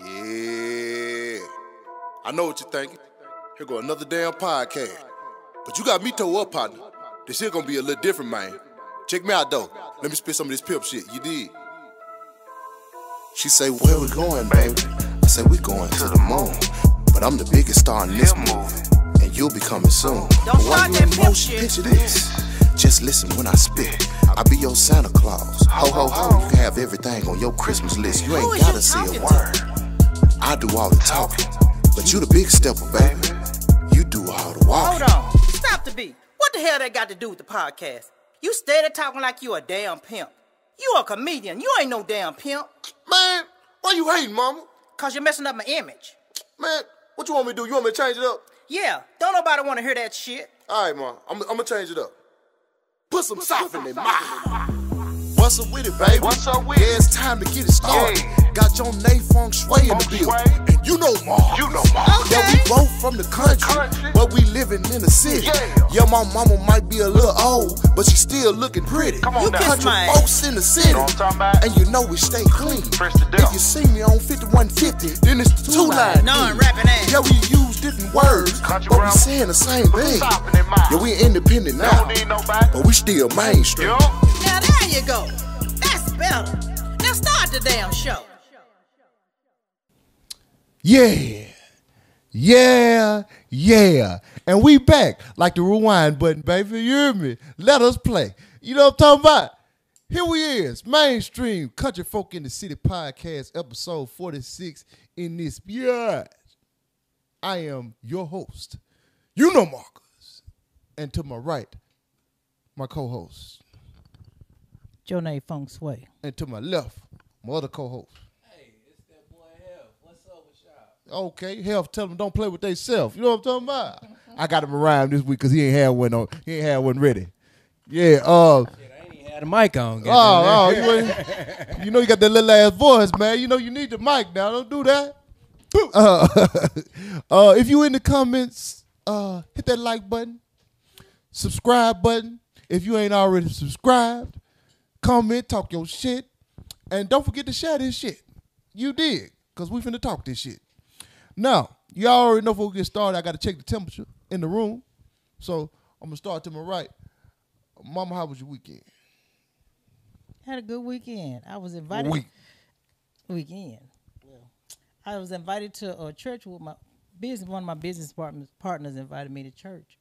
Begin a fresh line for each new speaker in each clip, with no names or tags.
Yeah. I know what you're thinking. Here go another damn podcast. But you got me toe up, partner. This here gonna be a little different, man. Check me out though. Let me spit some of this pimp shit. You did. She say, Where we going, baby? I say, We going to the moon. But I'm the biggest star in this movie, and you'll be coming soon.
Don't
But while
start
you
that
in
pimp
motion,
shit.
Picture this. Just listen when I spit. I be your Santa Claus. Ho ho ho! You can have everything on your Christmas list. You
Who
ain't
is you
gotta say
talking
a
to?
word. I do all the talking, but you the big stepper, baby. You do all the
Hold
walking.
on. Stop the beat. What the hell that got to do with the podcast? You steady talking like you a damn pimp. You a comedian. You ain't no damn pimp.
Man, why you hating, mama?
Cause you're messing up my image.
Man, what you want me to do? You want me to change it up?
Yeah, don't nobody want to hear that shit.
All right, mom, I'm, I'm gonna change it up.
Put some soft in their mouth. What's up with it, baby?
What's up with
Yeah, it's time to get it started.
Yeah.
Got your name feng shui in the
Feng
building.
shui.
And you know Ma.
You know Ma.
Yeah,
Okay.
we both from the country,
Country.
but we living in the city.
Yeah.
my mama might be a little old, but she still looking pretty.
Come on You now. kiss
country
my ass.
folks in the city.
know what I'm talking about?
And you know we stay clean.
Fresh to
If
death.
you see me on 5150, then it's the two line.
None rapping ass.
Yeah, we use different words,
Country
but we
grammar.
saying the same
Put
thing.
some soft in their mouth.
Yeah, we independent now,
nobody.
but we still mainstream.
Now there you go. That's better. Now start the damn show.
Yeah. Yeah. Yeah. And we back like the rewind button, baby. You hear me? Let us play. You know what I'm talking about? Here we is, mainstream country folk in the city podcast, episode 46 in this yard. I am your host, you know Marcus. And to my right, my co-host.
Jonay Feng Sway.
And to my left, my other co-host. Okay, health tell them don't play with theyself. You know what I'm talking about? I got him a rhyme this week because he ain't had one on. He ain't had one ready. Yeah. Uh,
had a mic on.
oh, oh, you, ain't- you know you got that little ass voice, man. You know you need the mic now. Don't do that. Boop. Uh, uh, if you in the comments, uh, hit that like button, subscribe button. If you ain't already subscribed, comment, talk your shit, and don't forget to share this shit. You did, cause we finna talk this shit. Now, y'all already know before we get started, I gotta check the temperature in the room. So I'm gonna start to my right. Mama, how was your weekend?
Had a good weekend. I was invited.
Week.
Weekend. Well, I was invited to a church with my business. One of my business partners, partners invited me to church.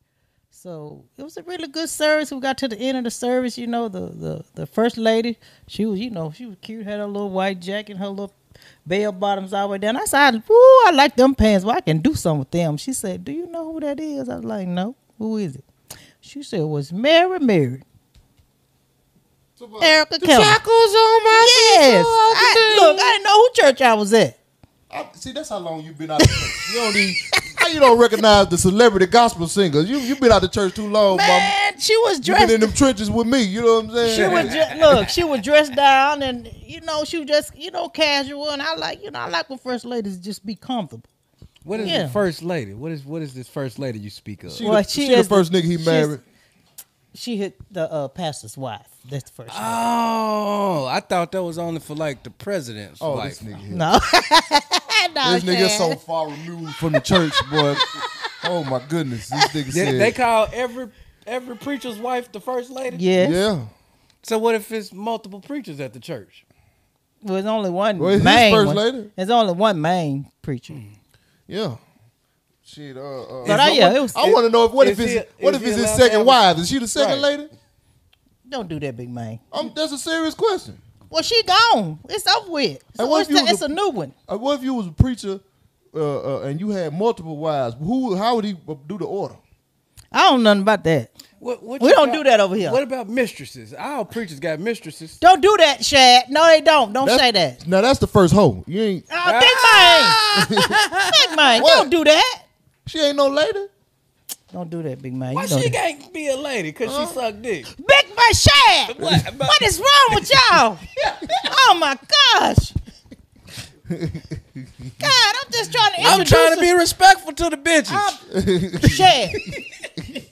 So it was a really good service. We got to the end of the service. You know, the the, the first lady, she was, you know, she was cute. Had her little white jacket, her little bell bottoms all the way down. I said, "Ooh, I like them pants. Well, I can do something with them." She said, "Do you know who that is?" I was like, "No. Who is it?" She said, it "Was Mary Mary." Erica the Keller. Shackles on my yes. I, look, I didn't know who church I was at.
I, see, that's how long you've been out of church. You don't even, how you don't recognize the celebrity gospel singers. You you been out of church too long, mama.
Man, she was
You
dressed.
been in them trenches with me. You know what I'm saying?
she was dre- look, she was dressed down, and you know she was just you know casual, and I like you know I like when first ladies just be comfortable.
What is
Yeah.
the first lady? What is what is this first lady you speak of?
she,
Well,
the,
she
she the
is the-
first nigga he
she's-
married.
She hit the uh, pastor's wife. That's the first.
Ah,
lady.
Oh, I thought that was only for like the president's
Oh,
wife.
this nigga. here.
No, no,
This nigga
man.
so far removed from the church, boy. Oh my goodness, this nigga
They,
said.
they call every every preacher's wife the first lady.
yes.
yeah.
So what if it's multiple preachers at the church?
Well, it's only one
Well, it's his
main.
first
one.
lady. Hmm.
There's only one main preacher.
Yeah. Shit, uh, uh,
But I, yeah, it was,
I want to know if what if
Is
his
he-
what
is
if it's his
he allowed to
second
have a-
wife? Is she the second
Right.
lady?
don't do that, big man.
Um, that's a serious question.
Well, she gone. It's over with. So
what
it's,
if you
the-
was
it's
a-
a new one.
Uh, what if you was a preacher uh, uh, and you had multiple wives? Who? How would he uh, do the order?
I don't know nothing about that.
What, what
We
you
don't
got-
do that over here.
What about mistresses? All preachers got mistresses.
Don't do that, Shad. No, they don't. Don't
That's-
say that.
Now that's the first hoe. You ain't.
Oh,
Ah!
Big man. Big man,
What?
don't do that.
She ain't no lady.
Don't do that, Big man.
Why
You know
she
that.
can't be a lady? Cause she sucked dick.
Big man, Shad.
Uh-huh. What? But-
What is wrong with y'all? oh, my gosh. God, I'm just trying to
I'm
introduce
trying to
her.
be respectful to the bitches.
I'm, Shad.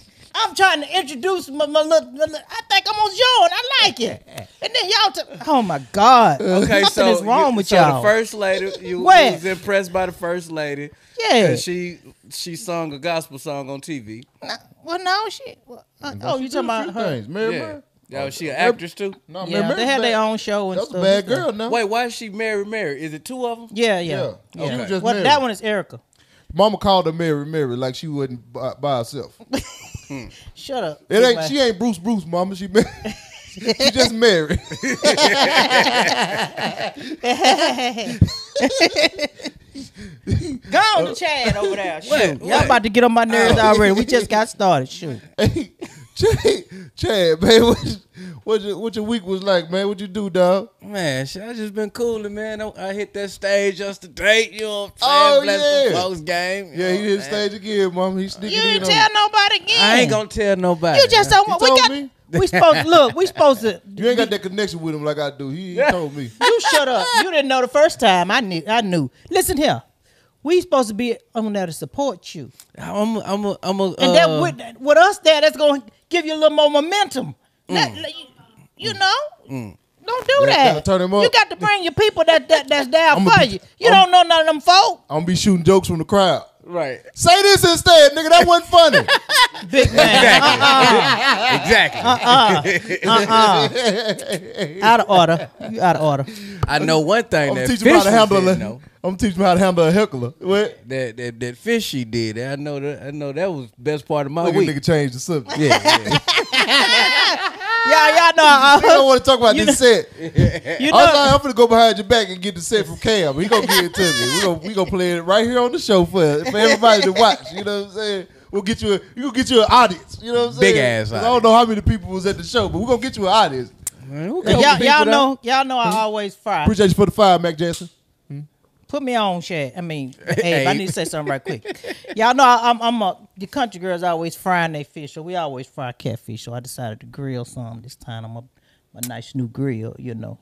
I'm trying to introduce my, my, little, my little- I think I'm on John. I like it. And then y'all, t- oh my God,
Okay,
something
so
is wrong
you,
with
so
y'all.
The first lady, you, you
What?
was impressed by the first lady.
Yeah.
'cause she she sung a gospel song on TV.
Nah, well, no, she. well, uh, oh, you talking about her?
Things. Mary
Yeah,
Brown?
yeah, was she an actress too.
No, Mary
Yeah,
Brown
they had
bad.
their own show and
That was
stuff.
a bad girl now.
Wait, why is she Mary Mary? Is it two of them?
Yeah,
Yeah.
yeah. yeah.
She was just
well,
married.
that one is Erica.
Mama called her Mary Mary like she wasn't by, by herself.
Shut up.
It ain't
Anyway.
she ain't Bruce Bruce, Mama. She married. she just married.
Go on to Chad over there. Shoot. Y'all
what?
about to get on my nerves already. We just got started. Shoot.
Hey, Chad, Chad, man, what, what, your, what your week was like, man? What you do, dog?
Man, shit, I just been cooling, man. I, I hit that stage just today. You know what I'm saying?
Oh,
Bless
yeah.
the folks game. you
Yeah, he
know,
did
Oh, man.
stage again, Mama. He sneaking
You
in
ain't
on
tell
you.
nobody again.
I ain't gonna tell nobody.
You just don't want. We
told
got.
me.
We supposed look. We supposed to.
You ain't got that connection with him like I do. He, he told me.
You shut up. You didn't know the first time. I knew. I knew. Listen here. We supposed to be on there to support you,
I'm, I'm, a, I'm a.
and
uh,
that with, with us there, that's gonna give you a little more momentum. Not- you know. Don't do
Mm. Yeah,
that.
turn 'em up.
You got to bring your people that, that that's down
I'ma
for
be-
you. You don't know none of them folk.
I'm gonna be shooting jokes from the crowd.
right.
Say this instead, nigga. That wasn't funny.
Big man.
Exactly.
Uh-uh. out of order. You out of order.
I know one thing.
I'm
that
teaching him how to
Fisher
handle.
didn't
A,
know.
I'm gonna teach him how to handle a heckler. What?
That that that fish she did. I know that. I know that was the best part of my
Look at
week.
nigga change the subject.
Yeah, yeah.
Y'all, y'all know. I-
I don't want to talk about this set.
you
I was
know.
like, I'm gonna go behind your back and get the set from Cam. He gonna give it to me. We gonna we gonna play it right here on the show for for everybody to watch. You know what I'm saying? We'll get you a you gonna get you an audience. You know what I'm saying?
Big ass
'Cause I don't know how many people was at the show, but we are gonna get you an audience.
Man, who
Y'all,
couple
y'all
people though?
know. Y'all know. I always fry.
Appreciate you for the fire, Mac Jackson.
Put me on, Shad. I mean, Abe, I
Abe.
need to say something right quick. Y'all know I, I'm, I'm a, the country girls always frying their fish, so we always fry catfish. So I decided to grill some this time. I'm a, a nice new grill, you know.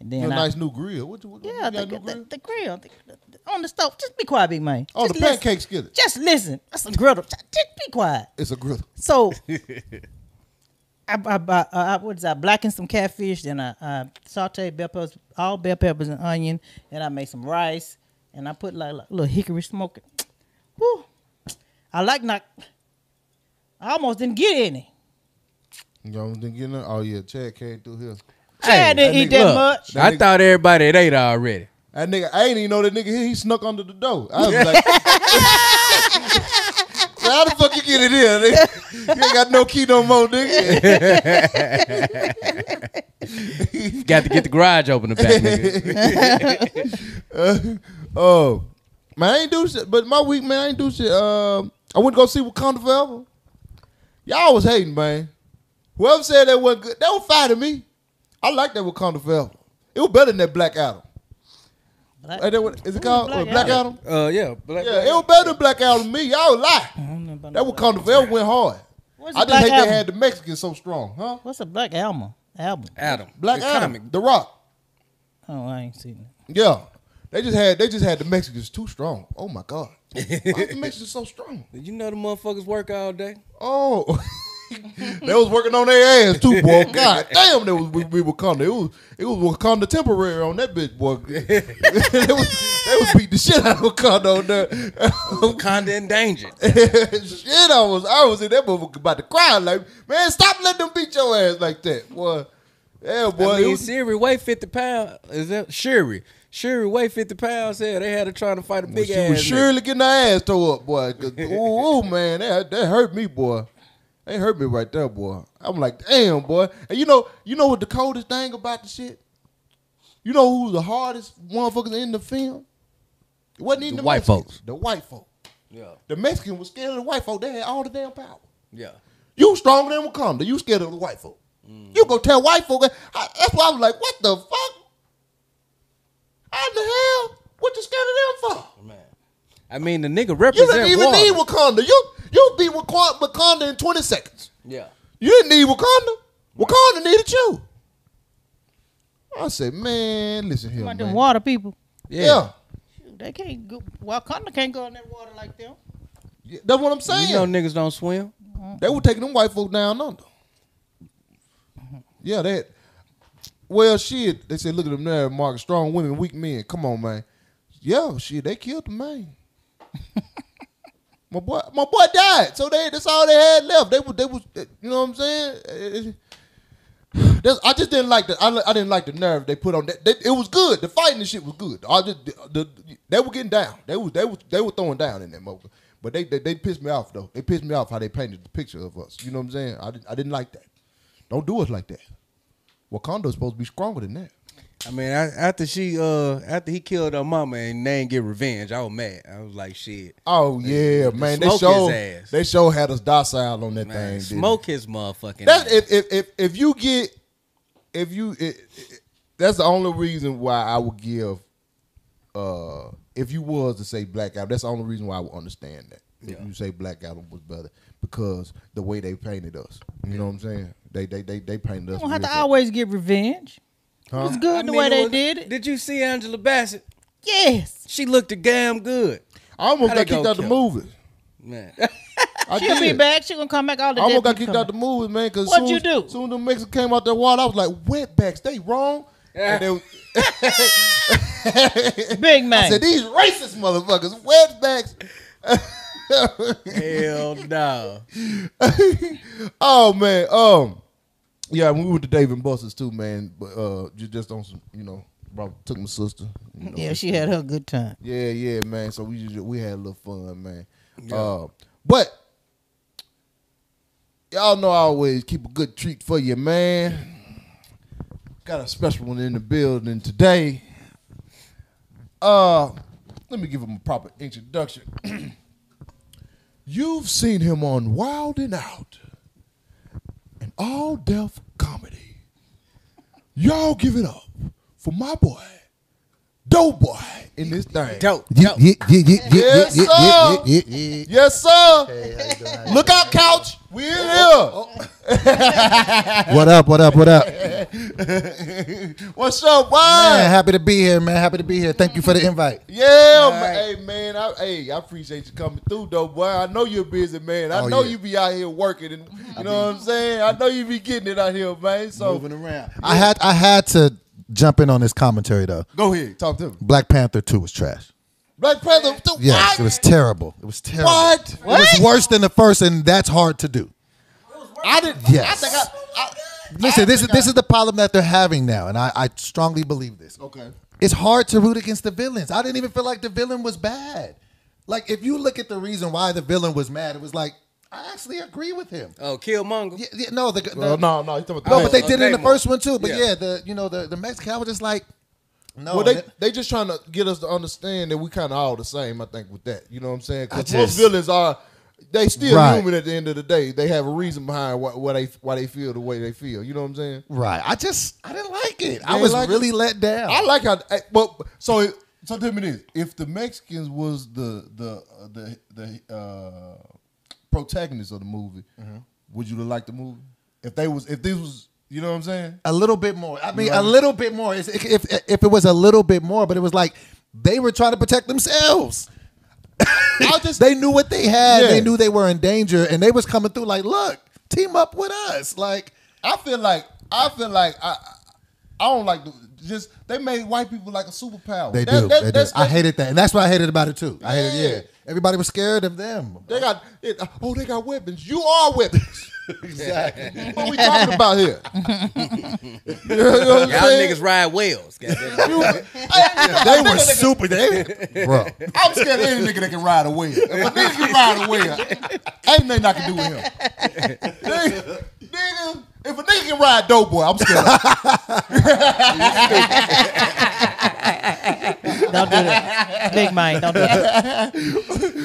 And then
Your
I,
nice new grill. What you, what,
yeah,
you got
the,
a new
the,
grill?
the, grill the, the- on the stove. Just be quiet, big man.
Oh,
Just
the
listen.
pancake skillet.
Just listen. That's a griddle. Just just be quiet.
It's a grill.
So I, I, I, I what is that? Blackened some catfish, then I, I sauteed bell peppers, all bell peppers and onion, and I made some rice, and I put like, a little hickory smoke. Whew. I like not. I almost didn't get any.
Y'all didn't get none? Oh yeah, Chad came through here.
Chad didn't eat
nigga-
that
Look,
much.
I thought everybody had ate already.
That nigga, I ain't even know that nigga here. He snuck under the door. I was like, how the fuck you get it in? Nigga? You ain't got no key no more, nigga.
Got to get the garage open the back. Nigga.
Oh, man, I ain't do shit. But my week, man, I ain't do shit. Um, I went to go see Wakanda Forever. Y'all was hating, man. Whoever said that wasn't good, they don't fight at me. I like that Wakanda Forever. It was better than that Black Adam.
Black-
Ain't that what- Is it
Ooh,
called?
Black
Black, Black
Adam.
Adam?
Uh, yeah, black,
Yeah, it was better than Black Adam to me. Y'all lie.
I don't know about
That
no black-
Wakanda Forever went hard.
What's
I
a
just
black
hate
album?
they had the Mexicans so strong, huh?
What's a black album? Album?
Adam,
Black
the
Adam,
comic.
The Rock.
Oh, I ain't seen it.
Yeah, they just had they just had the Mexicans too strong. Oh my god, why is the Mexicans so strong?
You know the motherfuckers work all day.
Oh, they was working on their ass too, boy. God damn, they was we, we Wakanda. It was it was Wakanda temporary on that bitch, boy. they was they was beat the shit out of Wakanda on there.
Wakanda endangered.
shit, I was I was in that motherfucker about to cry. Like, man, stop letting them beat your ass like that, boy. Yeah, boy.
I
it
mean,
was-
Siri weigh fifty pounds. Is that Sherry? Sherry weigh fifty pounds. Hell, they had her trying to fight a big
she
ass.
was
nigga.
surely getting her ass tore up, boy. 'Cause- Ooh, ooh, man, that, that hurt me, boy. They hurt me right there, boy. I'm like, damn, boy. And you know, you know what the coldest thing about the shit? You know who's the hardest motherfuckers in the film? It wasn't even
The
the,
white
Mexicans.
folks.
The white folk.
Yeah,
The Mexican was scared of the white folk. They had all the damn power.
yeah.
You stronger than Wakanda. You scared of the white folk.
Mm.
You go tell white folk. that- I, that's why I was like, what the fuck? How in the hell? What you scared of them for?
Man, I mean the nigga
You
represent
didn't even
water.
need Wakanda. You you beat Wakanda, Wakanda in 20 seconds.
yeah,
You didn't need Wakanda. Wakanda needed you. I said, man, listen here,
Like
Oh, man.
them water people.
yeah.
yeah.
They can't go. Wakanda can't go in that water like them.
Yeah, that's what I'm saying.
You know niggas don't swim.
They were taking them white folk down under. Yeah, they. Had, well, shit. They said, look at them there, Mark. Strong women, weak men. Come on, man. Yeah, shit. They killed the man. my boy, my boy died. So they. That's all they had left. They was. They was. You know what I'm saying? Eh, eh, that's, I just didn't like the I, li- I didn't like the nerve they put on that. that- it was good. The fighting and shit was good. I just the, the- they were getting down. They was they was they were throwing down in that moment. But they, they they pissed me off though. They pissed me off how they painted the picture of us. You know what I'm saying? I didn't, I didn't like that. Don't do us like that. Wakanda's supposed to be stronger than that.
I mean, I, after she, uh, after he killed her mama and they didn't get revenge, I was mad. I was like, shit,
Oh yeah, man. They
smoke
show
his ass.
they show had us docile on that
man,
thing. didn't they?
smoke his motherfucking.
That
ass.
if if if, if you get if you it, it- that's the only reason why I would give uh if you was to say black album, that's the only reason why I would understand that. If
Yeah.
you say black album was better because the way they painted us. You know what I'm saying? They they they they painted
You
us.
don't have
real
to
bad.
always get revenge. It was good
I
the
mean,
way
it
they
was-
did it.
Did you see Angela Bassett?
Yes.
She looked a damn good,
I almost
How
got
they
kicked
go
out the
kill?
movie.
man.
I
She'll be
did.
back. She gonna come back all the
I almost
death
got
people
kicked out the
coming.
movie, man. Cause
What'd
soon,
you do?
Soon the Mexican came out that wall, I was like, "Wetbacks, they wrong." And they,
Big
I
man.
said, "These racist motherfuckers, wetbacks."
Hell no.
oh man, um, yeah, we went to Dave and Buster's too, man. But uh, ju- just on some, you know, bro, took my sister. You know.
yeah, she had her good time.
yeah, yeah, man. So we just, we had a little fun, man. Uh, but y'all know I always keep a good treat for you, man. Got a special one in the building today. Uh, let me give him a proper introduction. You've seen him on Wild and Out and All Deaf Comedy. Y'all give it up for my boy, Dope Boy, in this thing.
Dope.
Yeah,
Dope.
yeah, yeah, yeah, yeah, yeah,
Yes,
yeah,
sir.
yeah, yeah, yeah.
Yes, sir. Look out, couch. We in here.
What up? What up? What up?
What's up,
Man,
why?
happy to be here, man. Happy to be here. Thank you for the invite.
Yeah, man. hey man, I, hey, I appreciate you coming through, though, boy. I know you're a busy, man. I
Oh,
know
yeah. Mm-hmm.
you be out here working, and you know what I'm saying. I know you be getting it out here, man. So
around. I had I had to jump in on this commentary though.
go ahead, talk to me.
Black Panther Two was trash.
Black Panther, too.
Yes,
what?
it was terrible. It was terrible.
What?
It was worse than the first, and that's hard to do.
I didn't.
Yes.
I think I. I
Listen, this is this is the problem that they're having now, and I, I strongly believe this.
okay.
it's hard to root against the villains. I didn't even feel like the villain was bad. Like if you look at the reason why the villain was mad, it was like I actually agree with him.
Oh, Killmonger.
Yeah, yeah, no, the, the-
Well, no, no, you talking about
no, but they
uh,
did it in the
Namor.
first one too. But
Yeah.
yeah, the you know the the Mexican I was just like, no,
Well, they
that-
they just trying to get us to understand that we kind of all the same. I think with that, you know what I'm saying? Because
I
most
just-
villains are they still
Right.
human at the end of the day. They have a reason behind why, why they why they feel the way they feel. You know what I'm saying?
right. I just I didn't like it.
You
I
ain't
was
like it?
really let down.
I like how. I, but so so tell me this: if the Mexicans was the the uh, the the uh, protagonists of the movie,
Mm-hmm.
would you have liked the movie? If they was if this was you know what I'm saying?
a little bit more. I mean, a little bit more. It's- If if it was a little bit more, but it was like they were trying to protect themselves.
I just
they knew what they had.
Yeah.
They knew they were in danger, and they was coming through. Like, look, team up with us. Like,
I feel like I feel like I I don't like the, just they made white people like a superpower.
they
That- that-
do. they do.
that's-
I hated that, and that's what I hated about it too. I hated.
Yeah.
Yeah, everybody was scared of them.
They got it, oh they got weapons. You are weapons. exactly. what we talking about here? you know what I'm
Y'all
saying?
niggas ride whales. goddamn.
You- I-
They were super. They, bro.
I'm scared of any nigga that can ride away. If a nigga can ride away, ain't nothing I can do with him. Nigga, nigga, if a nigga can ride dope boy, I'm scared. Of him.
Don't do that. Big man, don't do that.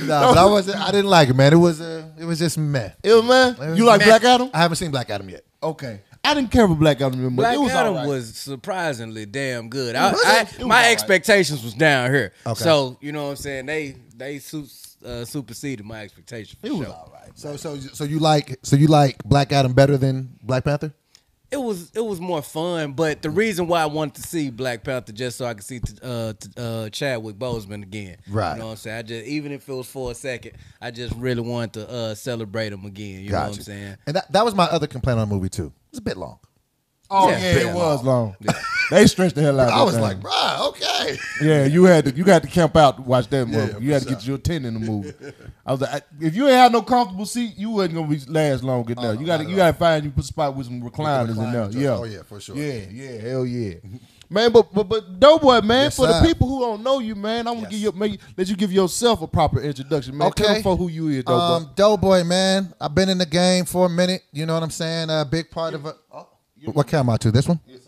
Nah, but I wasn't. I didn't like it, man. It was. A, it was just meh.
Ill man, you like Black Adam?
I haven't seen Black Adam Oh, yet.
Okay, I didn't care for Black Adam that much.
Black
it was
Adam
all right.
was surprisingly damn good. I,
was-
I-
it was
my
alright.
expectations was down here,
Okay.
so you know what I'm saying. They they su- uh, superseded my expectations. for
It was
sure.
all right.
So, so, so you like, so you like Black Adam better than Black Panther?
it was it was more fun. But the reason why I wanted to see Black Panther just so I could see uh, t- uh, Chadwick Boseman again,
Right.
You know what I'm saying? I just even if it was for a second, I just really wanted to uh, celebrate him again. You know what I'm saying?
And that, that was my other complaint on the movie too. It was a bit long.
Oh
Yeah.
yeah, it was long. They stretched the hell out.
I
that
was
thing.
like, bruh, okay.
Yeah, you had to you got to camp out to watch that movie. you had to get your ten in the movie. I was like, I- if you ain't had no comfortable seat, you wasn't gonna be last long
Oh,
enough. you got to you got to find you a spot with some recliners in there.
recliners,
Yeah.
oh, yeah, for sure.
Yeah, yeah, hell yeah. Man, but but but Doughboy, man,
Yes,
for
sir.
the people who don't know you, man, I want to
Yes.
give you make, let you give yourself a proper introduction, man. Tell
Okay.
them for who you is, Doughboy.
Um, Doughboy, man. I've been in the game for a minute. You know what I'm saying? A big part of a, What cam am I to? This one? Yes, sir.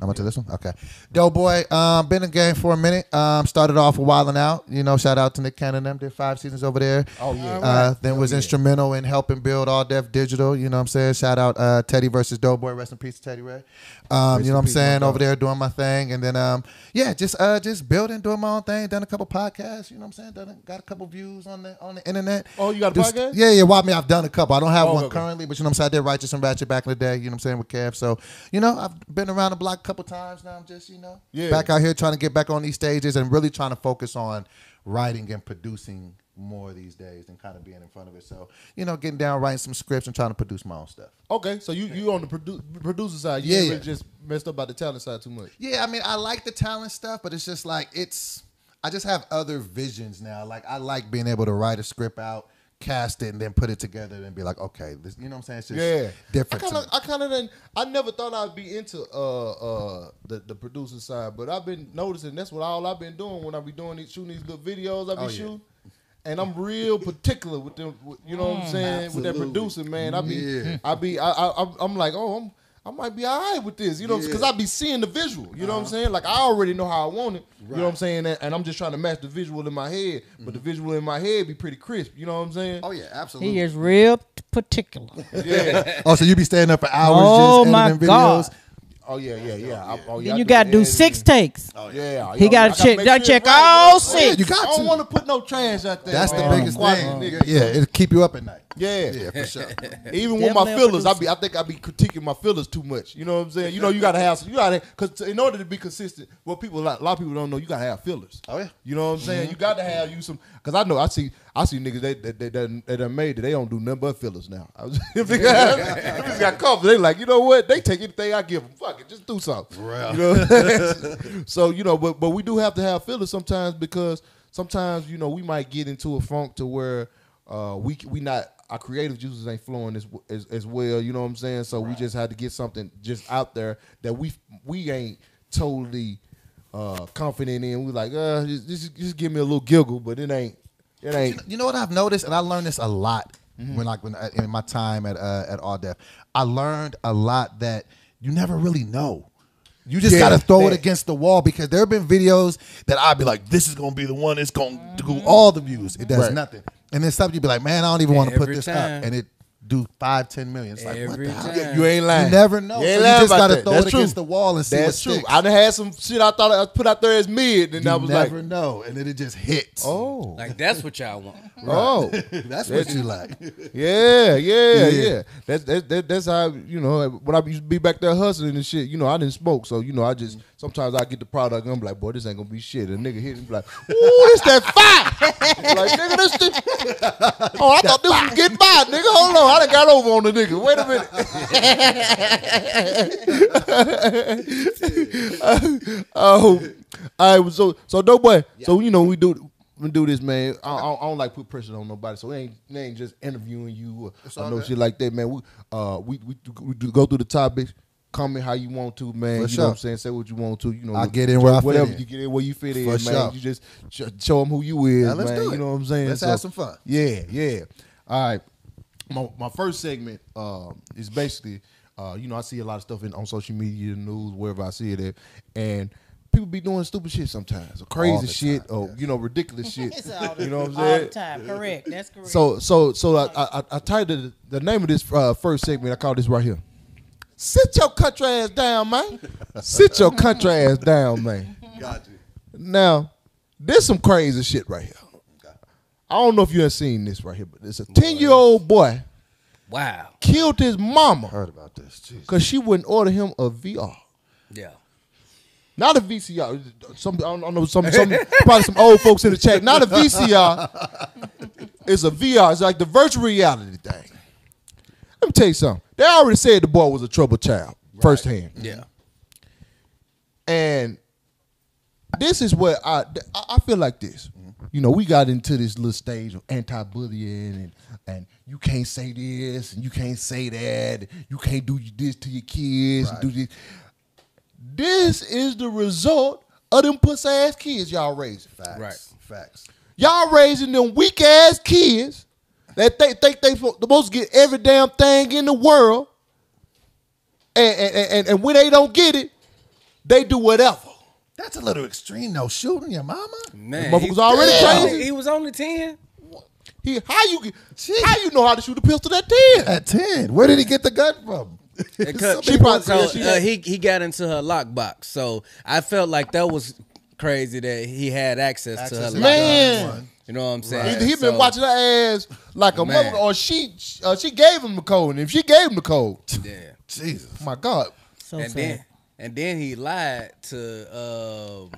I'm to this one? Okay. Doughboy, um, been in the game for a minute. Um, started off a while and out. You know, shout out to Nick Cannon and them. Did five seasons over there. Oh, yeah. Uh, then was instrumental in helping build All Def Digital. You know what I'm saying? Shout out uh, Teddy versus Doughboy. Rest in peace, Teddy Ray. Um, you know what I'm saying? Over there doing my thing. And then, um, yeah, just uh, just building, doing my own thing. Done a couple podcasts. You know what I'm saying? Done a- got a couple views on the, on the internet.
Oh, you got a
Just-
podcast?
Yeah, yeah. Well, I mean, I've done a couple. I don't have one
okay.
currently, but you know what I'm saying? I did Righteous and Ratchet back in the day, you know what I'm saying, with Kev. So, you know, I've been around the block a couple times now. I'm just, you know,
Yeah.
back out here trying to get back on these stages and really trying to focus on writing and producing more these days than kind of being in front of it. So, you know, getting down, writing some scripts and trying to produce my own stuff.
okay, so you you on the produ- producer side, you
Yeah,
ain't
yeah.
really just messed up by the talent side too much.
Yeah, I mean, I like the talent stuff, but it's just like it's. I just have other visions now. Like I like being able to write a script out, cast it, and then put it together, and be like, okay, this, you know what I'm saying? It's just
yeah,
different.
I
to
kind of,
me.
I kind of, didn't. I never thought I'd be into uh uh the the producer side, but I've been noticing that's what all I've been doing when I be doing these shooting these little videos I be
Oh, yeah.
shooting. And I'm real particular with them, with, you know what I'm saying, with that
absolutely.
producing man. I be,
Yeah.
I be, I, I, I'm- I'm like, oh, I'm, I might be all right with this, you know, because I be seeing the visual, you know
Uh-huh.
what I'm saying. Like I already know how I want it, you know what I'm saying, and, and I'm just trying to match the visual in my head, but
Mm-hmm.
the visual in my head be pretty crisp, you know what I'm saying.
Oh yeah, absolutely.
He is real particular.
Oh, so you be staying up for hours
Oh,
just
my
editing
God.
videos?
Oh yeah, yeah, yeah. I- oh, yeah,
then
I
you gotta do
the
six
editing.
takes.
Oh,
Yeah,
He
yeah,
gotta
I
check-
make
gotta
sure
check
it's right.
all
Oh, yeah,
six.
you got
I don't
don't want
wanna
to put no trash out there.
That's the
man.
biggest
Quiet,
thing.
nigga.
Yeah, it'll keep you up at night.
Yeah.
Yeah, for sure.
even with my
Definitely a
feelers, I
producer.
be I think I be critiquing my feelers too much. You know what I'm saying? You know you gotta have you gotta because in order to be consistent, what people a lot, a lot of people don't know, you gotta have feelers.
Oh, yeah.
you know what I'm saying? You gotta have you some because I know I see I see niggas they that they, done they done made it. They don't do nothing but feelers now. I was, if they got, if they got comfortable, they like you know what? They take anything I give them. Fuck it, just do something. You know? so you know, but but we do have to have feelers sometimes because sometimes you know we might get into a funk to where uh, we we not our creative juices ain't flowing as as, as well. You know what I'm saying? So we just had to get something just out there that we we ain't totally uh, confident in. We like uh, just, just just give me a little giggle, but it ain't it
You
ain't.
know, you know what I've noticed, and I learned this a lot when like when in my time at uh, at All Def, I learned a lot that you never really know. You just
Yeah,
gotta throw it
that-
against the wall because there have been videos that I'd be like, "This is gonna be the one that's gonna do all the views." It does
Right.
nothing, and then something you'd be like, "Man, I don't even want to put
Every
this
time.
up," and it do five, ten million. It's like,
Every
what the hell?
time.
You ain't lying.
You never know.
ain't
So you
lying
just
about
gotta
that.
throw
That's
it
true.
against the wall and see what
That's true.
sticks.
I done had some shit I thought I put out there as mid, and I
you
was
never
like,
know, and then it just hits.
oh,
Like that's what y'all want.
oh.
that's what you like.
Yeah, yeah, yeah.
Yeah.
That's that, that, that's how you know when I used to be back there hustling and shit. You know, I didn't smoke, so you know, I just sometimes I get the product and I'm like, boy, this ain't gonna be shit. And nigga hit me like, ooh, this that fire. like nigga, this. The, oh, I thought this was getting by, nigga. Hold on, I done got over on the nigga. Wait a minute. oh, I was so so dope boy. So you know we do. We do this, man. I, I, I don't like put pressure on nobody, so we ain't, we ain't just interviewing you or, or no shit like that, man. We uh we we, do, we do go through the topics, comment how you want to, man.
For
you
sure.
know what I'm saying? Say what you want to. You know,
I get in where I fit
whatever
in.
you get in where you fit in,
For
man.
sure.
You just sh- show them who you is,
Now, let's
man.
do it.
You know what I'm saying?
Let's have some fun.
Yeah, yeah. All right. My, my first segment um, is basically, uh, you know, I see a lot of stuff in, on social media, the news, wherever I see it at, and people be doing stupid shit sometimes, or
All
crazy
the
shit, or you know, ridiculous shit.
It's all the,
you know what I'm
all the
saying?
time. Correct. That's correct.
So, so, so I, I, I titled the name of this uh, first segment. I call this right here. Sit your country ass down, man. Sit your country ass down, man.
Got you.
Now, there's some crazy shit right here. I don't know if you have seen this right here, but it's a 10 year old boy
Wow.
Killed his mama
Heard about this. Jeez.
because she wouldn't order him a VR.
Yeah.
Not a VCR. Some I don't, I don't know some, some probably some old folks in the chat. Not a VCR. it's a VR. It's like the virtual reality thing. Let me tell you something. They already said the boy was a troubled child firsthand.
Yeah.
And this is where I I I feel like this.
Mm-hmm.
You know, we got into this little stage of anti-bullying and and you can't say this and you can't say that. You can't do this to your kids. And do this. This is the result of them pussy ass kids y'all raising.
Facts.
Right.
Facts.
Y'all raising them weak ass kids that they think they fo- supposed to get every damn thing in the world. And and, and, and when they don't get it, they do whatever.
That's a little extreme though. Shooting your mama.
Man.
Motherfuckers already
Damn.
crazy.
He was only 10.
He, how you get- how you know how to shoot a pistol at ten?
At ten. Where did he get the gun from?
Because
She probably- yeah, she-
uh, he he got into her lockbox, so I felt like that was crazy that he had access, to her
Access to
lockbox.
Man.
You know what I'm saying?
Either he been
So-
watching her ass like a
Man.
mother, or she uh, she gave him the code. And if she gave him the code,
Yeah.
Jesus.
my God,
So
and
sad.
then and then he lied to um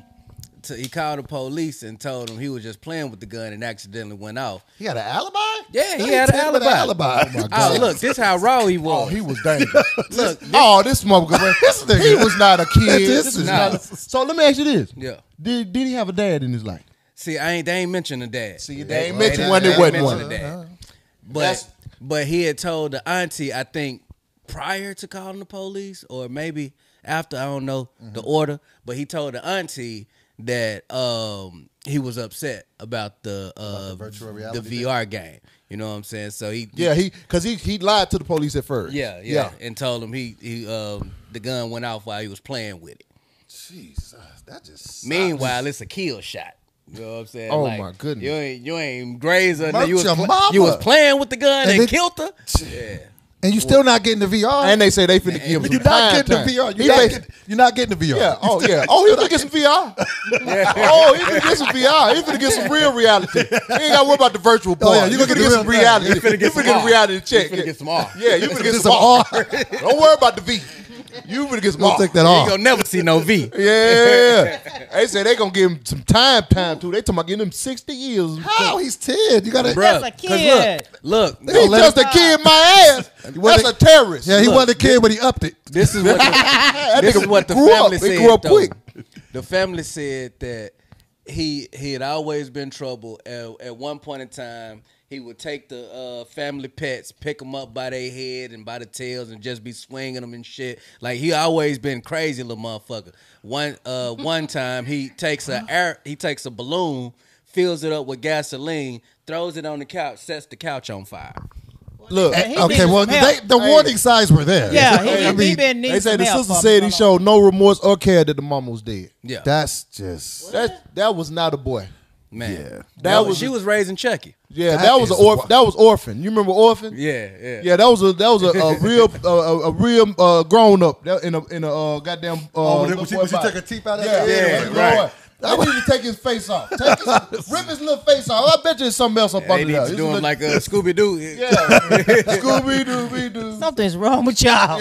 to he called the police and told him he was just playing with the gun and accidentally went off.
He had an alibi.
Yeah, he
How
had an
tell with
alibi.
alibi.
Oh look, this how raw he was.
oh, he was dangerous.
Look,
oh, this motherfucker,
This nigga.
he was not a kid.
This
This
is
was not
not-
a- so let me ask you this:
Yeah.
Did did he have a dad in his life?
See, I ain't they ain't mentioned the dad.
See,
They-
they ain't
they
mentioned
didn't-
one.
they
There
ain't
wasn't one.
mentioned the dad.
That's-
But but he had told the auntie, I think, prior to calling the police, or maybe after, I don't know, the order. But he told the auntie that um he was upset about the uh
virtual
the
reality thing?
VR game. You know what I'm saying? So he
Yeah, he because he he lied to the police at first.
yeah, yeah, and told him he he um the gun went off while he was playing with it.
Jesus. That just. sucks.
Meanwhile, it's a kill shot. You know what I'm saying?
Oh,
Like,
my goodness.
You ain't you ain't grazed her.
Murked
You was,
your
pla-
mama.
you was playing with the gun
And
and,
they-
killed her. Yeah.
and you still not getting the VR.
And they say they finna give him
you're
some
not
time
getting
time.
the VR.
He
You're not,
basi-
getting, you're not getting the VR.
Yeah. Oh yeah. Oh, he finna get some VR. Oh, he finna get some VR. He finna get some real reality. He ain't got to worry about the virtual part.
Oh, yeah, you
you
gonna
finna
get
get,
the
some
real-
reality.
yeah,
You finna get, a
R.
reality
You
check.
finna get some R.
Yeah, you finna get
Get
some R. Don't worry about the V. You finna get some
Don't
R.
take that
You ain't
off.
gonna never see no V.
Yeah. they say they gonna give him some time, time too. They talking about getting him sixty years.
How? He's ten. You gotta.
Bruh,
That's a
'cause look,
kid.
Look,
He
let
just a kid my ass. That's a terrorist.
Yeah, he
Look,
wasn't a kid, but he upped it.
this is what the, this is what the
grew up.
family
He
said.
grew up
though.
quick.
The family said that he he had always been trouble. At, at one point in time, he would take the uh, family pets, pick them up by their head and by the tails, and just be swinging them and shit. Like he always been crazy little motherfucker. One uh, one time he takes a air he takes a balloon, fills it up with gasoline, throws it on the couch, sets the couch on fire.
Look.
He needs
Okay, well,
some help.
they, the warning signs were there.
Yeah, he,
I
he,
mean,
been needs
they say
some
the
help
sister
up
said he
along.
showed no remorse or care that the mama was dead.
Yeah,
That's just.
That that was not a boy.
man.
yeah.
That,
That
was,
was-
she was raising Chucky.
Yeah,
That
that, was
is
an orphan.
wild.
That was orphan. You remember orphan?
Yeah, yeah.
Yeah, that was a that was a, a real a, a, a real uh, grown up that- in a in a uh, goddamn. Uh,
Oh, when,
little
she,
boy
when she
body.
took her teeth out.
Yeah,
that
yeah,
day?
right.
right. I need to take his face off. Take his, rip his little face off. I bet you there's something else up
They
under
need
there.
to
It's
do him
little-
like a Scooby Doo. Yeah.
Scooby Dooby Doo.
Something's wrong with y'all.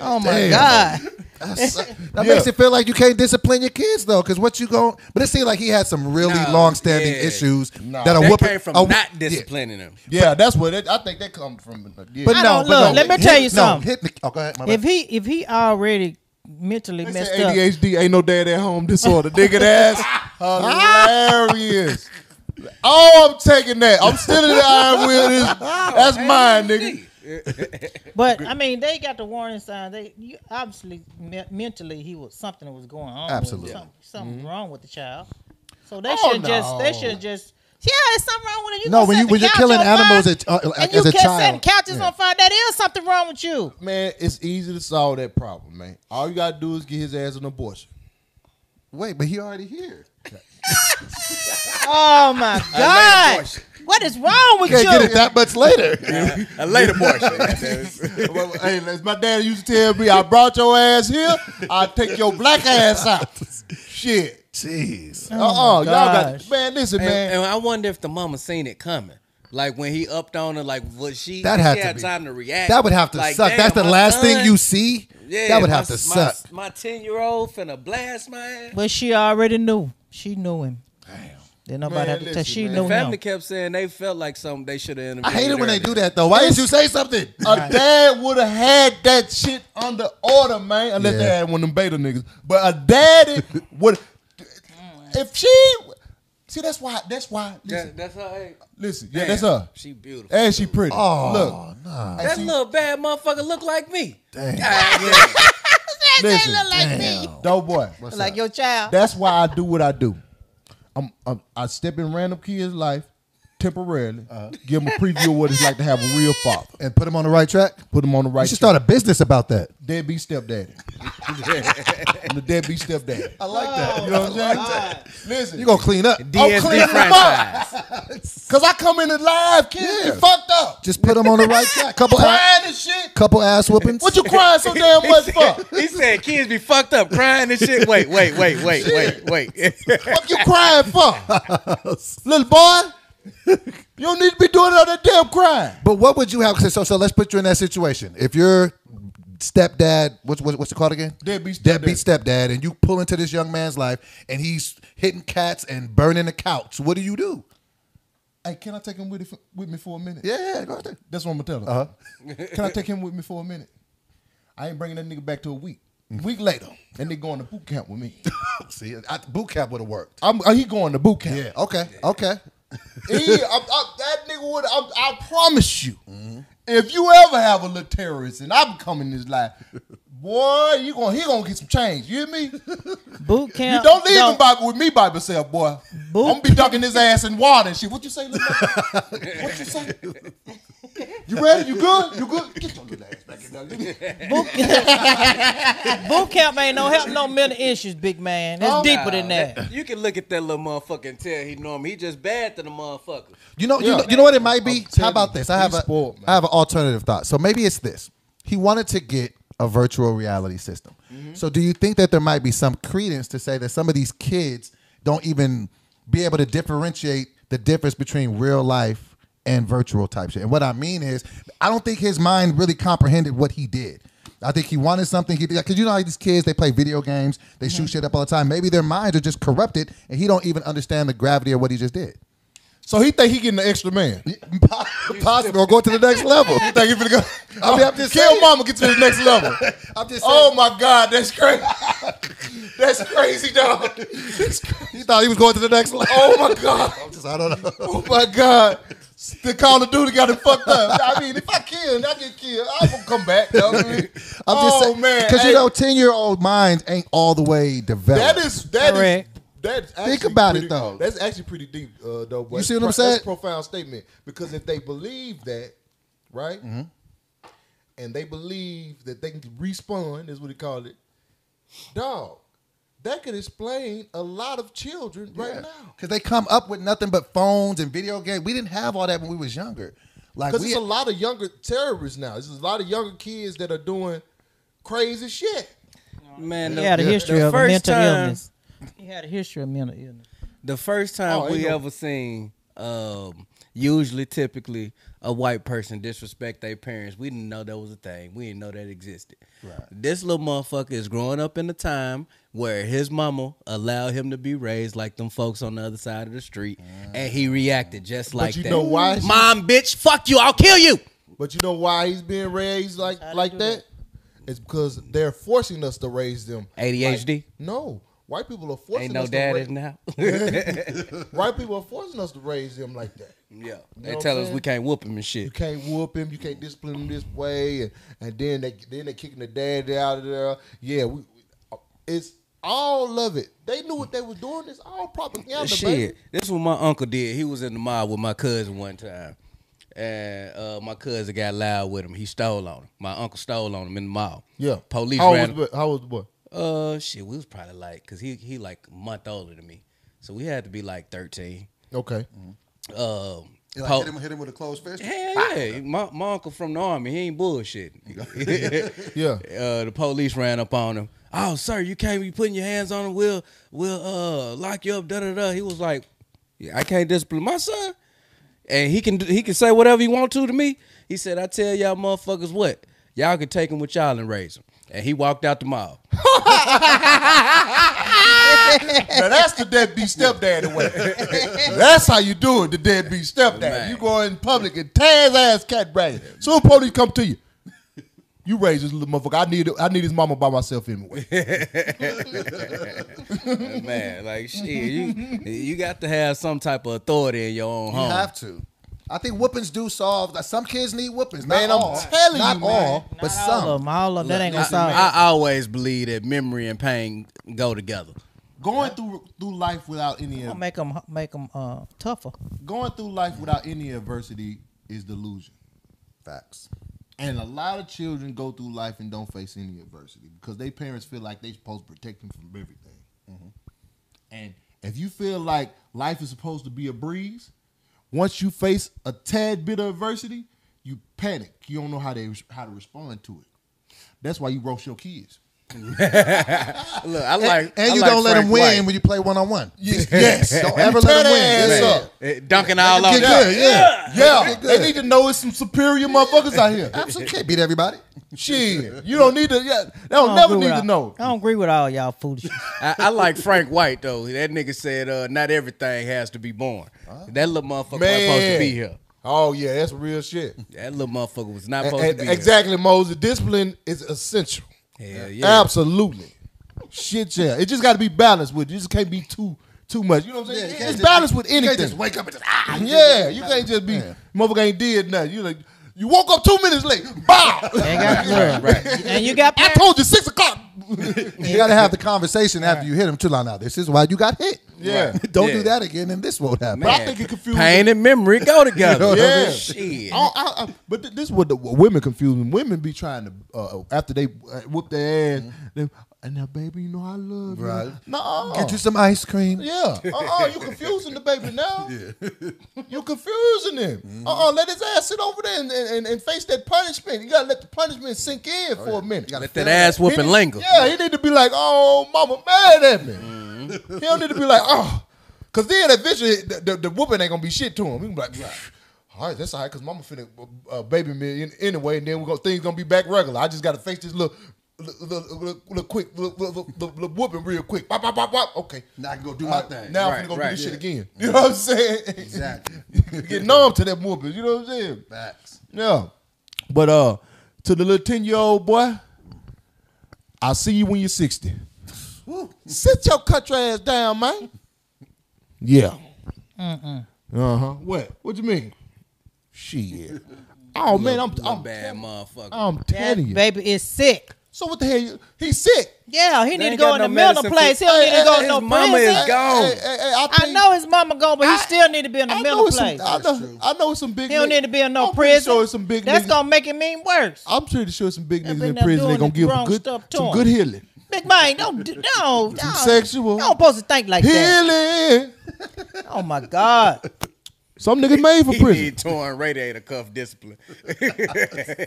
oh my God.
That's- that
Yeah.
makes it feel like you can't discipline your kids though, because what you going? But it seemed like he had some really
No,
long-standing
yeah.
issues that are
That
whooping.
came from
a-
not
yeah.
disciplining him.
Yeah, that's where that, I think that comes from. Yeah.
But
I
no,
don't-
but
look,
no,
let me tell you
hit- no,
something.
hit the- oh, go ahead, my
If
bad.
he if he already mentally
They
messed
say
up,
ADHD ain't no dad at home disorder. Nigga, that's hilarious. Oh, I'm taking that. I'm still in the iron wheel. This- That's mine, nigga.
but I mean they got the warning sign. They you, obviously me- mentally he was something was going on. with him,
Absolutely. Mm-hmm.
something, something wrong with the child. So they
Oh,
should just they
no.
should just. Yeah, it's something wrong with it. You
No,
gonna
when
set
you-
the
when you're
couch
killing
on fire,
animals at- uh,
and
as
you
a
kept
child.
setting couches on fire, that is something wrong with you.
Man, it's easy to solve that problem, man. All you gotta do is get his ass an abortion.
Wait, but he already here.
Oh my God! What is wrong with
Can't
you?
get it that much later.
A late abortion.
Well, hey, as my dad used to tell me, I brought your ass here, I take your black ass out. Shit.
Jeez.
uh-uh, y'all got
gosh.
man. Listen,
and,
man.
and I wonder if the mama seen it coming. Like when he upped on her, like was she?
That
did
had
she
to
have
be-
time to react.
That would have to
Like,
suck.
damn,
That's the
my
last
son-
thing you see.
Yeah,
that would
my-
have to
my-
suck.
My ten year old finna blast my ass.
But she already knew. She knew him. Then nobody
Man,
had to tell.
listen,
She
man.
knew
Family
him.
kept saying they felt like something they should have interviewed.
I hate it when they do that though. Why
Why
didn't you say something?
A dad would have had that shit under order, man. Unless they
Yeah.
had one of them beta niggas. But a daddy would. If she. See, that's why. That's why. Listen.
That, that's her. Hey,
listen yeah,
damn,
that's her.
She beautiful.
And she pretty.
Oh,
Look.
nah.
that little bad motherfucker look like me. Ah,
Damn. Oh,
Listen,
like
dope boy.
Like your child.
That's why I do what I do. I'm, I'm I step in random kids' life temporarily, give them a preview of what it's like to have a real father,
Uh-huh. And put him on the right track.
put them on the
You
right.
should
track.
start a business about that.
deadbeat stepdaddy. I'm the deadbeat stepdaddy.
I like that.
You know what I'm saying? Listen,
You gonna clean up?
I'm
DSD
cleaning them
franchise.
up. Cause I come in the live, kids.
Yeah.
be fucked up.
Just put him on the right track. Couple ass,
Crying and shit.
couple ass whoopings.
What you crying so damn much for?
He said kids be fucked up crying and shit. Wait, wait, wait, wait, wait, wait.
What you crying for? Little boy, you don't need to be doing all that damn crying.
But what would you have? So, so let's put you in that situation. If your stepdad, what's what's, what's it called again?
Deadbeat stepdad.
Deadbeat stepdad, and you pull into this young man's life, and he's hitting cats and burning the couch. What do you do?
Hey, can I take him with, with me for a minute?
Yeah, go out there.
That's what I'm gonna tell her. Can I take him with me for a minute? I ain't bringing that nigga back to a week. Week later, that nigga going to boot camp with me.
see, I, boot camp would have worked.
I'm, uh, he going to boot camp.
Yeah. Okay. Okay.
He- I- I- that nigga would. I, I promise you, if you ever have a little terrorist and I become in his life, boy, you going he gonna get some change. You hear me?
Boot camp.
You don't leave him by, with me by myself, boy. I'm gonna be dunking his ass in water and shit. What you say, little man? What you say? You ready? You good? You good? Get your little ass back in there.
Boot, boot camp ain't no help no mental issues, big man. That's
Oh,
deeper than that.
You can look at that little motherfucker and tell he normal. He just bad to the motherfucker.
You know, you
Yeah.
know, you know what it might be.
telling
How about
you,
this? I have
he's
a,
spoiled, man.
I have an alternative thought. So maybe it's this. He wanted to get a virtual reality system.
Mm-hmm.
So do you think that there might be some credence to say that some of these kids don't even be able to differentiate the difference between real life and virtual type shit? And what I mean is, I don't think his mind really comprehended what he did. I think he wanted something. He because you know how these kids they play video games, they
Mm-hmm.
shoot shit up all the time. Maybe their minds are just corrupted, and he don't even understand the gravity of what he just did.
So he think he getting an extra man.
Possible, or go to the next level.
You think he finna go?
I mean, I'm just
Kill
saying.
mama, get to the next level.
I'm just saying.
oh my God, that's crazy. that's crazy, dog.
He thought he was going to the next level.
Oh my God.
Just, I don't know.
Oh my God. The Call of Duty got him fucked up. I mean, if I kill and I get killed, I'm gonna come back. dog. I mean,
I'm just
oh
saying,
man,
because
Hey,
you know, ten year old minds ain't all the way developed.
that is that is
Correct.
that's
Think
actually
about it,
pretty-
though.
That's actually pretty deep, uh, though. boy.
You see what I'm
That's a
saying?
profound statement because if they believe that, right,
Mm-hmm.
and they believe that they can respawn, is what he called it. Dog, that could explain a lot of children right now.
because they come up with nothing but phones and video games. We didn't have all that when we was younger. Like
Because
we,
it's a lot of younger terrorists now. There's a lot of younger kids that are doing crazy shit.
Man,
He had a
the-
history
the
of a
first
mental
time-
illness. He had a history of mental illness.
The first time
Oh, ain't
we
no-
ever seen, um, usually, typically, a white person disrespect their parents. We didn't know that was a thing. We didn't know that existed. Right. This little motherfucker is growing up in a time where his mama allowed him to be raised like them folks on the other side of the street, and he reacted just like
you
that.
know why?
Mom, bitch, fuck you! I'll kill you.
But you know why he's being raised like like that? It's because they're forcing us to raise them.
ADHD.
No, white people are forcing
Ain't no
us
dad
to
is
raise
now.
White people are forcing us to raise them like that.
Yeah,
know
they
what
tell
I'm
us
saying?
we can't whoop him and
You
shit.
can't whoop him. You can't discipline him this way, and, and then they then they kicking the dad out of there. Yeah, we, we- it's all of it. They knew what they was doing. It's all propaganda.
Shit,
Shit.
this is what my uncle did. He was in the mob with my cousin one time, and uh, my cousin got loud with him. He stole on him. My uncle stole on him in the mob.
Yeah,
police
How
ran.
old was the boy? How old was the boy?
uh, shit, we was probably like, cause he he like a month older than me, so we had to be like thirteen.
Okay.
Um,
like,
po-
hit, him, hit him with a closed fist.
Hell yeah, my, my uncle from the army, he ain't bullshitting.
Yeah.
Uh, the police ran up on him. Oh, sir, you can't be putting your hands on him. We'll we'll uh lock you up. Da da da. He was like, yeah, I can't discipline my son. and he can do- he can say whatever he want to to me. He said, "I tell y'all motherfuckers what, y'all can take him with y'all and raise him." And he walked out the mall.
Now that's the deadbeat stepdad way. that's how you do it, the deadbeat stepdad.
Man.
You go in public and tear his ass cat brain. Soon police come to you. You raise this little motherfucker. I need I need his mama by myself anyway.
Man, like shit, you you got to have some type of authority in your own
You
home.
Oh.
have to. I think whoopings do solve. Like, some kids need whoopings.
Man,
not
I'm
all.
telling
not
you, man.
all, but
Not
some.
All of them. All of them. That ain't gonna
I,
solve it.
I always believe that memory and pain go together.
Going through through life without any
Gonna Make them, make them uh, tougher.
going through life without any adversity is delusion.
Facts.
And a lot of children go through life and don't face any adversity because their parents feel like they supposed to protect them from everything.
Mm-hmm.
And if you feel like life is supposed to be a breeze, once you face a tad bit of adversity, you panic. You don't know how they how to respond to it. That's why you roast your kids.
Look, I
And,
like
and
I
you
like
don't let
Frank
them win
White.
when you play one on one.
Yes,
Don't ever let them win.
Ass
Yeah.
up.
Eh, Dunking all over.
Get good, yeah.
Yeah, they need to know it's some superior motherfuckers out here.
Absolutely can't beat everybody.
Shit, you don't need to. Yeah, they don't
I don't
never
agree
need
with
to
all-
know.
I don't agree with all y'all foolishness.
I, I like Frank White though. That nigga said, uh, "Not everything has to be born." That little motherfucker was supposed to
Man.
be here.
Oh yeah, that's real shit.
That little motherfucker was not
And-
supposed
and
to be
exactly, Moses. Discipline is essential.
here. Hell yeah.
Absolutely. Shit, yeah. It just got to be balanced with. You just can't be too too much. You know what I'm
Yeah,
saying?
you can't
it's
just
balanced
be-
with
You
anything.
can't just wake up and just ah.
yeah, you can't just be motherfucker ain't did nothing. You like you woke up two minutes late. Bow.
Ain't got- look. And you got
I
parents.
told you six o'clock.
You got to have the conversation after you hit them too. Like now, this is why you got hit.
Yeah. Right.
Don't
Yeah.
do that again, and this won't happen.
But I think it confused.
Pain and memory go together.
Yeah. Oh,
Shit.
I don't- I- I- but th- this is what the what women confuse them. Women be trying to uh, after they uh, whoop their
Mm-hmm.
ass. They, and now, baby, you know I love you.
Right.
No.
Get you some ice cream.
yeah. Uh uh-uh, you confusing the baby now. you confusing him.
Mm-hmm.
Uh uh Let his ass sit over there and, and, and face that punishment. You gotta let the punishment sink in
Oh,
for a minute.
Let that ass whooping
He-
linger.
Yeah, he need to be like, oh, mama mad at me. He don't need to be like, oh. Because then eventually the, the, the whooping ain't going to be shit to him. He gonna be like, all right, that's all right because mama finna uh, baby me in, anyway, and then we gonna, things going to be back regular. I just got to face this little, little, little, little, little quick little, little, little, little whooping real quick. Bop, bop, bop, bop. Okay.
Now I can go do
All
my
right,
thing.
Now
Right,
I'm finna go
right,
do this
yeah.
shit again. You know what I'm saying?
Exactly.
Get numb to that whooping. You know what I'm saying?
Facts.
Yeah. But uh to the little 10 year old boy, I'll see you when you're 60. Sit your country ass down, man. Yeah. Uh huh. What? What you mean? Shit. Oh man, I'm
Little
I'm,
bad motherfucker.
I'm
That
telling you.
baby is sick.
So what the hell? You, he's sick.
Yeah, he need to
ain't
go
got
in
no
the mental
medicine
place. He
for-
don't need to go
His
to no
mama is
prison.
gone. Oh.
Hey, hey, hey, I,
I
think-
know his mama gone, but he still need to be in the
I
mental
know it's
place.
some. I know, I know it's some big.
he don't
nigg-
need to be in no
I'm pretty
prison.
Sure, it's some big.
That's
niggas-
gonna make it mean worse.
I'm pretty sure some big
They
niggas
been
in
there
prison. They
doing
gonna
the
give a
wrong
good,
stuff to
some
'em.
good healing.
Big man, don't do no. Some
sexual.
You don't supposed to think like that.
Healing.
Oh my God.
Some niggas made for
he
prison.
need torn radiator cuff discipline. they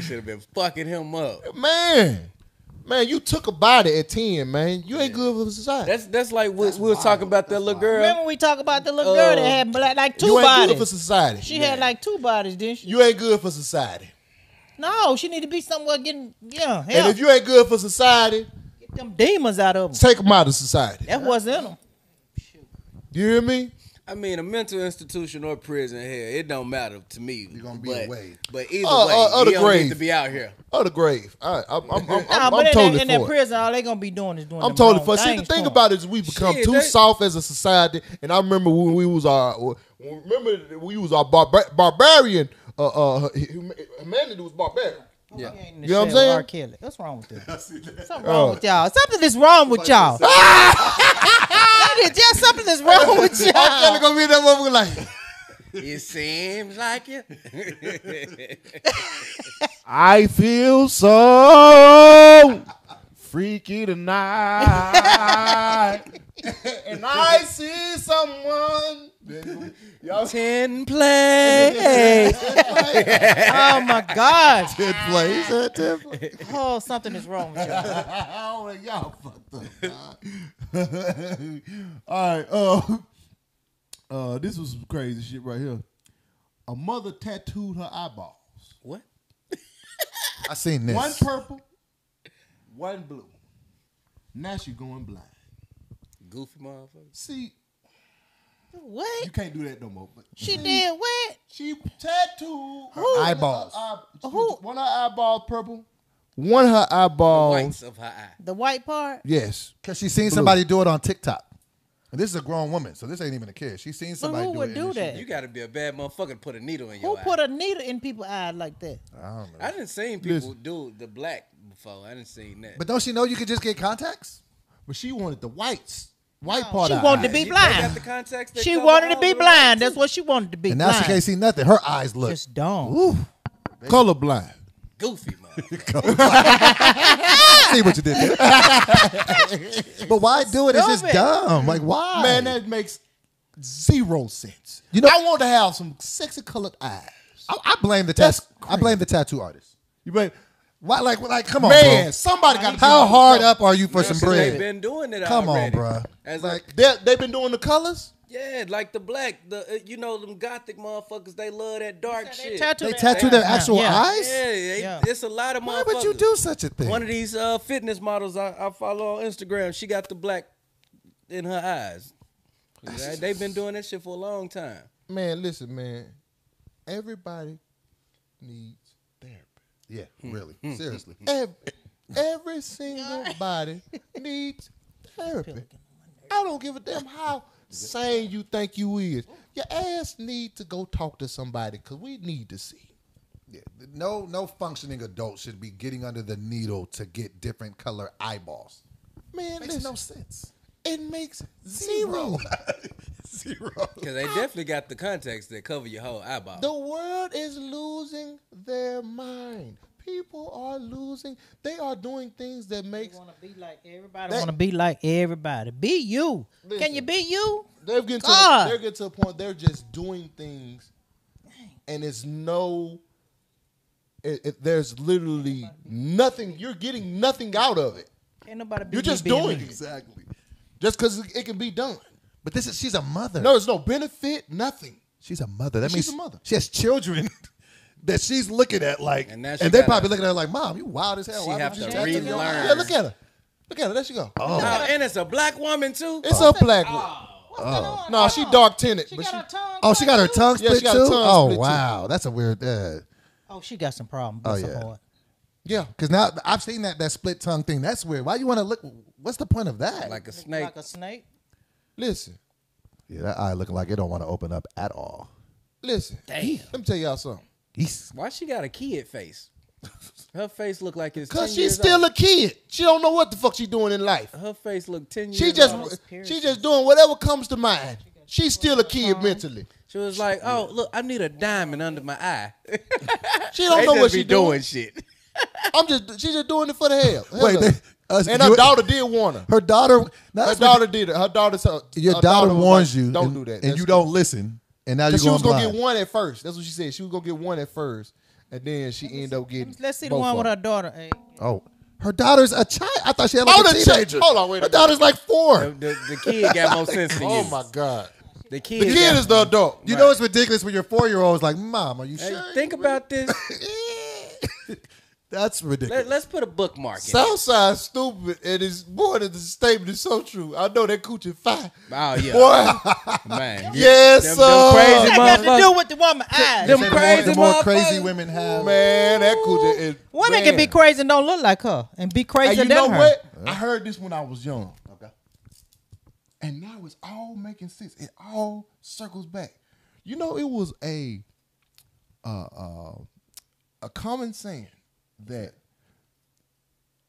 should have been fucking him up.
Man, man, you took a body at ten, man. You ain't good for society.
That's that's like what we was talking about that little girl.
Remember we talk about the little girl that had like, like two
Uh, you ain't good for
bodies.
society.
She had like two bodies, didn't she?
you ain't good for society.
No, she need to be somewhere getting yeah help.
And if you ain't good for society,
Get them demons out of them.
take them out of society.
That was in them.
You hear me?
I mean, a mental institution or prison, hell, it don't matter to me. You're
gonna be
but,
away.
But either
Uh,
way,
uh, uh, the
you don't need to
grave.
be out here.
Oh, the grave. I, I'm, I'm, I'm,
Nah,
I'm,
but
I'm
in,
totally
that, in
for
that
it.
prison, all they gonna be doing is doing.
I'm
them
totally
wrong
for. See, the
things
thing
to 'em.
about it is we become
Shit,
too
they-
soft as a society. And I remember when we was our, when- remember that we was our barba- barbarian. Uh, uh, hum- humanity was barbaric.
Yeah.
Ain't in the
You know what I'm
shell with R.
saying?
Kelly. What's wrong with that? Something
Oh.
wrong with y'all. Something is wrong with y'all. Lady, just something is wrong with y'all.
gonna be that motherfucker like.
It seems like it.
I feel so freaky tonight. and I see someone. Y'all
Ten play.
Oh my God.
did plays at Temple.
Oh, something is wrong with y'all.
oh, y'all fucked up. dog. All right. Uh, Uh, this was some crazy shit right here. A mother tattooed her eyeballs.
What?
I seen this.
One purple, one blue. Now she going blind.
Goofy motherfucker.
See,
What?
you can't do that no more. But
She did what?
She tattooed her
Who?
Eyeballs.
eye-
Who?
One her eyeball purple, one her eyeball.
Whites of her eye.
The white part?
Yes.
Cause she seen somebody do it on TikTok. And this is a grown woman, so this ain't even a kid. She seen
But
somebody
who
do
would
it.
do that?
You gotta be a bad motherfucker to put a needle in
Who
your eye.
put a needle in people's eyes like that?
I didn't seen people do the black before. I didn't seen that.
But don't she know you could just get contacts?
But she wanted the whites. White part
she
of
wanted to
eyes.
be
They got the
blind.
contacts that
She
cover
wanted to
all
be
of that,
blind. That's
too.
what she wanted to be.
And now
blind.
she can't see nothing. Her eyes look.
Just dumb.
colorblind.
goofy motherfucker.
I see what you did. there. but why do it? It's just
Stupid.
dumb. Like why?
Man, that makes zero sense.
You know-
I want to have some sexy colored eyes.
I, I blame the tattoo.
That's
I blame the tattoo artist.
You mean,
Why? Like, like, come on,
man,
bro.
somebody got
Uh-huh. How hard up are you for some
They've
bread?
been doing it
Come on,
already.
bruh.
As
Like,
like,
They've they been doing the colors.
yeah, like the black, the uh, you know them gothic motherfuckers. They love that dark
They
shit.
tattoo
They
that
tattoo
down.
their actual
Yeah.
eyes.
Yeah, they-
Yeah.
it's a lot of
Why
motherfuckers.
would you do such a thing?
One of these uh, fitness models I, I follow on Instagram, she got the black in her eyes. They've been doing that shit for a long time.
Man, listen, man. Everybody needs therapy.
yeah, really, seriously.
Every, every single body needs therapy. I don't give a damn how sane you think you is. Your ass need to go talk to somebody because we need to see.
Yeah, no, no functioning adult should be getting under the needle to get different color eyeballs.
Man,
Makes
listen,
no sense.
it makes zero.
Zero.
Because they definitely got the contacts that cover your whole eyeball.
The world is losing their mind. People are losing. They are doing things that makes
Want to be like everybody. Want to be like everybody. Be you. Can you be you?
they're getting to a,
God.
they're getting to a point. They're just doing things, and it's no. It, it- there's literally nothing. You're getting nothing out of it.
Can't nobody be
You're
you
just
being
doing
you.
it. exactly, just because it can be done.
But this is she's a mother.
No, there's no benefit. Nothing.
she's a mother. That
She's
means
a mother.
She has children that she's looking at like, and,
And now she
they
gotta-
probably looking at her like, "Mom, you wild as hell."
She
Why
have
would you
to
tattoo your
relearn.
eyes?"
Yeah, look at her. Look at her. There she go.
Oh, and it's a black woman too.
It's a black one. No, she dark tinted,
She
but
got
she
her tongue.
Oh, she got her
cut, too.
tongue
Yeah,
split
she got
too.
her tongue
oh
split, too.
wow, that's a weird. uh,
Oh, she got some problems.
Oh,
That's
yeah.
yeah. Hard.
yeah.
Because now I've seen that that split tongue thing. That's weird. Why you want to look? What's the point of that?
Like a snake.
Like a snake.
Listen,
yeah, that eye looking like it don't want to open up at all.
listen. Damn. Let me tell y'all something.
Yeesh.
Why she got a kid face? Her face look like it's
Cause
10
she's
years
still
old.
a kid. She don't know what the fuck she doing in life.
Her face look ten years.
She
old.
just
Those piercings.
she just doing whatever comes to mind. She's still a kid mentally.
She was like, "Oh, look, I need a diamond under my eye."
She don't know what she doing.
shit.
I'm just she just doing it for the hell. hell
Wait,
of
they-
it.
us-
and her
you-
daughter did warn her.
Her daughter. now
Her
that's
daughter
what-
did it. Her daughter said
Your
her
daughter,
was
warns
like,
you.
Don't
and,
do that.
and you don't listen. And now you're
Because she
going
was gonna
blind.
get one at first. That's what she said. She was gonna get one at first, and then she ended up getting.
Let's see the
both
one
of
with
them.
her daughter. eh? Hey.
Oh, her daughter's a child. I thought she had like
Oh,
a
the
teenager.
chi- hold on, wait a
Her
minute.
daughter's like four.
The, the, the kid got more sense than you.
Oh my god!
The
The
kid.
kid
got-
is the adult.
You know it's ridiculous when your four year old is like, "Mom, are you
Hey,
sure?"
think about this.
That's ridiculous.
Let, us put a bookmark. In. it.
Southside stupid, and it's boy, that the statement is so true. I know that coochie fine,
Oh yeah,
boy.
man.
yes,
Them- them
sir.
crazy
That got
motherfucker-
to do with the woman eyes.
Them
Say
crazy
the more, the more
motherfuckers.
crazy women have.
Man, that coochie is.
Women
man.
can be crazy and don't look like her, and be
And
crazier
you
than
know
her.
what? I heard this when I was young. Okay. And now it's all making sense. It all circles back. You know, it was a uh, uh, a common saying that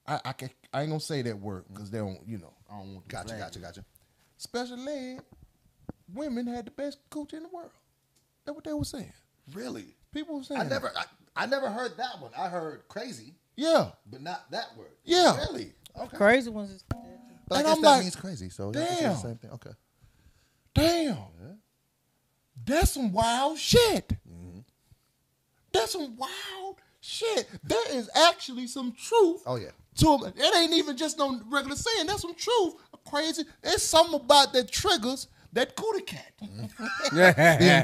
I I, can, I ain't gonna say that word because they don't. You know, I don't want. to
Gotcha,
flag
gotcha,
it.
gotcha.
Special ed women had the best coochie in the world. That's what they were saying.
Really?
People were saying.
I
that.
never, I, I never heard that one. I heard crazy,
Yeah.
but not that word.
Yeah.
Really? Okay.
Crazy ones. Is,
But I
And
guess
I'm
that
like,
means crazy. So yeah, it's the
damn.
same thing. Okay.
Damn. That's some wild shit.
Mm-hmm.
That's some wild shit. There is actually some truth.
Oh, yeah.
To it. it ain't even just no regular saying. That's some truth. Crazy. It's something about that triggers
that cootie cat.
The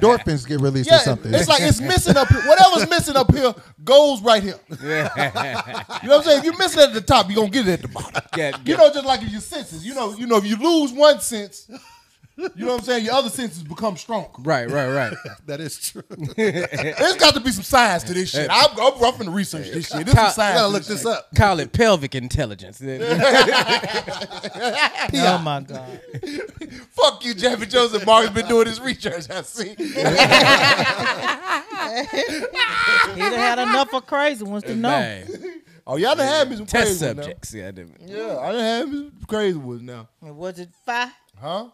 endorphins get released or
Yeah,
something.
it's like it's missing up here. Whatever's missing up here goes right here. you know what I'm saying? If you miss it at the top, you're gonna get it at the bottom.
Yeah,
You
yeah.
know, just like in your senses. You know, you know, if you lose one sense, you know what I'm saying, your other senses become strong.
Right, right, right.
that is true.
There's got to be some science to this shit. I'm, I'm rough in the research this shit. There's some
Cop-
science.
gotta
to
look this up.
Call it pelvic intelligence.
Oh my God.
Fuck you, Jeffy Joseph. Mark's been doing his research. I see.
He done had enough of crazy ones to know.
Bang.
Oh, y'all done had me some
Test
crazy ones now.
subjects. Yeah, I didn't-
Yeah, I done had me some crazy ones now.
And was it five?
Huh?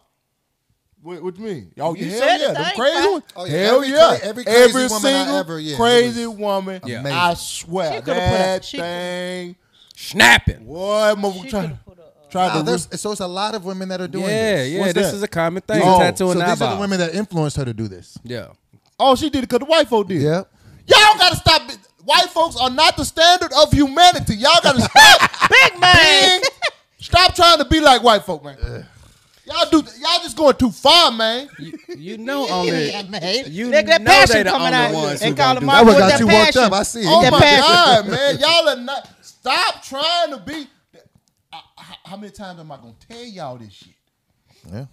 What, what you mean? Oh,
You
hell
said
yeah,
it,
them
ain't
crazy
fine.
ones.
Oh, yeah,
Hell
every
yeah,
cra- every crazy
Every
woman I
single
ever- yeah, it
crazy
was
woman.
Yeah.
I
amazing.
swear
She coulda put
that
up- she coulda-
thing.
Snapping.
Boy,
She
motherfucker
could
trying,
put a. Uh,
trying
Now,
to.
there's- so it's a lot of women that are doing
Yeah,
this.
yeah.
What's
this
that?
is a common thing.
Oh,
tattoo
So
and
these
eyeball.
are the women that influenced her to do this.
Yeah.
oh, she did it because the white folk did.
Yep.
Y'all gotta stop. it. White folks are not the standard of humanity. Y'all gotta stop.
big man.
being- stop trying to be like white folk, man. Y'all do. Y'all just going too far, man.
You, you know only.
Yeah, man.
You
Look, that
know
passion
they the
coming
only
out.
ones
They
who
call them
gonna do
Mark
That one
with
got
that
you worked
passion.
up. I see it.
Oh
That
my
passion.
God, man! Y'all are not. Stop trying to be. I- I- how many times am I gonna tell y'all this shit?
Yeah.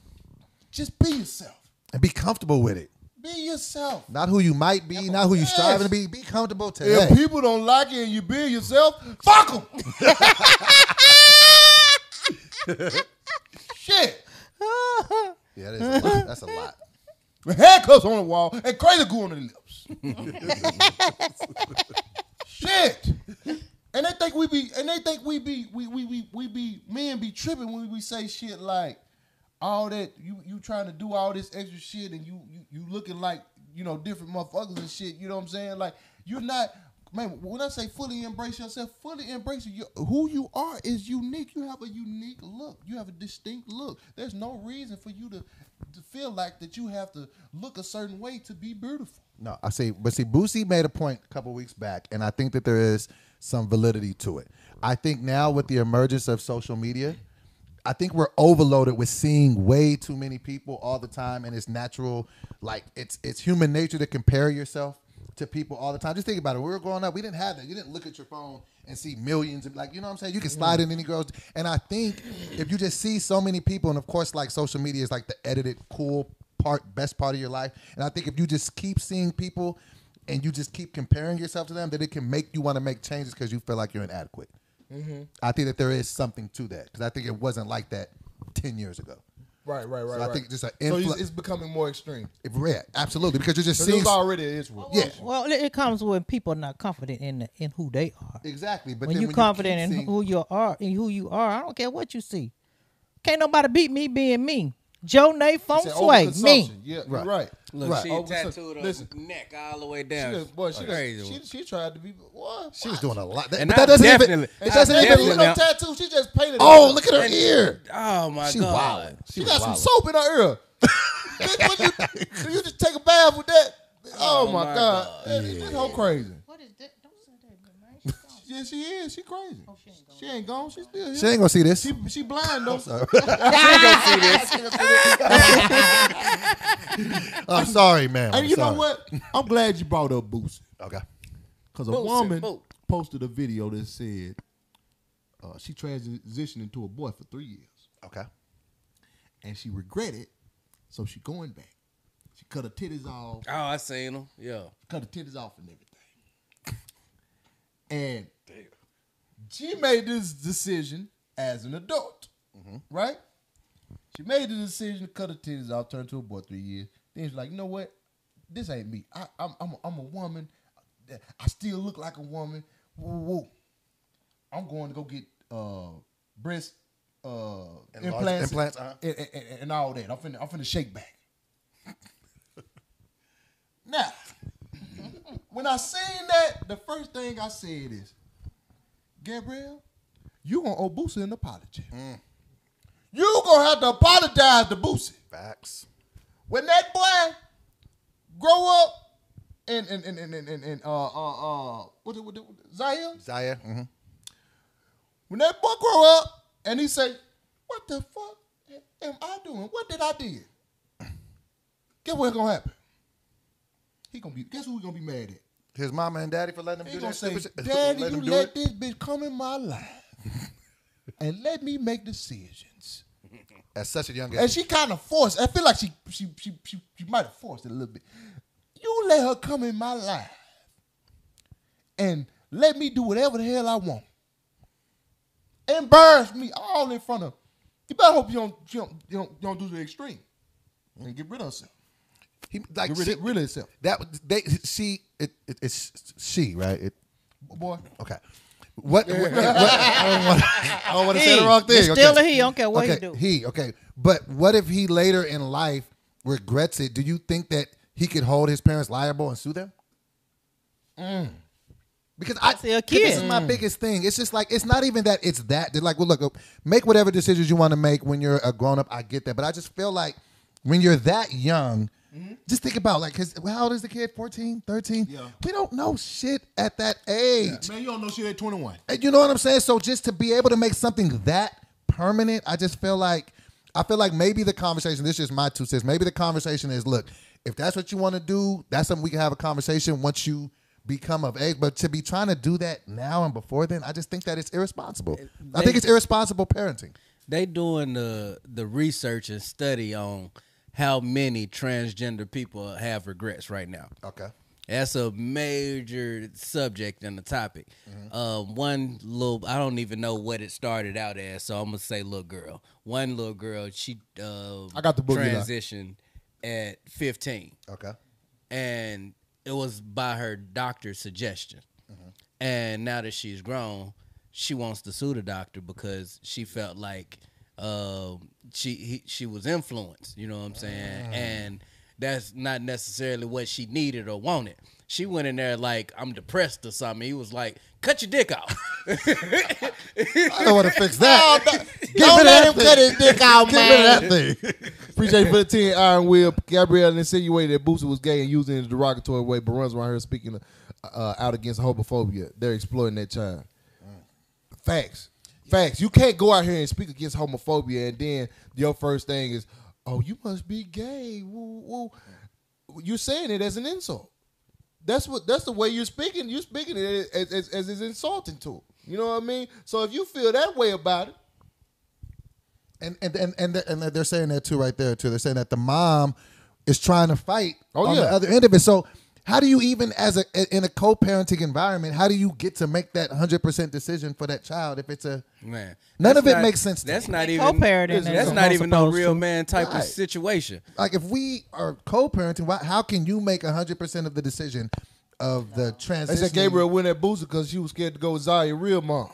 Just be yourself.
And be comfortable with it.
Be yourself.
Not who you might be, not who you
Yes.
striving to be. Be comfortable
If
today.
people don't like it and you be yourself, fuck them. shit.
Yeah, that is a lot. that's a lot.
With handcuffs on the wall and crazy glue on the lips. Shit. And they think we be and they think we be we we we, we be men be tripping when we say shit like all that you you trying to do all this extra shit and you you, you looking like you know different motherfuckers and shit, you know what I'm saying? Like you're not man, when I say fully embrace yourself, fully embrace you, who you are is unique. You have a unique look. You have a distinct look. There's no reason for you to to feel like that you have to look a certain way to be beautiful.
No, I see. But see, Boosie made a point a couple weeks back, and I think that there is some validity to it. I think now with the emergence of social media, I think we're overloaded with seeing way too many people all the time, and it's natural. Like it's it's human nature to compare yourself to people all the time. Just think about it. When we were growing up, we didn't have that. You didn't look at your phone and see millions of like, you know what I'm saying? You can
Mm.
slide in any girls. And I think if you just see so many people, and of course, like social media is like the edited cool part, best part of your life. And I think if you just keep seeing people and you just keep comparing yourself to them, that it can make you want to make changes because you feel like you're inadequate.
Mm-hmm.
I think that there is something to that because I think it wasn't like that ten years ago.
Right, right,
So I think just an
so
influ-
it's, it's becoming more extreme.
yeah, absolutely because you're just
Because it
seeing
was already an issue.
yeah.
Well, it it comes when people are not confident in the, in who they are.
Exactly, but
when
then
you're
when
confident
you
in
keep seeing-
who you are and who you are, I don't care what you see. Can't nobody beat me being me. Joe Nate Fong
It's an
Sway, me.
overconsumption. Yeah,
Right.
right. right.
Look, she
Overconsumption.
tattooed her
Listen,
neck all the way
she
down.
done- boy, she,
Crazy.
done- she, she tried to be. What?
She was doing a lot. That,
And
but
I
that doesn't even.
definitely-
It
I
doesn't
Ain't
even.
definitely-
even no tattoo. She just painted. it.
Oh, look at her ear.
oh my
She
god.
wild.
She
was
got some
wildin'.
soap in her ear. Bitch, what you, do you just take a bath with that? Oh, my,
my
god, This- this whole crazy.
What is that? Don't say that,
Yeah, she is. She crazy.
Oh, she ain't gone.
She ain't gone. She still
She
here.
ain't gonna see this.
She she blind though.
I'm Oh, sorry, ma'am. I'm
And you know
sorry.
what? I'm glad you brought up Boosie.
Okay.
Because a
Boosie,
woman
Boo.
posted a video that said uh, she transitioned into a boy for three years
Okay.
and she regretted, so she going back. She cut her titties off,
Oh, I seen him. Yeah.
cut her titties off and everything. And she made this decision as an adult, right? She made the decision to cut her titties off, turn to a boy three years. Then she's like, you know what? This ain't me. I, I'm, I'm, a, I'm a woman. I still look like a woman. Woo, woo, woo. I'm going to go get uh, breast uh,
Enlarged
implants,
implants, uh-huh.
and, and, and- and all that. I'm finna, I'm finna shake back. now, when I seen that, the first thing I said is, Gabrielle, you gonna owe Boosie an apology. You gonna have to apologize to Boosie.
Facts.
When that boy grow up and and and and and, and, and uh uh uh what it- what it- Zaire?
Zaya. hmm
When that boy grow up and he say, What the fuck am I doing? What did I do? Guess what's gonna happen? He gonna be. Guess who he gonna be mad at?
His mama and daddy for letting him
He
do
gonna
that
say,
stupid shit.
"Daddy,
him
you
do
let
it.
this bitch come in my life, and let me make decisions."
At such a young
And
age.
she kind of forced. I feel like she she she she, she might have forced it a little bit. You let her come in my life, and let me do whatever the hell I want. Embarrass me all in front of. You better hope you don't you don't, you don't, you don't do the extreme, and get rid of herself.
He, like,
Get rid,
she,
of- rid of herself,
that was- they she it, it it's she right it
boy.
okay what, what- what- I don't wanna- I don't want to say the
He.
wrong thing
It's
okay.
still a he, I don't care what he
Okay,
do.
he okay but what if he later in life regrets it do you think that he could hold his parents liable and sue them because I
See, a
this
Mm. kid.
is my biggest thing it's just like it's not even that it's that they're like well look uh, make whatever decisions you want to make when you're a grown up I get that but I just feel like when you're that young just think about like cuz how old is the kid 14 13
Yeah.
we don't know shit at that age
Man, you don't know shit at 21.
and you know what I'm saying? So just to be able to make something that permanent, I just feel like I feel like maybe the conversation, this is my two cents, maybe the conversation is look, if that's what you want to do, that's something we can have a conversation once you become of age. But to be trying to do that now and before then, I just think that it's irresponsible. I think it's irresponsible parenting.
They doing the the research and study on how many transgender people have regrets right now.
Okay.
That's a major subject and the topic.
Mm-hmm.
Uh, one little, I don't even know what it started out as, so I'm gonna say little girl. One little girl, she uh,
I got the boogie line.
transitioned at 15
Okay.
and it was by her doctor's suggestion.
Mm-hmm.
And now that she's grown, she wants to sue the doctor because she felt like um she he, she was influenced. You know what I'm saying?
Mm.
And that's not necessarily what she needed or wanted. She went in there like I'm depressed or something. He was like, "Cut your dick off."
I don't want to fix that.
Oh, Don't let him cut his
dick
man.
out, Get rid of that thing.
Appreciate you for the 10 Iron Will. Gabrielle insinuated that Boosie was gay and using it in a derogatory way, but runs around here speaking uh, out against homophobia. They're exploiting that child. Facts. Facts. You can't go out here and speak against homophobia and then your first thing is, oh, you must be gay. Woo, woo. You're saying it as an insult. That's what. That's the way you're speaking. You're speaking it as as, as is insulting to. 'em. You know what I mean. So if you feel that way about it,
and and and and they're, and they're saying that too right there too. They're saying that the mom is trying to fight
Oh,
on the
yeah.
other end of it. So how do you even as a in a co-parenting environment? How do you get to make that hundred percent decision for that child if it's a
Man,
None
that's
of it
not-
makes sense to
That's
me.
not e-
They
even
co-parenting
That's
is
not
not
even no
supposed
real
to.
man type
Right.
of situation.
like if we are co-parenting? Why, how can you make hundred percent of the decision of the
They
transition?
said Gabriel went at Boosie because she was scared to go with Zaria real mom.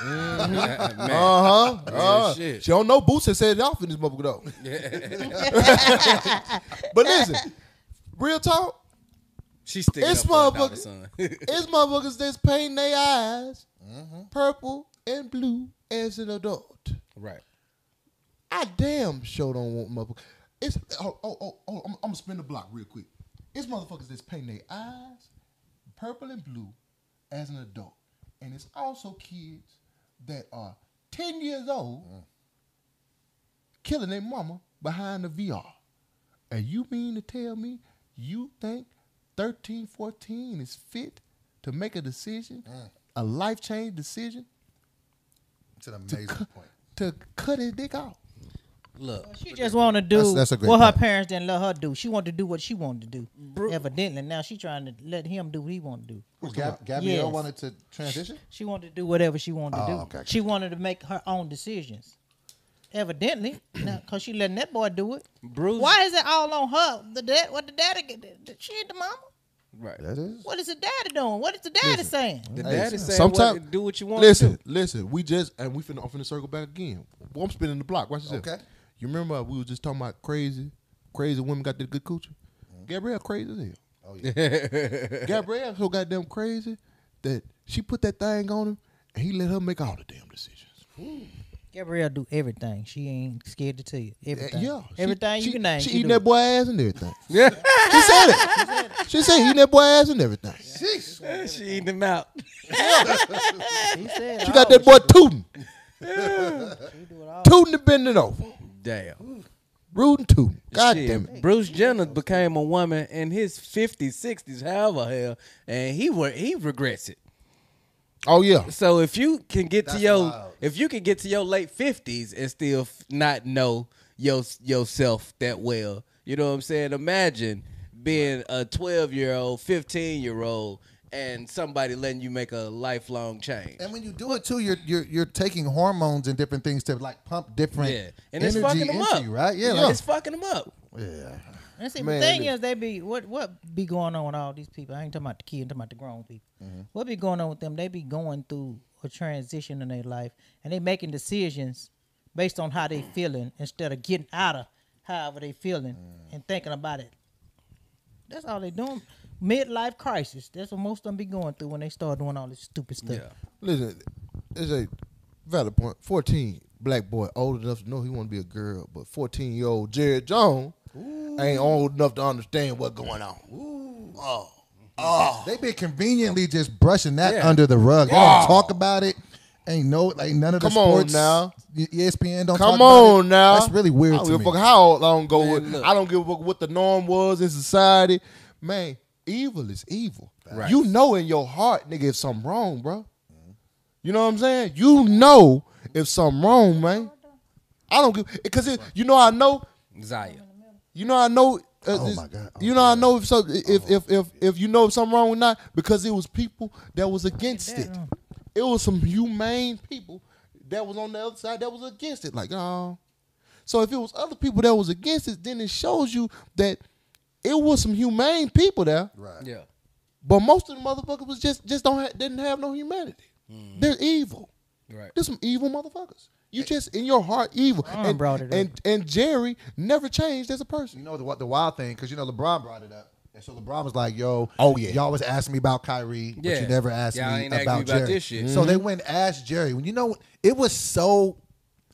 Man.
Uh-huh.
Yeah, shit.
She don't know Boosie said it off in this motherfucker though. but listen, real talk,
She's sticking
It's
up for her daughter,
motherfucker-
son.
it's motherfuckers that's painting their eyes purple and blue as an adult.
right.
I damn sure don't want motherfuckers. It's oh oh oh, oh I'm, I'm gonna spin the block real quick. It's motherfuckers that's painting their eyes purple and blue as an adult, and it's also kids that are ten years old
Mm.
killing their mama behind the VR. And you mean to tell me you think 13, 14 is fit to make a decision,
Mm.
a life change decision
It's an amazing
cu-
point.
to cut his dick off?
Look,
She just want to do
That's- that's a great
what her
point.
parents didn't let her do. She wanted to do what she wanted to do. Evidently, now she trying to let him do what he wanted to do.
Gab- Gabrielle
Yes.
wanted to transition.
She wanted to do whatever she wanted to do.
okay.
She wanted to make her own decisions. Evidently, because she letting that boy do it.
Bruce-
Why is it all on her? The dad, what the daddy? get- the- She ain't the mama.
right.
That is.
What is the daddy doing? What is the daddy saying?
The daddy saying
sometime-
what, do what you want.
Listen,
to do.
listen. We just and we finna I'm finna circle back again. Well, I'm spinning the block. Watch this.
Okay.
You remember we was just talking about crazy, crazy women got the good coochie. Gabrielle crazy as hell. Mm-hmm. Oh yeah. Gabrielle so goddamn crazy that she put that thing on him and he let her make all the damn decisions.
Gabrielle do everything. She ain't scared to tell you everything.
Yeah. she-
everything
she,
you can name.
She,
She,
eating
do
that
it.
boy ass and everything. Yeah. she said it. She said eating that boy ass and everything.
she eating him out.
She said
She
all
got that
of
boy tooting,
it. She do it all.
tooting and bending over.
Damn.
Rooting tooting. God
Shit,
damn it.
Bruce Jenner became a woman in his 50s, 60s, however hell, and he were he regrets it.
Oh yeah.
So if you can get
That's
to your
wild.
if you can get to your late 50s and still f- not know your yourself that well, you know what I'm saying? Imagine being a 12-year-old, 15-year-old and somebody letting you make a lifelong change.
And when you do it too, you're you're you're taking hormones and different things to like pump different
Yeah. And it's
energy
fucking them
into
up.
you, right? Yeah,
It's fucking them up.
like, yeah.
And see,
Man,
the thing
it-
is, they be what what be going on with all these people? I ain't talking about the kids, I'm talking about the grown people. What be going on with them? They be going through a transition in their life, and they making decisions based on how they feeling instead of getting out of however they feeling and thinking about it. That's all they doing. Midlife crisis. That's what most of them be going through when they start doing all this stupid stuff.
Listen,
It's a valid point. 14, black boy, old enough to know he want to be a girl, but 14 year old Jared Jones ain't old enough to understand what's going on.
They been conveniently just brushing that
Yeah.
under the rug. They don't talk about it. Ain't no like none of the
Come on
sports E
now.
ESPN don't talk
Come
about it.
on now.
That's really weird
I don't
to
give
me.
a fuck how old long ago. it-
look.
I don't give a fuck what the norm was in society. Man, evil is evil.
Right.
You know in your heart, nigga, if something wrong, bro. You know what I'm saying? You know if something wrong, man. I don't give because it, you know I know
Zaya.
you know I know. Uh,
Oh
this-
my God. Oh
you know I know if so if, if if if you know if something wrong or not because it was people that was against it. It was some humane people that was on the other side that was against it. Like oh, so if it was other people that was against it, then it shows you that it was some humane people there.
Right.
Yeah.
But most of the motherfuckers was just just don't ha- didn't have no humanity.
Mm.
They're evil.
Right.
There's some evil motherfuckers. You just in your heart evil.
Ron
and,
brought it up.
and and Jerry never changed as a person.
You know the the wild thing because you know LeBron brought it up, and so LeBron was like, "Yo,
Oh, yeah.
y'all always ask me about Kyrie, but
Yeah.
you never asked
Y'all
me
ain't asked
about,
me about
Jerry."
this shit.
So
Mm-hmm.
they went and asked Jerry. When you know it was so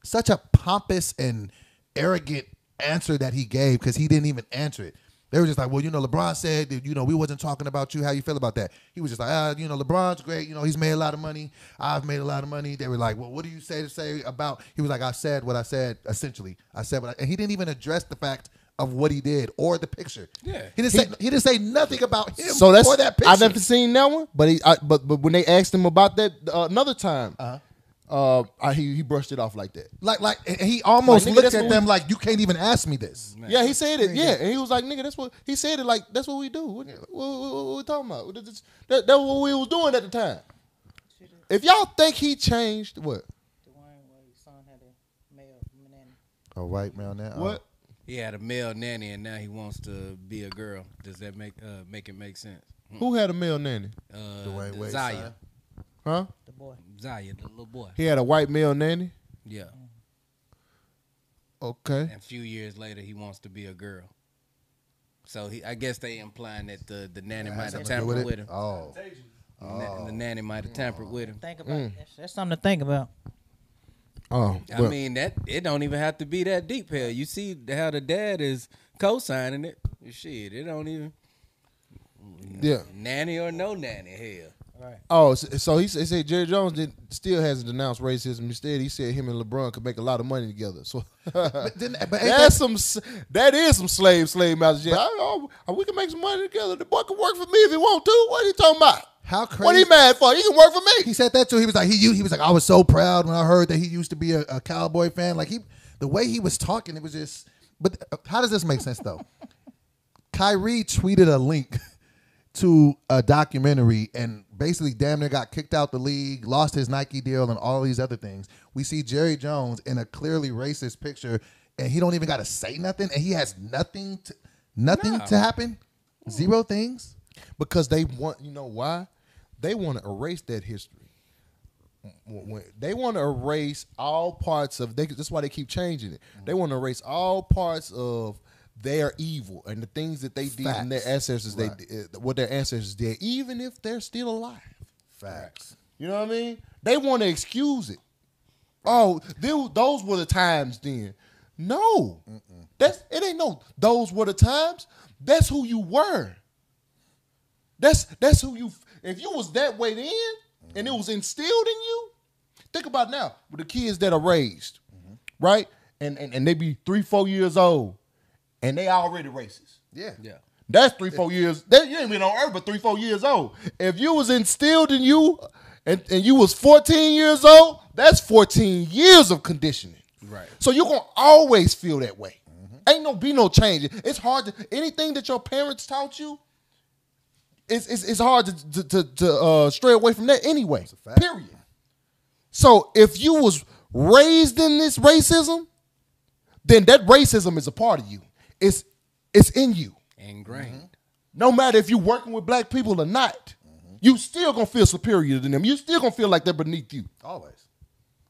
such a pompous and arrogant answer that he gave because he didn't even answer it. They were just like, well, you know, LeBron said, that, you know, we wasn't talking about you. How you feel about that? He was just like, ah, you know, LeBron's great. You know, he's made a lot of money. I've made a lot of money. They were like, well, what do you say to say about? He was like, I said what I said. Essentially, I said what, I, and he didn't even address the fact of what he did or the picture.
Yeah.
he didn't say he didn't say nothing about him.
So that's
or that picture.
I've never seen that one, but he, I, but but when they asked him about that uh, another time, uh I, he he brushed it off like that.
Like, like and he almost
Like, nigga,
looked
that's
at
what
them like, "You can't even ask me this."
Yeah, he said it. Yeah, and he was like, "Nigga, that's what he said it. Like that's what we do. What, what, what- what we talking about? That- That's that, that what we was doing at the time." If y'all think he changed, what?
Oh, right, man. That,
What?
He had a male nanny and now he wants to be a girl. Does that make uh, make it make sense?
Who had a male nanny?
Uh,
Dwayne
the
Wade's
Zaya.
son.
Huh?
The boy.
Zaya, the little boy.
He had a white male nanny.
Yeah.
Okay.
And a few years later, he wants to be a girl. So he, I guess they implying that the, the nanny might have tampered with, him.
Oh,
Na- the nanny might have tampered with him.
Think about it. that's, that's something to think about.
Oh,
I mean that it don't even have to be that deep here. You see how the dad is co-signing it. Shit, it don't even
yeah.
nanny or no nanny here.
Oh, so, so he said, said Jerry Jones did, still hasn't denounced racism. Instead, he said him and LeBron could make a lot of money together. So
but then, but ain't that,
that's some s- that is some slave slave masters. Yeah, I- I- we can make some money together. The boy can work for me if he want to. What are you talking about?
how crazy?
What he mad for? He can work for me.
he said that too. He was like, he u- he was like, I was so proud when I heard that he used to be a, a cowboy fan. Like he, the way he was talking, it was just. But uh, how does this make sense though? Kyrie tweeted a link to a documentary and basically damn near got kicked out the league, lost his Nike deal, and all these other things. We see Jerry Jones in a clearly racist picture, and he don't even got to say nothing, and he has nothing to nothing to happen, zero things.
because they want you know why they want to erase that history When- when- they want to erase all parts of they that's why they keep changing it they want to erase all parts of their evil and the things that they did and their
Facts.
ancestors they did, what their ancestors did even if they're still alive
Facts.
you know what i mean they want to excuse it oh they- those were the times then no that's it ain't no those were the times that's who you were that's that's who you. If you was that way then, and it was instilled in you, think about now with the kids that are raised, right? and, and, and they be three, four years old, and they already racist.
Yeah.
Yeah.
That's three, four years. That, you ain't been on earth but three, four years old. If you was instilled in you and, and you was 14 years old, that's 14 years of conditioning.
Right.
So you're gonna always feel that way. Mm-hmm. Ain't no be no change. It's hard to anything that your parents taught you, it's it's, it's hard to to, to, to uh, stray away from that anyway.
fact.
Period. So if you was raised in this racism, then that racism is a part of you. It's it's in you.
Ingrained.
No matter if you're working with black people or not, you still gonna feel superior to them. You still gonna feel like they're beneath you.
Always.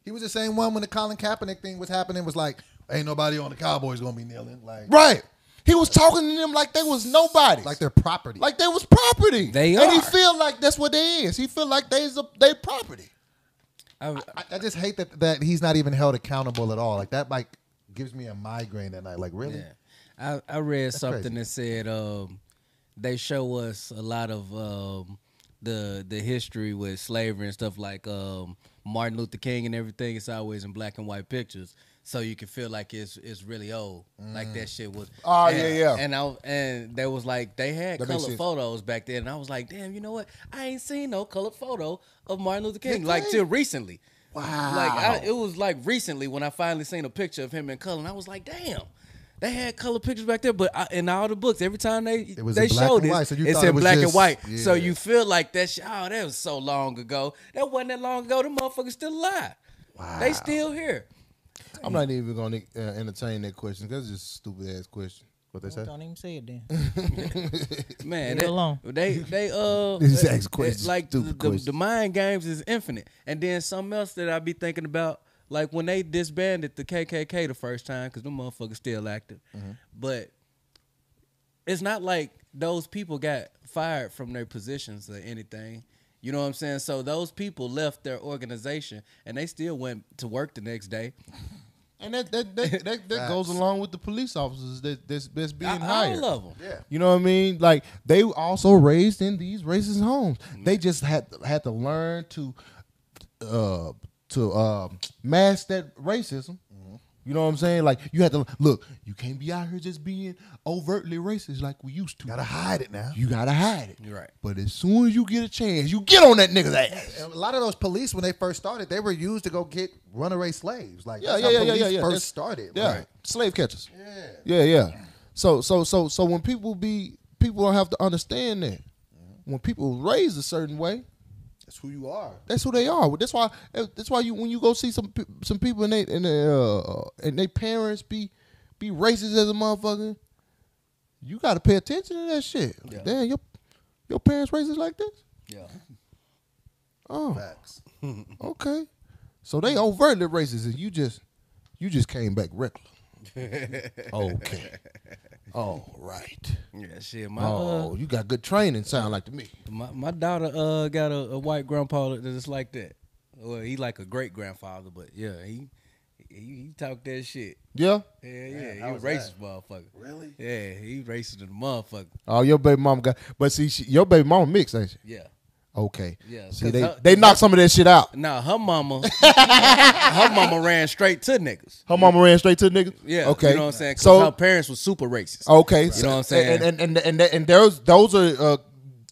He was the same one when the Colin Kaepernick thing was happening. Was like, ain't nobody on the Cowboys gonna be kneeling. Like,
Right. He was talking to them like they was nobody.
like their property.
like they was property.
They
Mm-hmm. and he
are.
feel like that's what they is. He feel like they's a, they property.
I,
I, I just hate that that he's not even held accountable at all. Like that, like gives me a migraine at night. Like really,
yeah. I, I read something
crazy.
that said um, they show us a lot of um, the the history with slavery and stuff like um, Martin Luther King and everything. It's always in black and white pictures, so you can feel like it's it's really old. Like that shit was.
Oh,
and-
yeah, yeah.
And I and they was like they had
That makes
color
sense.
photos back then, and I was like, damn, you know what? I ain't seen no colored photo of Martin Luther King like till recently. Wow. Like I, it was like recently when I finally seen a picture of him in color, and I was like, damn. They had color pictures back there, but I, in all the books, every time they
was
they
in black
showed
and
it,
white, so you
it's
thought
in
it was
black and
just-
white. So
yeah.
you feel like that. Shit, oh, that was so long ago. That wasn't that long ago. The motherfuckers still alive. They still here.
I'm not even gonna uh, entertain that question. 'cause That's just a stupid ass question.
what they say.
Don't even say it then.
Man,
Leave it
they,
alone.
they they uh
These
uh,
ask questions,
uh, like the,
stupid
the,
questions.
the mind games is infinite. And then something else that I be thinking about, like when they disbanded the KKK the first time, because them motherfuckers still active. But it's not like those people got fired from their positions or anything. You know what I'm saying? So those people left their organization and they still went to work the next day.
And that that that, that, that goes along with the police officers that that's, that's being hired.
All of them.
You know what I mean? Like they also raised in these racist homes.
Mm-hmm.
They just had had to learn to uh to um mask that racism.
Mm-hmm.
You know what I'm saying? Like you had to look. You can't be out here just being overtly racist like we used to.
Gotta hide it now.
you gotta hide it.
You're right.
But as soon as you get a chance, you get on that nigga's ass.
And a lot of those police, when they first started, they were used to go get runaway slaves. Like
Yeah,
that's
yeah,
how
yeah, yeah,
police
yeah, yeah.
First
That's-
started.
Yeah,
Like,
slave catchers. Yeah, yeah, yeah. So, so, so, so when people be people don't have to understand that when people raised a certain way,
that's who you are.
that's who they are. That's why. eh, That's why you when you go see some pe- some people and they and they, uh, and they parents be be racist as a motherfucker. You got to pay attention to that shit. Like, Damn, your your parents racist like this?
Yeah.
Oh,
Facts.
okay. So they overtly racist, and you just you just came back regular. okay. All right.
Yeah, shit. My uh,
Oh, you got good training. Sound like to me.
My my daughter uh got a, a white grandpa that's like that. Well, he like a great grandfather, but yeah, he he, he talked that shit.
Yeah.
Yeah, yeah, he was racist motherfucker. Really? Yeah, he racist to the motherfucker.
Oh, your baby mama got. But see, she, your baby mama mixed, ain't she?
Yeah.
Okay.
Yeah,
See,
'cause
they
her-
they knocked some of that shit out.
Now her mama, her mama ran straight to niggas.
Her mama ran straight to the niggas.
Yeah.
Okay.
You know what I'm saying? 'Cause her
So
parents was super racist.
Oh.
okay.
You know what I'm saying?
And and and and, and those those are uh,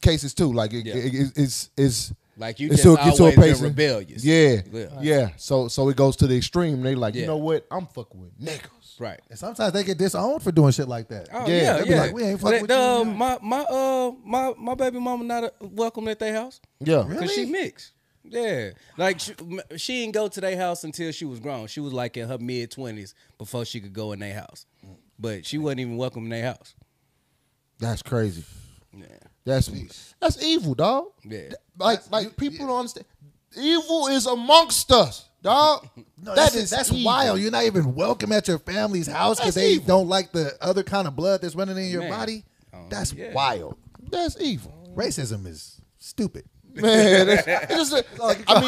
cases too. Like it,
Yeah.
it, it- it's it's
Like, you
it's
just always been rebellious.
Yeah.
Yeah.
Yeah. So so it goes to the extreme. They like
Yeah.
you know what? I'm fucking with niggas.
Right.
And sometimes they get disowned for doing shit like that.
Oh,
Yeah,
yeah, yeah.
they be
like, "We ain't fuck
That-
with you,
uh,
no."
My my uh my my baby mama not uh welcome at their house.
Yeah.
Cause she mixed. Yeah, like she, m- she didn't go to their house until she was grown. She was like in her mid twenties before she could go in their house, but she wasn't even welcome in their house.
That's crazy.
Yeah,
That's that's evil, dog.
Yeah.
Like like people don't understand. Evil is amongst us, dog.
No,
That
that's,
is
that's
evil.
wild. You're not even welcome at your family's house because
That's
they
evil.
don't like the other kind of blood that's running in your
Man.
body.
Um,
That's
yeah. Oh,
wild.
That's evil.
Racism is stupid.
Man, that's- it's just, I mean, I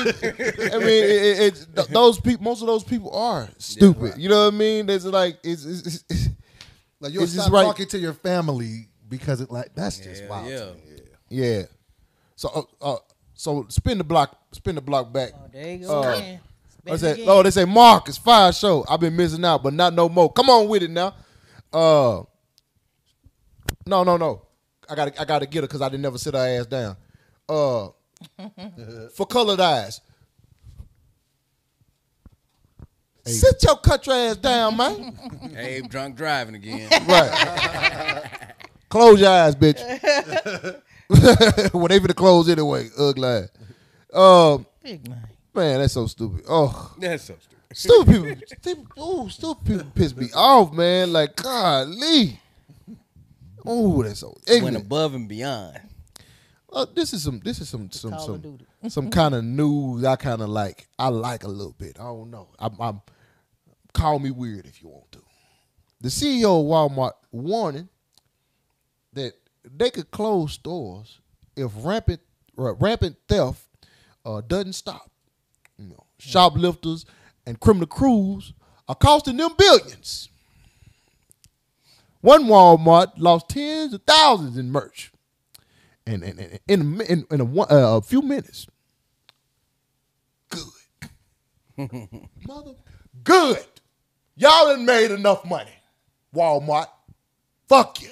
mean, it, it, it's- th- those people, most of those people are stupid. You know what I mean? There's like, it's, it's, it's, it's-
Like you'll
It's just
stop
right.
talking to your family because it like that's just
Yeah,
wild. to
yeah.
me.
yeah. So, uh, uh, so spin the block, spin the block back.
Oh, there you go. again.
Uh, I said,
again.
oh, they say Marcus fire show. I've been missing out, but not no more. Come on with it now. Uh, no, no, no. I got to I got to get her because I didn't never sit her ass down. Uh, for colored eyes. Sit your country ass down, man.
Abe drunk driving again.
Right. close your eyes, bitch. well, they finna close anyway. Ugly ass. Um,
Big man.
man, that's so stupid. Oh,
That's so stupid.
stupid people. Stupid, ooh, stupid people piss me off, man. Like, golly. Oh, that's so
Went
ignorant.
above and beyond.
Uh, this is some. This is some some
Call of
some
Duty.
some kind of news. I kind of like. I like a little bit. I don't know. I'm, I'm call me weird if you want to. The CEO of Walmart warning that they could close stores if rampant uh, rampant theft uh, doesn't stop. You know, shoplifters and criminal crews are costing them billions. One Walmart lost tens of thousands in merch in in in in, a mi- in, in a, one, uh, a few minutes. Good, mother, good. Y'all done made enough money. Walmart, fuck you.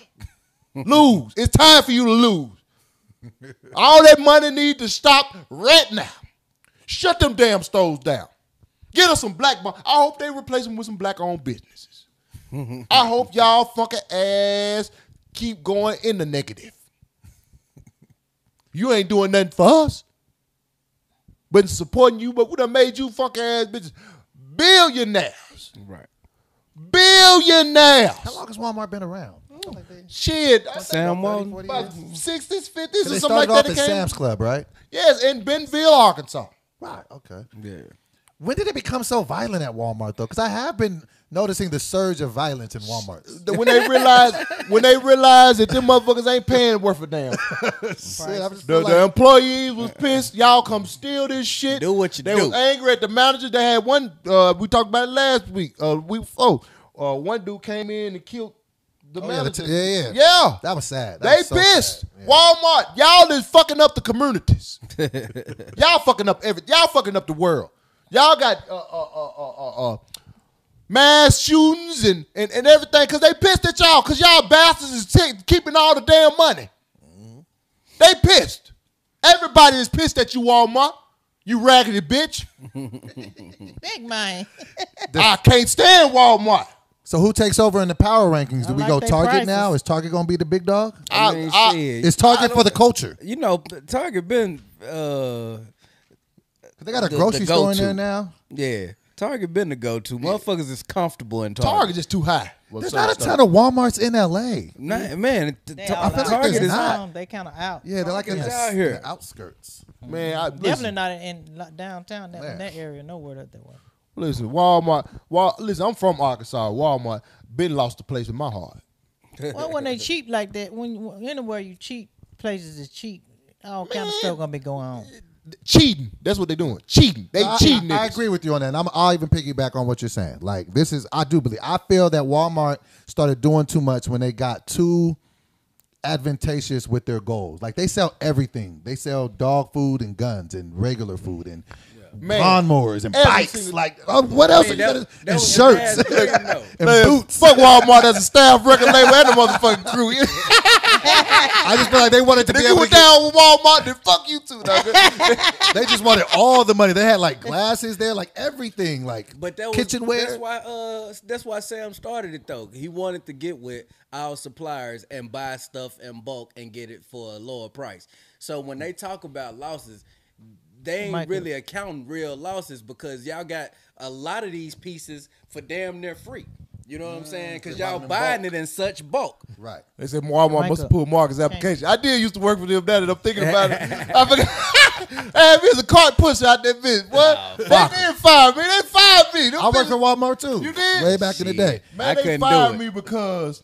Lose. It's time for you to lose. All that money need to stop right now. Shut them damn stores down. Get us some black. Bon- I hope they replace them with some black-owned businesses. I hope y'all fucking ass keep going in the negative. You ain't doing nothing for us. Been supporting you, but we done made you fucking ass bitches billionaires.
Right.
Billionaires.
How long has Walmart been around?
Mm,
Like they-
Shit. I think
Sam Walton.
40
about
years?
60s, 50s,
So
or
they
something like
started
that.
off
it
at
came-
Sam's Club, right?
Yes, in Benville, Arkansas.
Right. Okay.
Yeah.
When did it become so violent at Walmart though? Because I have been noticing the surge of violence in Walmart.
The- When they realize when they realize that them motherfuckers ain't paying worth a damn. The, the employees was pissed. Y'all come steal this shit.
Do what you
they
do.
was angry at the manager. They had one. Uh, we talked about it last week. Uh, week before. Uh, one dude came in and killed the
Oh, yeah, the
manager.
t- yeah, yeah.
Yeah.
That was sad. That
they
was so
pissed.
sad. Yeah.
Walmart. Y'all is fucking up the communities. y'all fucking up everything. Y'all fucking up the world. Y'all got uh, uh, uh, uh, uh, uh, mass shootings and, and, and everything because they pissed at y'all because y'all bastards is ta- keeping all the damn money. They pissed. Everybody is pissed at you, Walmart. You raggedy bitch.
Big man.
I can't stand Walmart.
So who takes over in the power rankings? Do
I
we
like
go
they
Target
prices.
now? Is Target gonna be the big dog?
I,
I-
mean,
I-
shit.
Is Target for the culture?
you know, Target been uh
'Cause They got a
The-
grocery
the
store in
go-to.
there now.
yeah. Target been the go to. Motherfuckers is comfortable in Target.
Target is too high. Well,
There's
so
not a
it's
ton of WalMarts in LA.
Nah, man, t-
They
Tar-
all out.
feel like
Target
there's
is
not.
Um, They kind of out.
Yeah, they're like in the,
Target's out here.
in the outskirts.
Man, I, listen.
Definitely not in in downtown. That,
Man.
in that area, nowhere up that way.
Listen, Walmart. Wal, listen, I'm from Arkansas. Walmart been lost the place in my heart.
Well, when they cheap like that, when when- anywhere you cheap places is cheap, all kind of stuff gonna be going on.
Cheating. That's what they're doing. Cheating. They
I-
cheating.
I, I
niggas.
agree with you on that. And I'm, I'll even piggyback on what you're saying. Like this is, I do believe. I feel that Walmart started doing too much when they got too advantageous with their goals. Like they sell everything. They sell dog food and guns and regular food and
Man.
lawnmowers and
Every
bikes.
single-
like uh, what else?
Hey,
are you
that-
gonna-
that
and
was
shirts
the last thing, though.
and
Man,
boots.
Fuck Walmart as a staff record label and the motherfucking crew. if
I just feel like they wanted to be
you
able
were
to. Get,
down with Walmart, then fuck you too. nigga.
they just wanted all the money. They had like glasses there, like everything, like
But that was
kitchenware.
That's why uh that's why Sam started it though. He wanted to get with our suppliers and buy stuff in bulk and get it for a lower price. So when they talk about losses, they ain't
Michael.
really accounting real losses because y'all got a lot of these pieces for damn near free. You know what I'm saying? Because y'all buying it in such bulk.
Right.
They said Walmart must have pulled Marcus' application. I did used to work for them that, and I'm thinking about it. I forgot. hey, there's a cart pusher out that bitch. What? they did fire me. They fired me. Them
I worked
bitches-
for Walmart too.
You did?
way back in the day.
Shit.
Man,
I
they
couldn't
fired
do it.
me because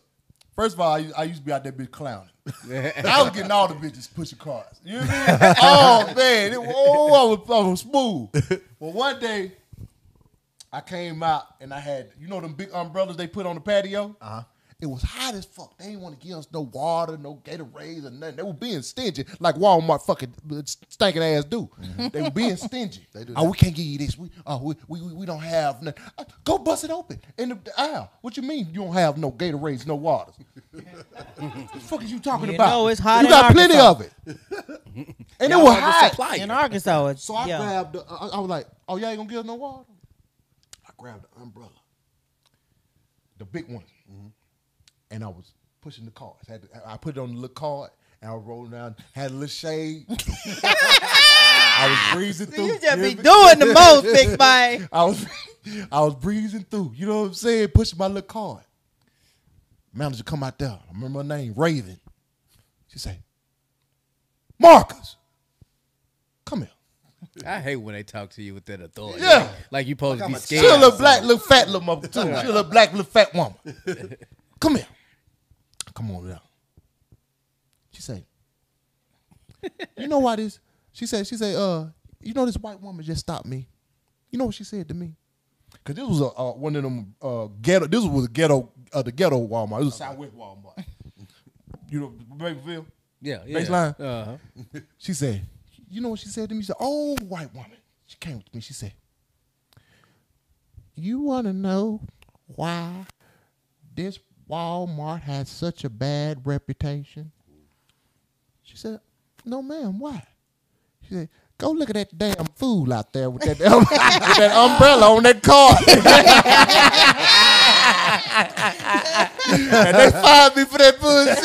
first of all, I, used- I used to be out there bitch clowning. I was getting all the bitches pushing cars. You know what I mean? oh man, it, oh, I was, I was smooth. Well, one day I came out and I had you know them big umbrellas they put on the patio. Uh huh. It was hot as fuck. They didn't want to give us no water, no Gatorades, or nothing. They were being stingy, like Walmart fucking stinking ass do. They were being stingy. Mm-hmm. they do. Oh, we can't give you this. We oh we we, we, we don't have nothing. Uh, Go bust it open in the aisle. What you mean you don't have no Gatorades, no waters? what the fuck are you talking
You
about?
know it's hot
You
in
got plenty of
Arkansas.
it, and it was hot.
In Arkansas, it's,
So I
yeah.
grabbed. The, I, I was like, "Oh, y'all ain't gonna give us no water." I grabbed the umbrella, the big one, and I was pushing the cards. Had to, I put it on the little card, and I was rolling down. Had a little shade. I was breezing through.
You just
hear
be
me?
doing the most, Big Bang.
I was, I was breezing through. You know what I'm saying? Pushing my little card. Manager come out there. I remember her name, Raven. She say, "Marcus, come here."
I hate when they talk to you with that authority.
Yeah.
Like you supposed to be
She
scared.
a little black, little fat, little mother too. She a little black, little fat woman. Come here. Come on now. She say, you know why this? She said, she say, uh, you know this white woman just stopped me. You know what she said to me? Cause this was a uh, one of them uh, ghetto. This was a ghetto, uh, the ghetto Walmart. It was Southwest Walmart. you know, Babyville.
Yeah, yeah.
Baseline.
Uh-huh.
She said, you know what she said to me? She said, oh, white woman. She came to me. She said, you want to know why this Walmart has such a bad reputation? She said, no, ma'am, why? She said, go look at that damn fool out there with that, with that umbrella on that car. and they fired me for that bullshit.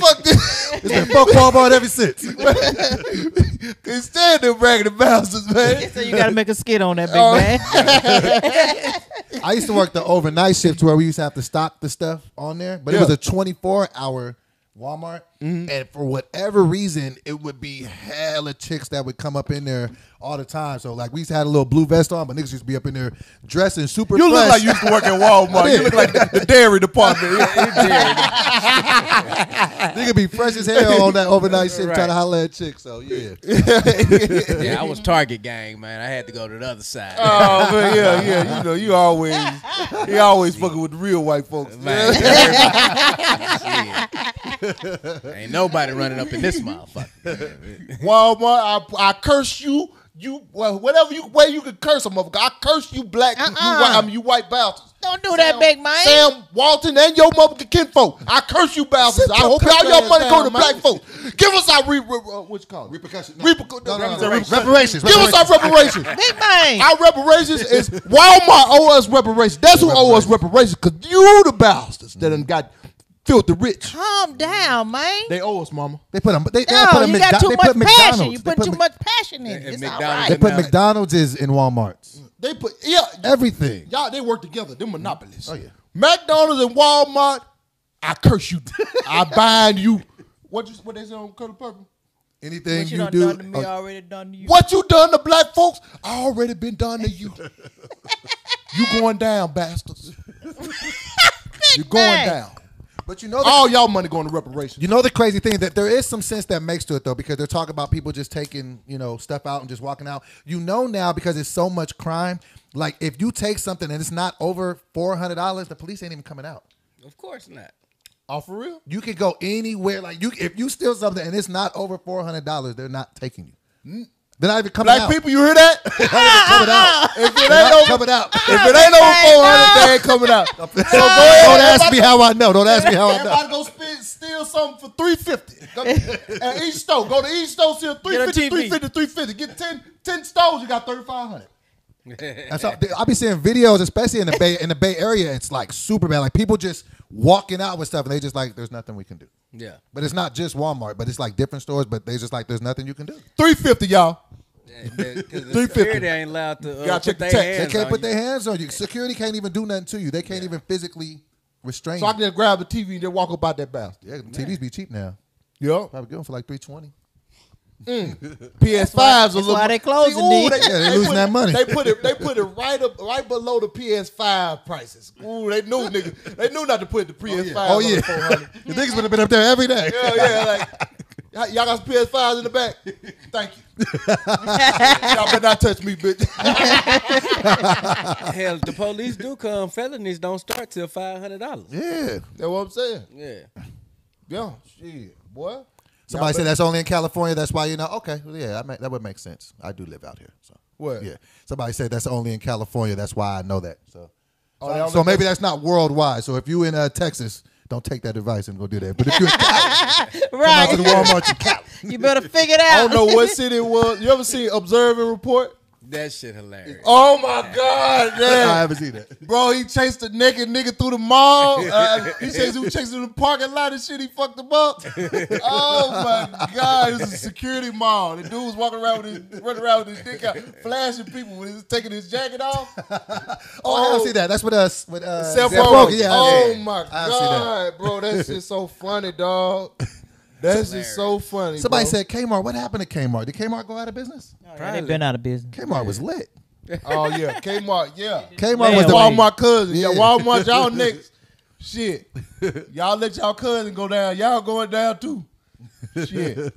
Fuck this.
It's been fuck Walmart ever since.
Can't stand them raggedy bastards, man.
So you got to make a skit on that, Big
Oh.
Bang.
I used to work the overnight shifts where we used to have to stock the stuff on there, but
Yeah. Mm-hmm.
it was a 24 hour Walmart. And for whatever reason, it would be hella chicks that would come up in there all the time. So, like, we used to have a little blue vest on, but niggas used to be up in there dressing super
You look
fresh.
like you used to work at Walmart. You look like the, the dairy department.
Nigga be fresh as hell on that overnight shift trying to holler at chicks. So, yeah.
Yeah, I was Target gang, man. I had to go to the other side.
oh man, yeah, yeah. You know, you always, you always fucking with the real white folks.
Man, shit. Ain't nobody running up in this motherfucker.
Walmart, I, I curse you. You well, whatever you way you can curse a motherfucker. I curse you black. You,
Uh-uh.
white, I mean, you white bastards.
Don't do that, Big Mike.
Sam Walton and your motherfucking kinfolk. I curse you bastards. I
your
hope all
cunt
your
ass
money go
down,
to
Mike.
black folks. Give us our re, re, uh, what you call it?
Repercussions.
Repercu-
No, no, no, no.
reparations.
Reparations.
Give us our reparations.
Big Bang.
Our reparations is Walmart owe us reparations. That's who owe us reparations because you the bastards that done got filthy rich.
Calm down, man.
They owe us, mama.
They put them. They, they
No,
put a
you
McDo-
got too
they
much passion.
put McDonald's.
You
They
put too
Mc-
much passion in it.
And
It's all
McDonald's
They
right.
in
put
Now-
McDonald's is in Walmart's.
Mm.
They put yeah,
Everything.
y'all they work together. They're monopolies.
Oh, yeah.
McDonald's and Walmart. I curse you. I bind you. What you what they say on Color Purple?
Anything
What you
you
done
do.
done to me,
oh,
already done to you.
uh, What you done to black folks already been done to you. you going down, bastards. you going
man.
down.
but you know the
All y'all money going to reparations.
You know the crazy thing that there is some sense that makes to it though, because they're talking about people just taking you know stuff out and just walking out. You know now because it's so much crime. Like if you take something and it's not over four hundred dollars, the police ain't even coming out.
Of course not.
Oh, for real?
You can go anywhere. Like you, if you steal something and it's not over four hundred dollars, they're not taking you. They're not even coming
Black
out.
people, you hear that?
They're not even coming out.
If it
They're
ain't
not
over,
coming out.
if it ain't over four hundred, they ain't coming out. So go ahead.
Don't ask me how I know. Don't ask me how I know.
Everybody go spend, steal something for three fifty. At each store, go to each store, steal
on
350,
TV.
350, 350. Get 10, 10 stores, you got thirty five hundred.
That's how, I be seeing videos, especially in the Bay in the Bay Area. It's like super bad. Like people just walking out with stuff, and they just like, "There's nothing we can do."
Yeah.
But it's not just Walmart, but it's like different stores. But they just like, "There's nothing you can do."
Three fifty, y'all.
Because the
350.
security ain't allowed to uh,
Gotta
put
check the
their
text. They
They
hands
can't
on
put
you.
their hands on you. Security can't even do nothing to you. They can't even physically restrain.
So I
you.
can just grab the TV and just walk up out that bastard.
yeah, TVs be cheap now.
Yeah.
Probably good for like three twenty.
PS fives a
that's
little.
why they closing
See, ooh,
these.
Yeah, they losing
put,
that money.
They put it. They put it right up, right below the PS five prices. Ooh, they knew
Oh,
nigga. They knew not to put the PS five.
Oh yeah, the niggas would have been up there every day.
Hell yeah, like
Y'all y'all got some PS5s in the back. Thank you. y'all better not touch me, bitch.
Hell, the police do come. Felonies don't start till five hundred dollars.
Yeah.
That's what I'm saying.
Yeah.
Yeah, shit, boy.
Somebody said that's only in California. That's why you're not okay. well, Yeah, I ma- that would make sense. I do live out here. So
What?
Yeah. Somebody said that's only in California. That's why I know that. So
Oh,
so,
they only
so maybe that's not worldwide. So if you in uh, Texas, don't take that advice and go do that. But if you're in Cali, come out to the
Right.
Walmart in Cali.
you better figure it
I
out.
don't know what city it was. You ever seen Observe and Report?
That shit hilarious.
Oh my God,
I
man.
haven't seen that.
Bro, he chased a naked nigga through the mall. Uh, he chased him, chased him in the parking lot and shit. He fucked him up. Oh my God, it was a security mall. The dude was walking around with his running around with his dick out, flashing people when he was taking his jacket off.
Oh, I haven't seen that. That's what us with uh,
Cell
Seth
phone.
Rogen. Yeah. I
oh
haven't-
my
I haven't seen that.
God, bro, that shit so funny, dog. That's just so funny.
Somebody
bro.
said Kmart. What happened to Kmart? Did Kmart go out of business?
They've been out of business.
Kmart was lit.
Oh yeah, Kmart. Yeah,
Kmart
Man,
was the
Walmart cousin. Yeah,
Yeah.
Walmart. Y'all niggas. Shit, y'all let y'all cousin go down. Y'all going down too. Shit,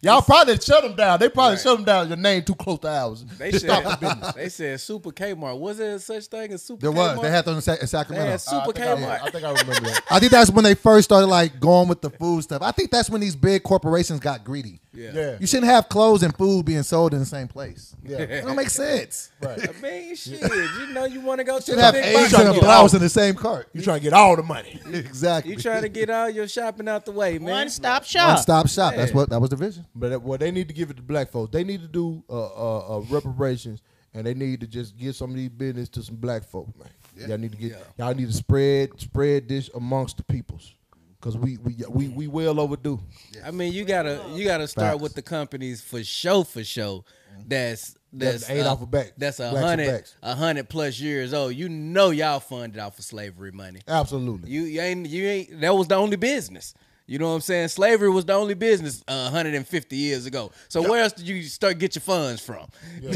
y'all probably shut them down. They probably shut them down. Your name too close to ours.
They said they said Super Kmart. Was there such thing as Super
There
Kmart?
was. They had those in Sa- in
They
Sacramento.
had Super
I
Uh,
think I,
Kmart.
I think I remember that.
I think that's when they first started like going with the food stuff. I think that's when these big corporations got greedy.
Yeah.
Yeah,
You shouldn't have clothes and food being sold in the same place.
yeah.
It don't make sense.
I mean, shit. You know you want to go to
You
the
should have
big
eggs
box
and a
store.
blouse in the same cart.
You trying to get all the money?
Exactly.
You trying to get all your shopping out the way, man.
One stop
one
shop.
stop shop. That's what that was the vision.
But that- well, they need to give it to black folks. They need to do uh, uh, uh, reparations, and they need to just give some of these business to some black folk, man. Y'all need to get y'all need to spread spread this amongst the peoples, cause we we we, we well overdue.
I mean, you gotta you gotta start with the companies for show for show. That's that's
ain't
uh,
off of back.
That's a
Blacks and
hundred
blacks.
a hundred plus years old. You know y'all funded off of slavery money.
Absolutely.
You, you ain't you ain't that was the only business. You know what I'm saying? Slavery was the only business uh, 150 years ago. So where else did you start get your funds from?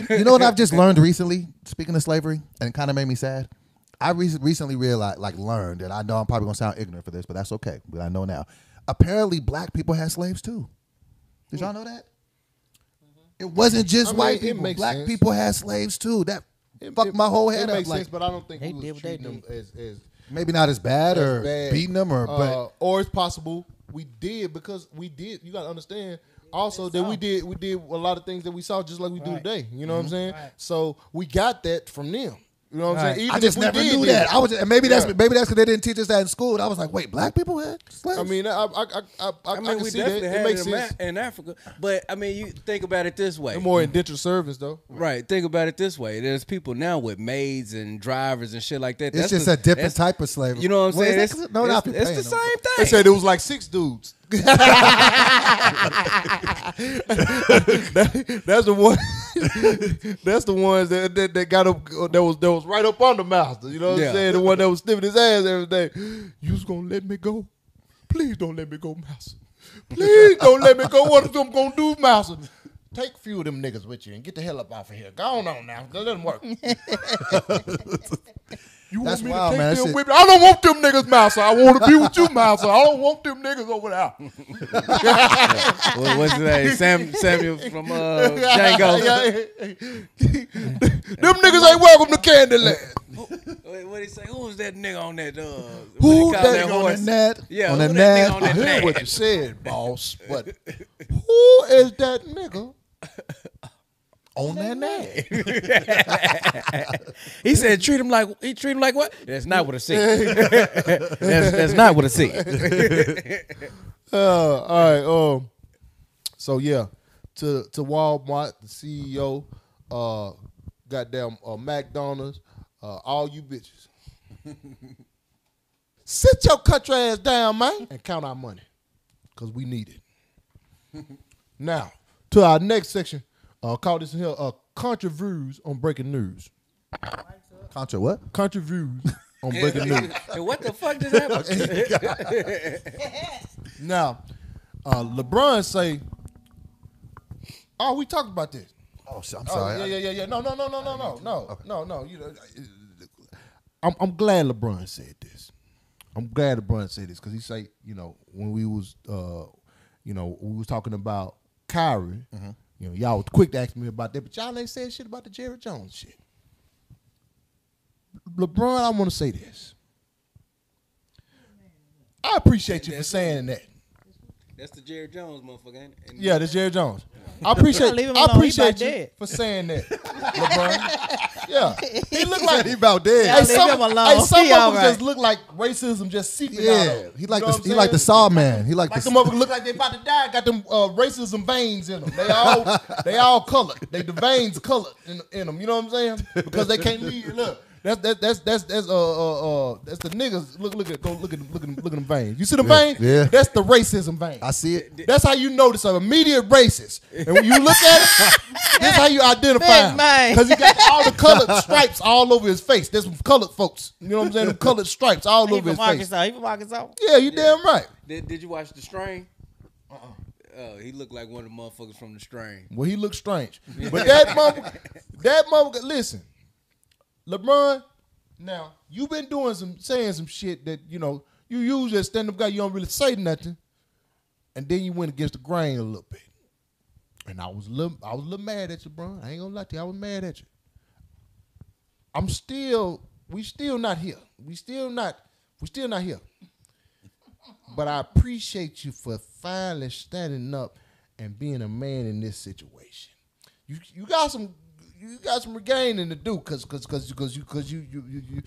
you know what I've just learned recently, speaking of slavery, and it kind of made me sad. I re- recently realized, like, learned, and I know I'm probably gonna sound ignorant for this, but that's okay. But I know now. Apparently, black people had slaves too. Did y'all know that? Mm-hmm. It wasn't just
I mean,
white
it
people.
makes
Black
sense.
people had slaves too. That fucked my whole
It
head
makes
up. Like,
sense, but I don't think
They
we
did
was
what they
treating them as as
maybe not as bad
as
or
bad.
beating them or,
Uh, or it's possible we did because we did. You gotta understand. Also, that we did we did a lot of things that we saw just like we do today. You know what I'm
Mm-hmm.
saying? So we got that from them. You know what I'm saying?
Right.
but
Even
I
if
just
we
never
did
knew
this,
that. I was and maybe
Yeah.
that's maybe that's because they didn't teach us that in school. And I was like, wait, black people had slaves.
I mean, I I I I, I,
I mean,
I can
we
see that.
definitely
It
had
makes
it in, Ma-
sense.
in Africa, but I mean, you think about it this way.
They're more indentured servants though.
Right. Think about it this way. There's people now with maids and drivers and shit like that.
it's
That's
just
the-
a different
that's-
type of slavery.
You know what I'm
Well, is
saying?
that
It's,
'cause- no, not
it's, it's the same thing.
They said it was like six dudes. That- that's the one. that's the ones that, that that got up that was that was right up on the master. You know what
Yeah.
I'm saying? The one that was sniffing his ass every day. You was gonna let me go? Please don't let me go, master. Please don't let me go. What is them gonna do, master? Take a few of them niggas with you and get the hell up off of here. Go on, on now. Let them work. You
That's
want me
wild,
to take
man. That
them
shit-
with me? I don't want them niggas, Mouse. I want to be with you, Mouse. I don't want them niggas over there.
What, what's his name? Sam, Samuel from uh, Django.
them niggas ain't welcome to Candyland.
Wait, what he say? Who was that nigga on that? Uh, what they
Who
call
that
that
nigga
horse?
on the net?
Yeah,
on
who
the
that
net.
nigga on that
I heard
net?
what you said, boss, but who is that nigga?
on that net.
He said, "Treat him like he treat him like what? That's not what I see. that's, that's not what I see.
Uh, all right. Um. So yeah, to to Walmart, the CEO, uh, goddamn uh, McDonald's, uh, all you bitches, sit your country ass down, man, and count our money, cause we need it. now to our next section. Uh, call this here uh, country views on breaking news.
Contra what?
Country views on breaking news.
And what the fuck just
Oh,
happened?
Now, uh, LeBron say, "Oh, we talked about this."
Oh, shit, I'm
Oh,
sorry.
yeah, yeah, yeah, yeah. No, no, no, no, no, no, no, no, no. You know, I'm, I'm glad LeBron said this. I'm glad LeBron said this because he say, you know, when we was uh, you know, we was talking about Kyrie.
Mm-hmm.
You know, y'all was quick to ask me about that, but y'all ain't said shit about the Jerry Jones shit. LeBron, I want to say this. I appreciate you for saying that.
That's the Jerry Jones motherfucker, ain't it? And
Yeah, that's Jerry Jones. I appreciate.
Leave him
I
alone. He
appreciate
about
you
dead.
for saying that, LeBron. yeah, he looked like
he about dead.
leave
some,
him alone.
hey, some
He
of them
alright.
just look like racism just seeping out.
Yeah,
of 'em.
he like
You know
the
what
he
I'm
like the
saying?
saw man. He like,
Like
the
them motherfuckers look like they about to die. Got them uh, racism veins in them. They all they all colored. They the veins colored in, in them. You know what I'm saying? Because they can't leave. Look, that's that, that's that's that's uh uh uh that's the niggas. Look look at go look at them look at them look at them veins. You see them veins?
yeah.
That's the racism vein.
I see it.
That's how you notice an immediate racist. And when you look at it, that's how you identify him.
Big
Because he got all the colored stripes all over his face. There's some colored folks. You know what I'm saying? Them colored stripes all
He
over his
from
face.
Arkansas. He from Arkansas.
Yeah, you damn right.
Did, did you watch The Strain? Uh-uh. Oh, he looked like one of the motherfuckers from The Strain.
Well, he looks strange. But that mother, that mother, listen, LeBron, now, you been doing some, saying some shit that, you know, you usually a stand up guy, you don't really say nothing. And then you went against the grain a little bit. And I was a little, I was a little mad at you, bro. I ain't gonna lie to you. I was mad at you. I'm still, we still not here. We still not, we still not here. But I appreciate you for finally standing up and being a man in this situation. You you got some you got some regaining to do cause cause cause you cause you cause you you, you, you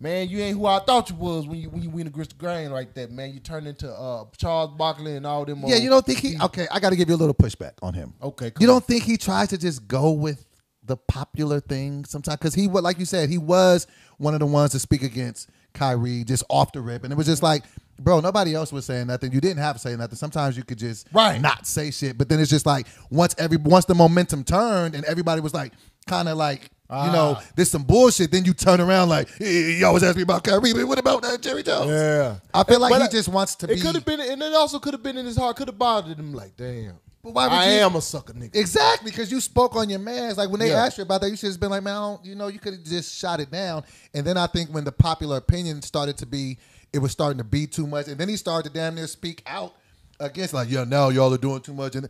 man, you ain't who I thought you was when you when you went against the grain like that, man. You turned into uh Charles Barkley and all them
Yeah,
old-
you don't think he? Okay, I got to give you a little pushback on him.
Mm-hmm. Okay, come
you don't think he tries to just go with the popular thing sometimes? Because he would, like you said, he was one of the ones to speak against Kyrie just off the rip, and it was just like, bro, nobody else was saying nothing. You didn't have to say nothing. Sometimes you could just
Right.
not say shit, but then it's just like once every once the momentum turned and everybody was like, kind of like. You know,
Ah.
this some bullshit. Then you turn around like, "Eh, you always ask me about Kyrie, but what about uh, Jerry Jones?
Yeah.
I feel like
But
he
I-
just wants to be.
It could have been and it also could have been in his heart, could have bothered him like, damn.
But why would
I
you-
am a sucker nigga.
Exactly, because you spoke on your man's. Like when they
Yeah.
asked you about that, you should have been like, man, I don't, you know, you could have just shot it down. And then I think when the popular opinion started to be, it was starting to be too much. And then he started to damn near speak out against, like, yeah, now y'all are doing too much. And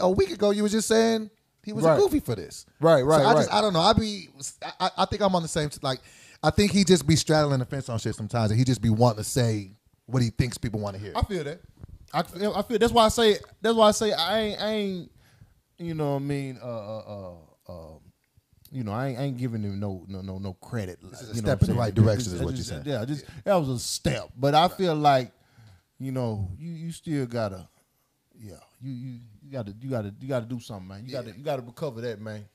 a week ago, you were just saying he was
Right.
a goofy for this.
Right, right,
So I just,
right.
I don't know. I be, I- I, I think I'm on the same, like, I think he just be straddling the fence on shit sometimes. And he just be wanting to say what he thinks people want to hear.
I feel that. I feel, I feel that's why I say that's why I say I ain't I ain't you know what I mean uh uh uh, uh you know I ain't, I ain't giving him no no no no credit. This
is a step in the right direction is what you're saying.
Yeah, just that was a step, but I feel like you know you you still gotta yeah you you you gotta you gotta you gotta do something man. You gotta you gotta recover that man.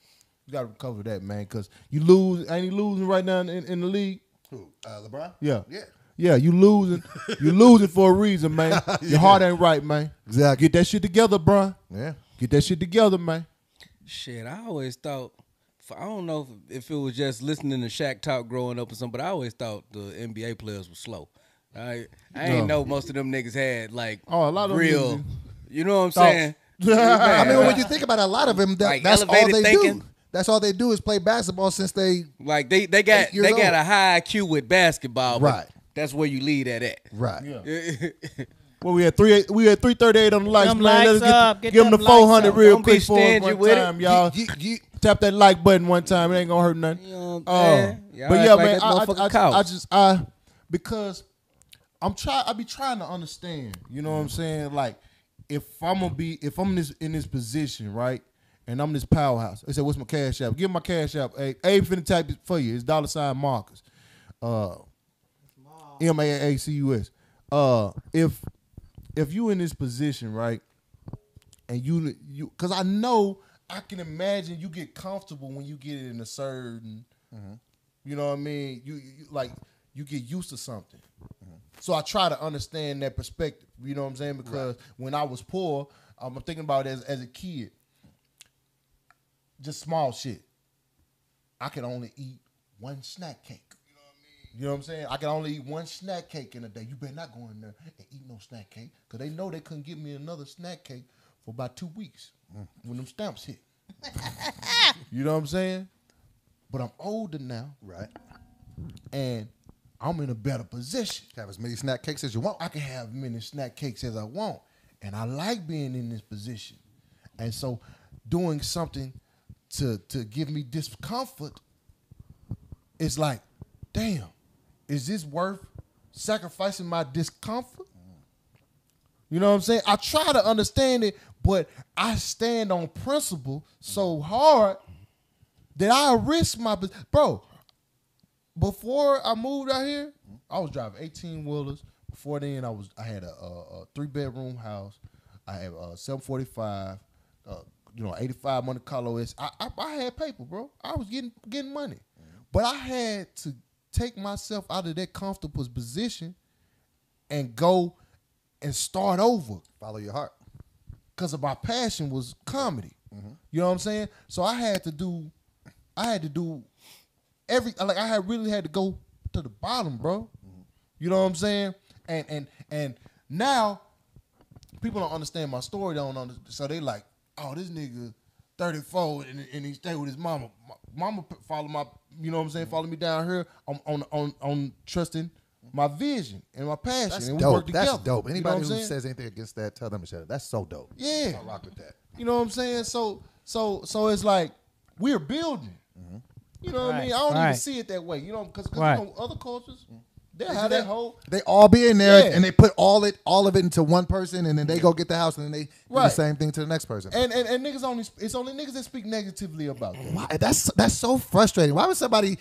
You gotta recover that man because you lose ain't he losing right now in, in the league.
Who, uh, LeBron?
Yeah.
Yeah.
Yeah, you losing. you losing for a reason, man. Your heart ain't right, man.
Exactly.
Get that shit together, bruh.
Yeah.
Get that shit together, man.
Shit, I always thought. For, I don't know if, if it was just listening to Shaq talk growing up or something, but I always thought the NBA players were slow. I I ain't know most of them niggas had like
Oh, a lot of them
real.
niggas-
you know what I'm
Thoughts.
saying?
I mean,
Man,
when you think about it, a lot of them, that,
Like
that's all
elevated
they do.
thinking.
That's all they do is play basketball since they.
like they they got
Eight
they
years
got
old.
a high IQ with basketball, but
Right.
That's where you lead that at.
Right.
Well, we had three. We had three thirty eight on the lights,
Them
man.
lights
Let's get,
up. Get
give them the
them lights
four hundred
up.
real
Don't be
quick for us
stingy
one
with it.
time, y'all.
Ye- ye-
Tap that like button one time. It ain't gonna hurt nothing.
You know what I'm
Uh,
saying? Y'all
but
act
yeah,
like
man.
that
I, I,
motherfucking
I-
cow.
I just I because I'm try. I be trying to understand. You know what I'm
Mm.
saying? Like if I'm gonna be if I'm this in this position, right? And I'm this powerhouse. They said, "What's my cash app? Give me my cash app. Hey, Abe finna type it for you. It's dollar sign Marcus. Uh, M A A C U S. Uh, if if you in this position, right? and you you because I know I can imagine you get comfortable when you get in a certain, you know what I mean. You, you like you get used to something. So I try to understand that perspective. You know what I'm saying? Because when I was poor, I'm thinking about it as as a kid. Just small shit. I could only eat one snack cake. You know what I'm saying? I can only eat one snack cake in a day. You better not go in there and eat no snack cake because they know they couldn't give me another snack cake for about two weeks when them stamps hit. you know what I'm saying? But I'm older now
Right.
and I'm in a better position.
Have as many snack cakes as you want.
I can have many snack cakes as I want.
and I like being in this position. And so doing something to to give me discomfort is like, damn, is this worth sacrificing my discomfort? You know what I'm saying? I try to understand it, but I stand on principle so hard that I risk my bu- bro. Before I moved out here, I was driving 18 wheelers. Before then, I was I had a, a, a three bedroom house. I had a 745, uh, you know, 85 Monte Carlo S. I, I I had paper, bro. I was getting getting money, but I had to take myself out of that comfortable position and go and start over
Follow your heart.
because of my passion was comedy.
Mm-hmm.
You know what I'm saying? So I had to do, I had to do every like I had really had to go to the bottom, bro.
Mm-hmm.
You know what I'm saying? And and and now people don't understand my story. Don't under, so they like, oh, this nigga 34 and, and he stayed with his mama. My, mama p- follow my, you know what I'm saying?
Mm-hmm.
Follow me down here. I'm on on on trusting my vision and my passion.
Mm-hmm. That's
and we work
dope.
together.
That's dope.
You know
Anybody
what I'm
who
saying?
says anything against that, tell them to shut up. That's so dope.
Yeah.
I rock with that.
You know what I'm saying? So so so it's like we're building.
Mm-hmm.
You know what I mean? I don't even
Right.
see it that way. You know, because
Right.
you know, other cultures,
Mm-hmm.
they have that whole
They all be in there
Yeah.
and they put all it all of it into one person and then they go get the house and then they do the
Right.
same thing to the next person.
and, and and niggas only sp- it's only niggas that speak negatively about that.
Why, that's that's so frustrating. Why would somebody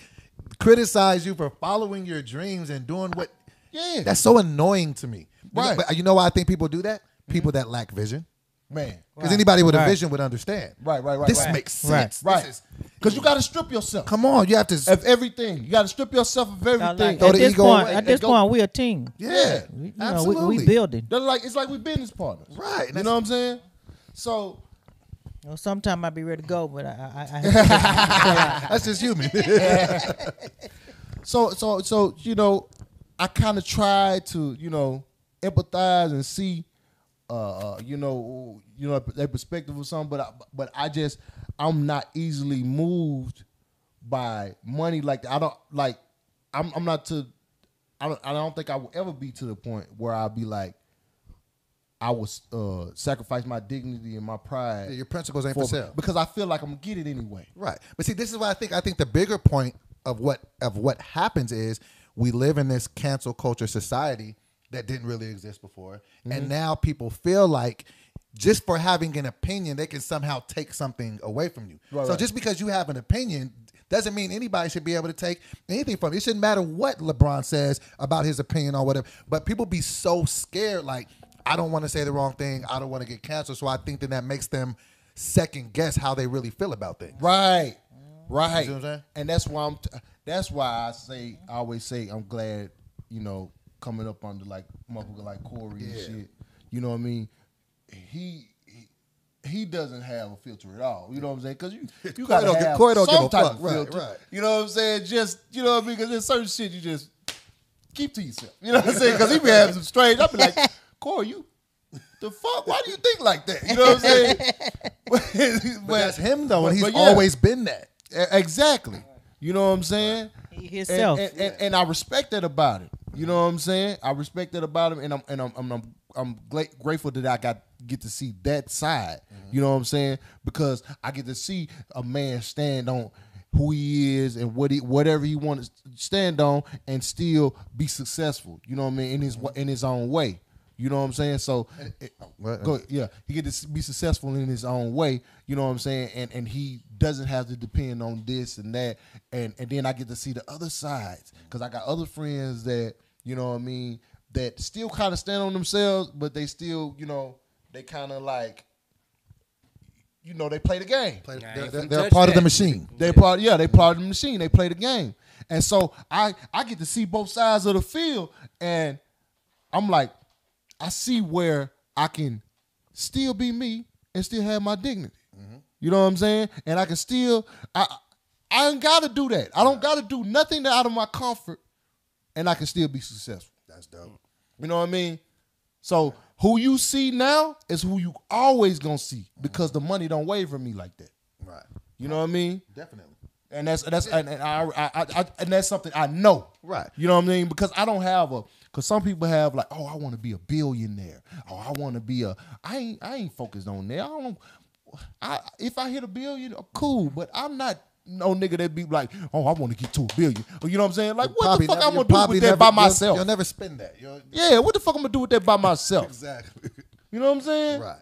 criticize you for following your dreams and doing what?
Yeah.
that's so annoying to me. You know-
Right. Mm-hmm.
but you know why I think people do that? People that lack vision.
Man.
Because anybody with a vision would understand.
Right, right, right,
This
right.
makes sense.
Right.
This is-
Because you gotta strip yourself
come on, you have to.
of everything. You gotta strip yourself of
I
everything.
like-
Throw
at
the
this
ego
point,
away
at
and
this
go-
point, we're a team.
yeah,
We, you know, we,
absolutely.
we building.
They're like it's like we business partners.
Right.
You
That's-
know what I'm saying? So
You know, sometime I be ready to go, but I, I, I have
That's just human.
so so so you know i kind of try to you know empathize and see uh uh, you know you know their perspective or something but I, but i just i'm not easily moved by money like that. i don't like i'm i'm not to i don't i don't think i will ever be to the point where i'll be like I would uh, sacrifice my dignity and my pride.
Yeah, your principles ain't for sale.
because I feel like I'm gonna get it anyway.
Right. But see, this is why I think I think the bigger point of what of what happens is we live in this cancel culture society that didn't really exist before. And now people feel like just for having an opinion, they can somehow take something away from you. so just because you have an opinion doesn't mean anybody should be able to take anything from you. It shouldn't matter what LeBron says about his opinion or whatever. But people be so scared, like, I don't want to say the wrong thing. I don't want to get canceled. So I think then that makes them second guess how they really feel about things.
Right. Right.
You see what I'm saying?
And that's why I'm t- that's why I say I always say I'm glad, you know, coming up under like motherfucker like Corey and shit. You know what I mean? He he- he doesn't have a filter at all. You know what I'm saying? Because you you gotta
don't give-
have
Corey don't give
some
a
type
fuck.
of
Right,
filter.
right.
You know what I'm saying? Just you know what I mean? Because there's certain shit you just keep to yourself. You know what I'm saying? Because he be having some strange. I be like, Corey, you the fuck? Why do you think like that? You know what I'm saying? but,
But that's him though, and
but-
he's
but yeah.
always been that.
E- Exactly. You know what I'm saying?
He
And,
himself.
and, and, and I respect that about him. You know what I'm saying? I respect that about him, and I'm and I'm I'm I'm, I'm gla- grateful that I got get to see that side.
Mm-hmm.
You know what I'm saying? Because I get to see a man stand on who he is and what he whatever he wants to stand on, and still be successful. You know what I mean? In his wa- in his own way. You know what I'm saying? So, it-
Oh, what?
go- yeah, he get to s- be successful in his own way. You know what I'm saying? And and he doesn't have to depend on this and that. And and then I get to see the other sides because I got other friends that you know what I mean that still kind of stand on themselves, but they still you know they kind of like you know they play the game.
They're,
ain't
they're-
finna
they're
touch
part of the
that.
machine.
They part, yeah, they part of the machine. They play the game, and so I I get to see both sides of the field, and I'm like, I see where I can still be me and still have my dignity.
Mm-hmm.
You know what I'm saying? And I can still I I ain't got to do that. I don't got to do nothing out of my comfort, and I can still be successful.
That's dope.
You know what I mean? So who you see now is who you always gonna see because the money don't waver me like that.
Mm-hmm. Right.
You know what I mean?
Definitely.
and that's that's and, and I, I, I, I and that's something I know.
Right.
You know what I mean? Because I don't have a because some people have like, oh, I want to be a billionaire. Oh, I want to be a. I ain't I ain't focused on that. I don't. I if I hit a billion, oh, cool. But I'm not. No nigga that be like, oh, I want to get to a billion. Or you know what I'm saying? Like, what
Probably
the fuck
never-
I'm
you'll
gonna do
probably
with that
never-
by
you'll-
myself?
You'll never spend that. You'll,
yeah, what the fuck I'm gonna do with that by myself?
exactly.
You know what I'm saying?
right.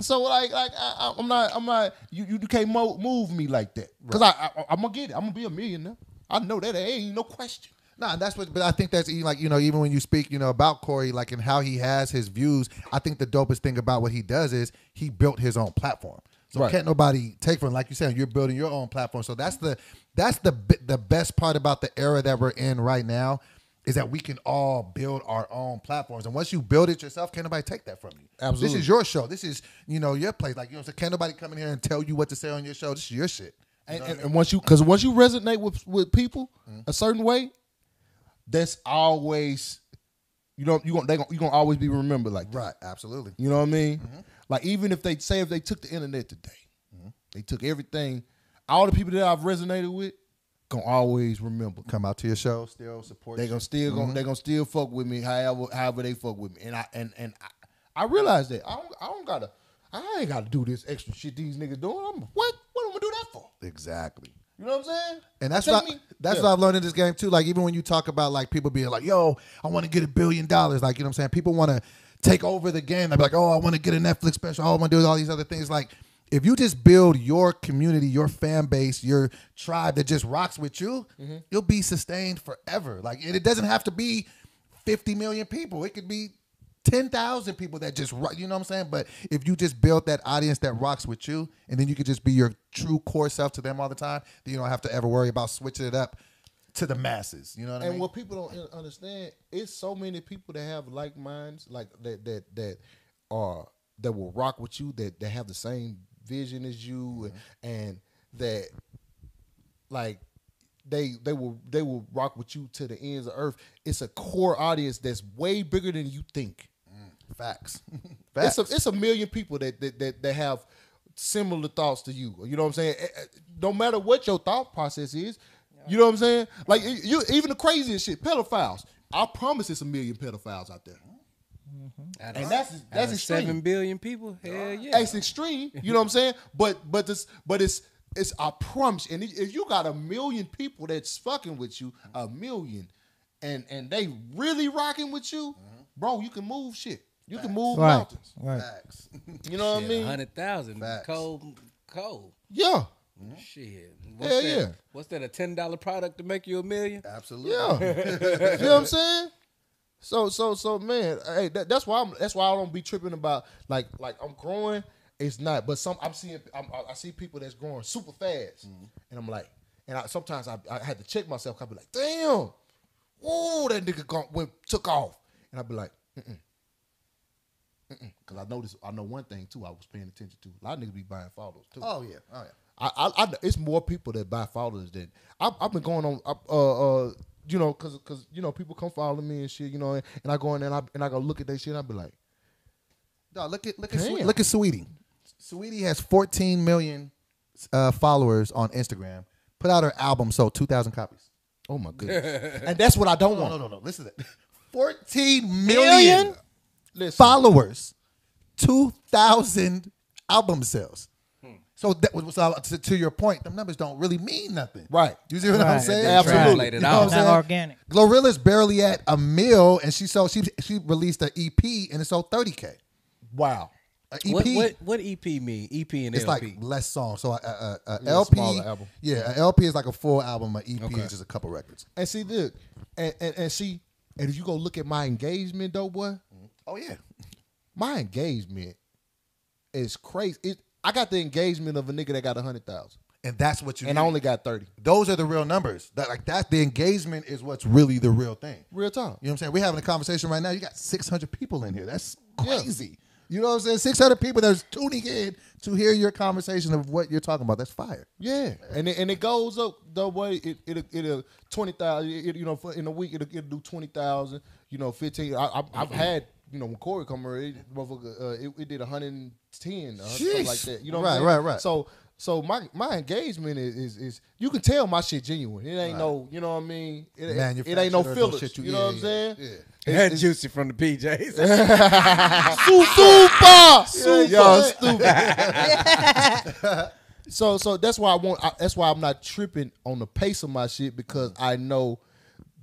So like like I, I- I'm not I'm not you you can't mo- move me like that because I, I I'm gonna get it I'm gonna be a millionaire I know that there ain't no question
Nah, that's what. But I think that's even like you know, even when you speak, you know, about Corey, like and how he has his views. I think the dopest thing about what he does is he built his own platform. So
Right.
can't nobody take from. Like you said, you're building your own platform. So that's the that's the bi- the best part about the era that we're in right now is that we can all build our own platforms. And once you build it yourself, can't nobody take that from you.
Absolutely.
This is your show. This is you know your place. Like you know, so can't nobody come in here and tell you what to say on your show. This is your shit.
and, and, and once you because once you resonate with with people
Mm-hmm.
a certain way that's always you know you gonna they gonna you gonna always be remembered like that.
Right. Absolutely. Mm-hmm.
You know what I mean? Like even if they say if they took the internet today, they took everything, all the people that I've resonated with gonna always remember.
Come out to your show. Still support.
They
you.
gonna still gonna they gonna still fuck with me however however they fuck with me and I and and I, I realize that I don't I don't gotta I ain't gotta do this extra shit these niggas doing. I'm what what am I gonna do that for?
Exactly.
You know what I'm saying?
And that's
Take
what I,
me-
that's
Yeah.
what I've learned in this game too. Like even when you talk about like people being like, "Yo, I want to get a billion dollars," like you know what I'm saying. People want to take over the game. They're like, "Oh, I want to get a Netflix special. Oh, I want to do all these other things." Like if you just build your community, your fan base, your tribe that just rocks with you,
Mm-hmm.
you'll be sustained forever. Like and it doesn't have to be 50 million people. It could be 10,000 people that just rock, you know what I'm saying? But if you just build that audience that rocks with you and then you could just be your true core self to them all the time, then you don't have to ever worry about switching it up to the masses. You know what I
and
mean?
what people don't un- understand it's so many people that have like minds like that that that are that will rock with you that that have the same vision as you
Mm-hmm.
and that like they they will they will rock with you to the ends of earth it's a core audience that's way bigger than you think
Mm, Facts.
it's
Facts.
a, it's a million people that, that that that have similar thoughts to you. You know what I'm saying? Eh, eh, No matter what your thought process is, you know what I'm saying? Like eh, you, even the craziest shit, pedophiles. I promise, it's a million pedophiles out there.
Mm.
Out
And
of-
that's-
out of
that's extreme.
seven billion people. Hell yeah.
It's extreme. You know what I'm saying? But but this but it's it's I promise. And if- if you got a million people that's fucking with you, a million, and and they really rocking with you, bro, you can move shit. You can move
Right.
mountains.
Right.
Facts.
You know what I mean?
hundred thousand.
Facts.
Cold, cold.
Yeah.
Shit. What's
Hell
that?
yeah.
What's that? A ten dollar product to make you a million?
Absolutely.
Yeah, you know what I'm saying. So so so man, hey, that, that's why I'm that's why I don't be tripping about like like I'm growing. It's not, but some I'm seeing I'm, I- I see people that's growing super fast,
Mm-hmm.
and I'm like, and I, sometimes I, I had to check myself. I be like, damn, whoa, that nigga gone, went, took off, and I be like, mm mm, because I noticed I know one thing too. I was paying attention to a lot of niggas be buying followers too.
Oh yeah. Oh yeah.
I, I, I it's more people that buy followers than I, I've been going on. Uh, uh, you know, cause, cause you know, people come follow me and shit. You know, and, I go in there and I and I go look at their shit. and I be like,
Dog, look at look at
Damn.
Sweet, look at Sweetie. Sweetie has 14 million uh, followers on Instagram. Put out her album, sold 2,000 copies.
oh my goodness, and that's what I don't
No,
want.
no, no, no. Listen to that. 14
Million?
million?
Listen,
followers, 2,000 album sales. So, that was, so to, to your point, them numbers don't really mean nothing.
Right.
You see what I'm
Right.
saying?
They
translate it
You know
out.
what I'm
Not
saying?
organic.
Glorilla's barely at a mil, and she sold, she, she released an EP and it sold 30K.
wow,
An EP.
What, what what EP mean? EP and
E It's like
LP.
less songs. So uh, a, a, a, a LP,
smaller album.
yeah, a LP is like a full album. An EP is just a couple records.
and see, look, and and, and see, and if you go look at my engagement though, boy,
Oh yeah,
my engagement is crazy. It, I got the engagement of a nigga that got a hundred thousand,
and that's what you.
and
need.
I only got thirty.
those are the real numbers. That like that the engagement is what's really the real thing.
Real time.
You know what I'm saying? We're having a conversation right now. You got 600 people in here. That's crazy. You know what I'm saying? 600 people that's tuning in to hear your conversation of what you're talking about. That's fire.
Yeah, and it, and it goes up the way it it it'll twenty thousand. It, it, you know, for, in a week it'll, it'll do twenty thousand. You know, fifteen. I, I, I've had you know when Corey come here, it, motherfucker, uh, it, it did one hundred and ten, something
Jeez.
like that. You know, what
Right,
I'm saying?
right, right.
So So my my engagement is is, is you can tell my shit genuine. It ain't no, you know what I mean. It, it, it ain't no
Manufactured or no
fillers.
shit you-
you, know
yeah,
what I'm saying?
yeah,
That juicy from the PJs.
Super, super.
y'all
so so that's why I want. I, that's why I'm not tripping on the pace of my shit because I know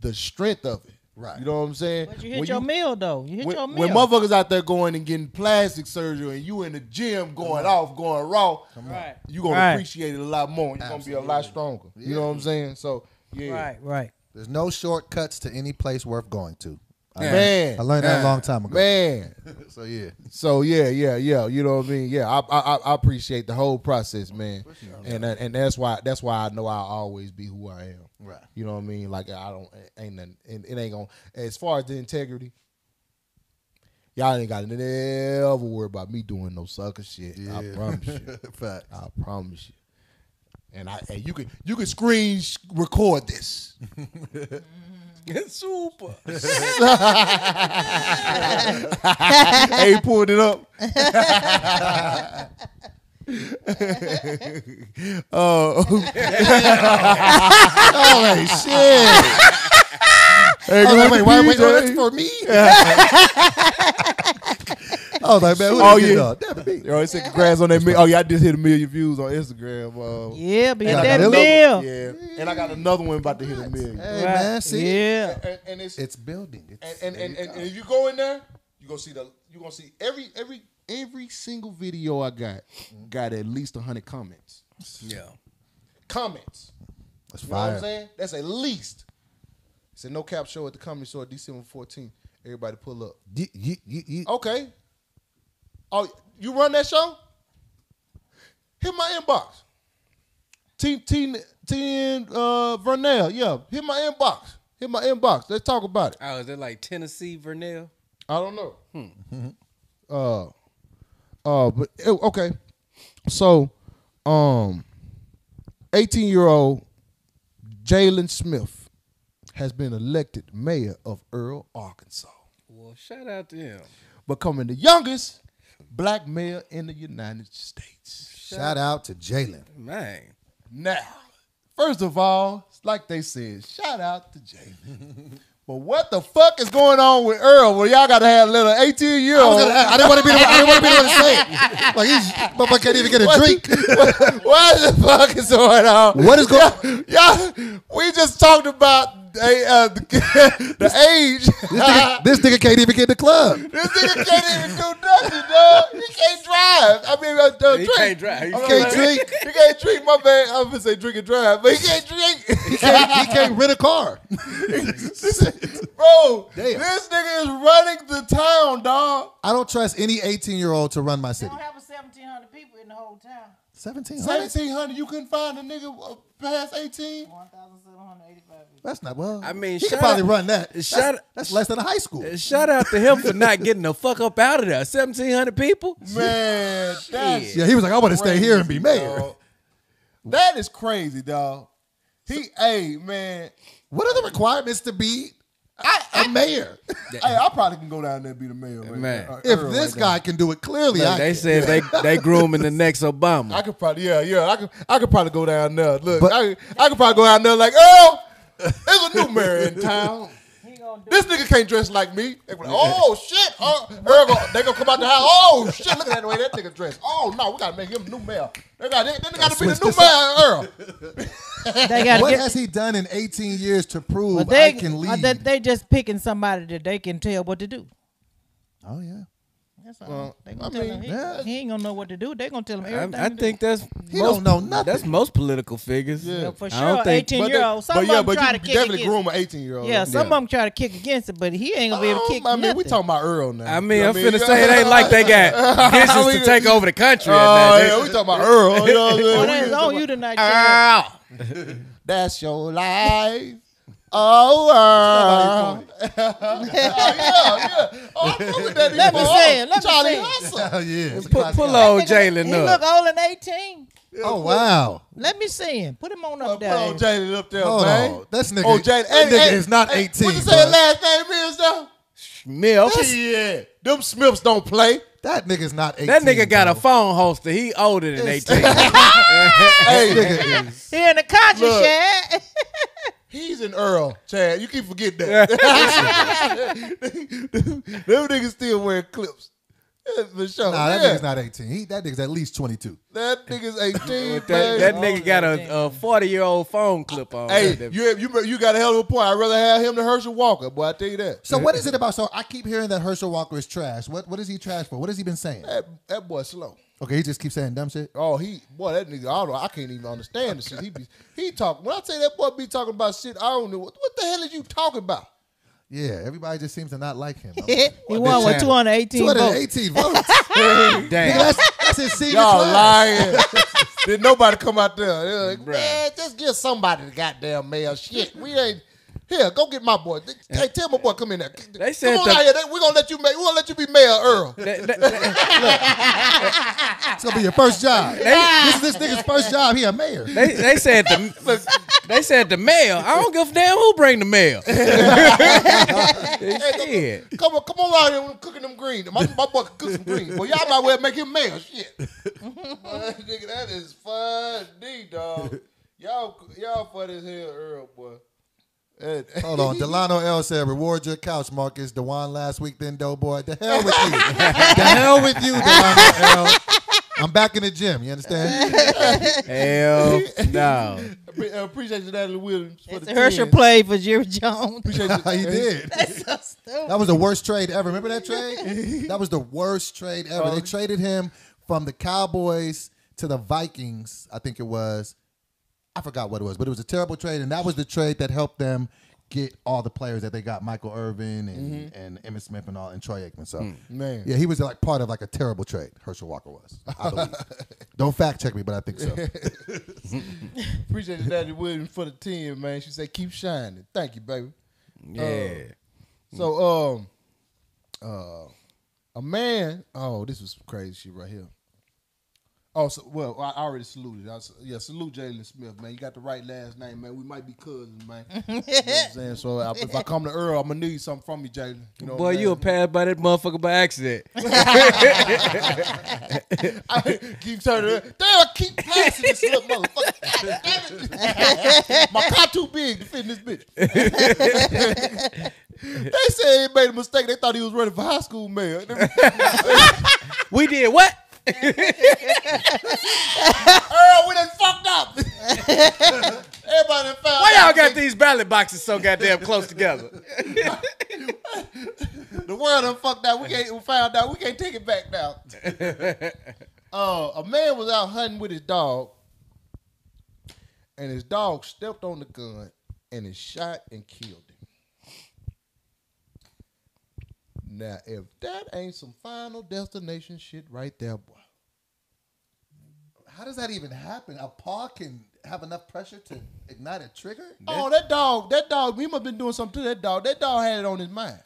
the strength of it.
Right.
You know what I'm saying?
But you hit
When
your meal though. You hit
when,
your meal.
when motherfuckers out there going and getting plastic surgery and you in the gym going off, going raw,
Right.
you gonna
Right.
appreciate it a lot more. You're gonna be a lot stronger. You know what I'm saying? So yeah.
Right, right.
There's no shortcuts to any place worth going to. I
Yeah.
learned-
Man.
I learned that a long time ago.
Man.
So yeah,
So yeah, yeah, yeah. You know what I mean? Yeah, I I, I- I appreciate the whole process, man. And that- and that's why that's why I know I'll always be who I am.
Right.
You know what I mean? Like I don't ain't nothing. It, it ain't gonna. As far as the integrity, y'all ain't got to never worry about me doing no sucker shit. I promise you.
fact.
I promise you. And I and you can you can screen sh- record this.
Super.
hey, he pulled it up. oh.
Oh,
Holy shit. Hey, go
Wait, wait, wait, wait, oh, that's
wait,
for me. I was like, man, what
Oh,
is this
yeah.
dog? That be me.
Yo, it said congrats on that. mil- oh, y'all just hit a million views on Instagram. Uh,
Yeah, but hit
Got
that
Miller?
meal.
yeah. And I got another one about to hit a million.
Hey
Right.
man, see,
Yeah.
And, and it's
it's building. It's,
and and, and, and, and if you go in there, you gonna see the you gonna see every every every single video I got got at least hundred comments.
Yeah.
Comments.
it's
You know what I'm
fire.
saying? That's at least. It's a no cap show at the comedy store December 14th. Everybody pull up.
You- you- you- you-
Okay. Oh, you run that show? Hit my inbox. Team Team Team uh Vernell, yeah. Hit my inbox. Hit my inbox. Let's talk about it.
Oh, is it like Tennessee Vernell?
I don't know. Uh uh but eh, okay. So um 18 year old Jalen Smith has been elected mayor of Earl, Arkansas,
Well, shout out to him.
becoming the youngest black mayor in the United States.
Shout out to Jalen.
Man.
Now, first of all, like they said, shout out to Jalen. but what the fuck is going on with Earl? Well, y'all gotta have little 18 year
I, was
old.
gonna- I didn't want to be. The, I didn't want to be the one to say it. Like he's, motherfucker can't even get a drink.
what, what the fuck is going on?
What is going?
Yeah, we just talked about the, uh, the, the age.
This nigga, this nigga can't even get in the club.
this nigga can't even do nothing, dog. He can't drive. I mean, uh, uh,
He
drink.
can't drive. He
I'm
can't
like,
drink.
He can't drink. My man, I'm gonna say drink and drive, but he can't drink.
He can't, he can't rent a car.
Bro,
Damn.
this nigga is running the town, dog.
I don't trust any 18 year old to run my
We
city.
don't have a 1,700 people in the whole town.
17. huh?
1700, you couldn't find a nigga uh, past 18.
1,785 people.
That's not well.
I mean,
he could
shout
probably
out-
run that.
shout-
that's, that's less than a high school.
Shout out to him for not getting the fuck up out of there. 1,700 people?
Man, that's
Yeah, he was like, I want to stay here and be
crazy,
mayor.
dog. That is crazy, dog. He, hey, man.
What are the requirements to be a mayor?
Hey, I probably can go down there and be the mayor. Right
Man.
now. Uh,
If
Earl
this
right now.
guy can do it, clearly I
They
can.
said they they grooming the next
I
Obama.
could probably, yeah, yeah, I could, I could probably go down there. Look,
But-
I, I could probably go down there like, Earl, there's a new mayor in town.
He gonna do
This nigga can't dress like me. They be like, oh shit, oh, Earl, gonna- they gonna come out the house. Oh shit, look at the way that nigga dressed. Oh no, we gotta make him new mayor. They got, they, they gotta be the new mayor, Earl.
it. They got
What has he done in 18 years to prove
But they,
I can
uh,
lead?
they, they just picking somebody that they can tell what to do.
oh yeah,
That's all. they gonna
I
tell
mean,
him he,
yeah.
he ain't gonna know what to do. They gonna tell him
I,
everything.
I
to
think that's
he don't know nothing.
that's most political figures.
do. Well, for
I don't
sure,
think-
eighteen year old. Some
but
of
yeah,
them
but
try
you
to kick
definitely
against.
groom an 18 year old.
Yeah, some of them try to kick against it, but he ain't gonna be able to kick
I mean, Oh, we
nothing.
talking about Earl now.
I mean, I'm
You know
finna
what I
say it ain't like they got
I
visions
mean-
to take over the country. and
Oh,
that.
yeah, we talking about Ah, Earl. You know what I'm saying? We
Well, that's
just
on
talking
you tonight, Chad.
They-
That's your life. Oh, Earl. yeah, yeah. Oh, I fuck with that.
Let me
nigga.
say it, let me
Charlie
say it.
Hustle.
oh yeah.
Pull, pull old Jalen
he look
up.
old and eighteen.
Oh wow.
Let me see him. Put him on up
Put
there.
old Jalen up there,
Hold
man.
on. That's nigga.
Oh, Jalen.
that
Hey,
nigga
hey,
is not
hey,
18.
What you say his
bro.
last name is, though?
Mills.
Yeah. Them Smiths don't play.
That nigga's not 18.
That nigga got
bro.
a phone holster. He older than
It's-
18.
Hey, nigga is-
He in the country,
Look.
Shad.
he's an Earl, Chad. You keep forgetting that.
Them niggas still wearing clips. Yeah, For sure.
nah, that
yeah.
nigga's not 18. He, that nigga's at least 22.
That nigga's 18.
that
man.
that nigga got a, a 40 year old phone clip on.
hey, you, you you got a hell of a point. I'd rather have him than Herschel Walker, boy. I tell you that.
So what is it about? So I keep hearing that Herschel Walker is trash. What what is he trash for? What has he been saying?
That, that boy slow.
Okay, he just keeps saying dumb shit.
Oh, he boy, that nigga. I don't. I can't even understand the shit. He be he talk. When I say that boy be talking about shit, I don't know what, what the hell is you talking about.
Yeah, everybody just seems to not like him.
he won with 218 votes.
218 votes.
Damn.
That's, that's his senior
Y'all
class.
lying. Did nobody come out there? They're like,
Bruh.
man, just give somebody the goddamn mail. Shit, we ain't. Here, go get my boy. Hey, tell my boy, come in there.
They said
come on
the-
out here. They- We're gonna let you make. We're gonna let you be mayor, Earl.
That- that- that-
It's gonna be your first job. this is this nigga's first job. He a mayor.
they, they said the look, they said the mail. I don't give a damn who bring the mail. Shit.
Come on, come on out here. I'm cooking them green. My, my boy can cook some green. Well, y'all might well make him mayor. Shit, Boy, nigga, that is funny, dog. Y'all, y'all funny as hell, Earl, boy. That-
Hold on. Delano L said, reward your couch, Marcus. Dewan last week, then Doughboy. The hell with you. the hell with you, Delano L. I'm back in the gym. You understand?
Hell no.
Appre- uh, Appreciate you, Natalie Williams, for the
Herschel
10.
played for Jerry Jones.
Appreciate you.
he did.
That's so stupid.
That was the worst trade ever. Remember that trade? That was the worst trade ever.
Oh.
They traded him from the Cowboys to the Vikings, I think it was. I forgot what it was, but it was a terrible trade, and that was the trade that helped them get all the players that they got: Michael Irvin and
Mm-hmm.
and Emmitt Smith and all, and Troy Aikman.
Hmm.
So,
Man.
yeah, he was like part of like a terrible trade. Herschel Walker was. I believe. Don't fact check me, but I think so.
Appreciate you, Natalie Williams, for the ten, man. She said, "Keep shining." Thank you, baby.
Yeah.
So, um, uh, a man. Oh, this was crazy shit right here. Oh, so, well, I I already saluted. I, s- yeah, salute Jalen Smith, man. You got the right last name, man. We might be cousins, man. you know what I'm saying? So I, if I come to Earl, I'm gonna need something from you, Jalen. You know,
Boy, you a pass by that motherfucker by accident.
I keep turning. around. Damn, I keep passing this little motherfucker. Damn it. My car too big to fit in this bitch. they said he made a mistake. They thought he was running for high school mayor.
We did what?
Earl, we done fucked up. Everybody done found
Why y'all
out
got these ballot boxes so goddamn close together?
the world done fucked out. We can't we found out we can't take it back now. uh, a man was out hunting with his dog, and his dog stepped on the gun and it shot and killed him. Now, if that ain't some final destination shit right there, boy.
How does that even happen? A paw can have enough pressure to ignite a trigger.
Oh, that dog, that dog, he must have been doing something to that dog. That dog had it on his mind.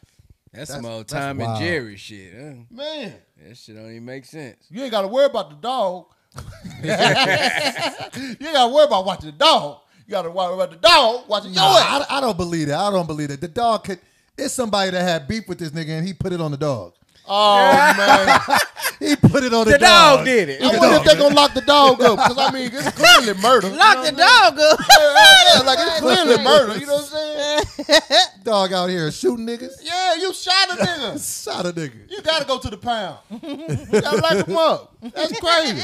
That's, some old
that's
Tom and
wild.
Jerry shit. Huh?
Man.
That shit don't even make sense.
You ain't got to worry about the dog. you ain't got to worry about watching the dog. You got to worry about the dog watching
No,
your ass.
I, I don't believe that. I don't believe that. The dog could. It's somebody that had beef with this nigga and he put it on the dog.
Oh, man.
He put it on the,
The dog did it.
I wonder if they're going to lock the dog up because, I mean, it's clearly murder.
Lock the dog up.
Yeah, like, it's clearly murder. You know what I'm saying?
Dog out here shooting niggas.
Yeah, you shot a nigga.
Shot a nigga.
You got to go to the pound. You got to lock him up. That's crazy.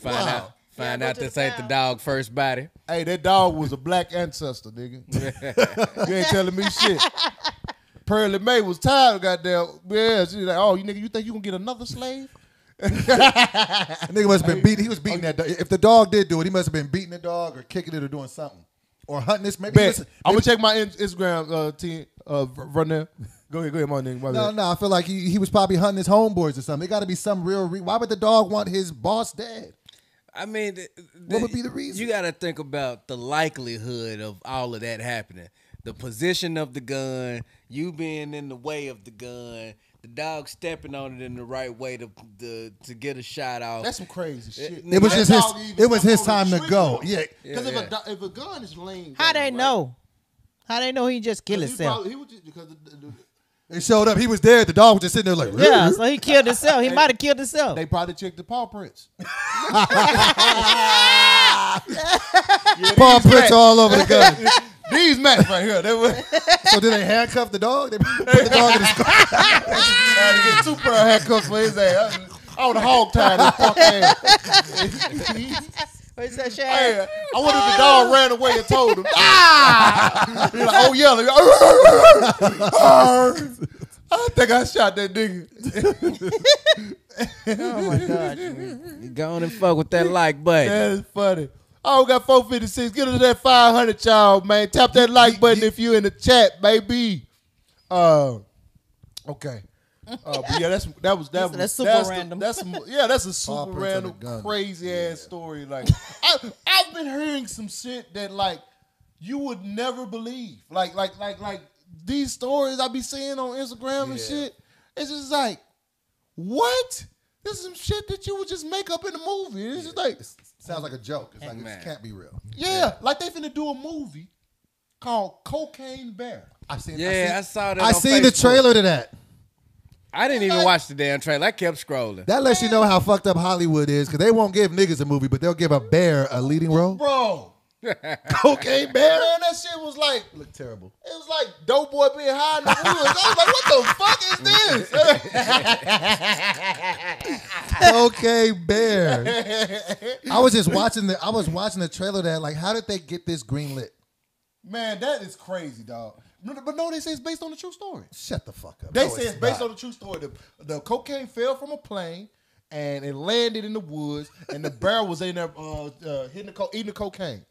Find out. Find
go
out
to the
this ain't the
pound.
dog first body.
Hey, that dog was a black ancestor, nigga. you ain't telling me shit. Pearly May was tired of goddamn. Yeah, she's like, oh, you nigga, you think you gonna get another slave?
That nigga must have been beating. He was beating that dog. If the dog did do it, he must have been beating the dog or kicking it or doing something. Or hunting this. Maybe. he
Bet.
was-
I'm gonna check my in- Instagram uh, team, uh, Vernell. Go ahead, go ahead, my nigga. my
no,
bad.
no. I feel like he, he was probably hunting his homeboys or something. It got to be some real. Re- Why would the dog want his boss dead?
I mean, th-
What would be the reason?
You got to think about the likelihood of all of that happening. The position of the gun, you being in the way of the gun, the dog stepping on it in the right way to to, to get a shot off.
That's some crazy shit.
It was
That
just his-
dog even
it was his
stepped on the
time to go.
trigger.
Yeah.
Because if,
Yeah,
a do- if a gun is lean, down,
How they
right?
know? How they know he just killed
He
himself?
probably- he was just- because the- the-
They showed up. He was dead. The dog was just sitting there like,
Yeah, so he killed himself. He might have killed himself.
They probably checked the paw prints.
paw prints all over the gun.
These mats right here. They were
so did they handcuff the dog? They put the dog in the scar.
trying to get two pair of handcuffs for his ass. I would hog tie this fuck ass.
What's that,
Hey,
Shaq?
I wonder if the dog ran away and told him. Ah! He's like, oh yeah. like, I think I shot that nigga.
Oh my God.
Go on and fuck with that like button.
That is funny. I don't got 456. Get to that 500, y'all, man. Tap that like button if you in the chat, baby. Uh, okay. Uh, but yeah, that's that was that
That's-
was
that's super
the-
random.
that's some, yeah, that's a super
Prince on
random,
the gun.
crazy ass story. Like I, I've been hearing some shit that like you would never believe. Like like like like these stories I be seeing on Instagram and shit. It's just like what? This is some shit that you would just make up in a movie. It's just like
Sounds like a joke. It's like it can't be real.
yeah, like they finna do a movie called Cocaine Bear.
I seen.
Yeah, I
I seen,
saw that.
I
on
seen the
Facebook.
trailer to that.
I didn't even watch the damn trailer. I kept scrolling.
That lets you know how fucked up Hollywood is, because they won't give niggas a movie, but they'll give a bear a leading role.
Bro,
Cocaine bear.
man, that shit was like it
Look terrible.
was like dope boy being high in the woods. I was like, what the fuck is this?
Okay, bear. I was just watching the. I was watching the trailer. That like, how did they get this green lit?
man, that is crazy, dog. No, But no, they say it's based on a true story.
Shut the fuck up.
They
No,
say it's based on a true story. The, the cocaine fell from a plane and it landed in the woods, and the bear was in there uh, uh, hitting the co- eating the cocaine.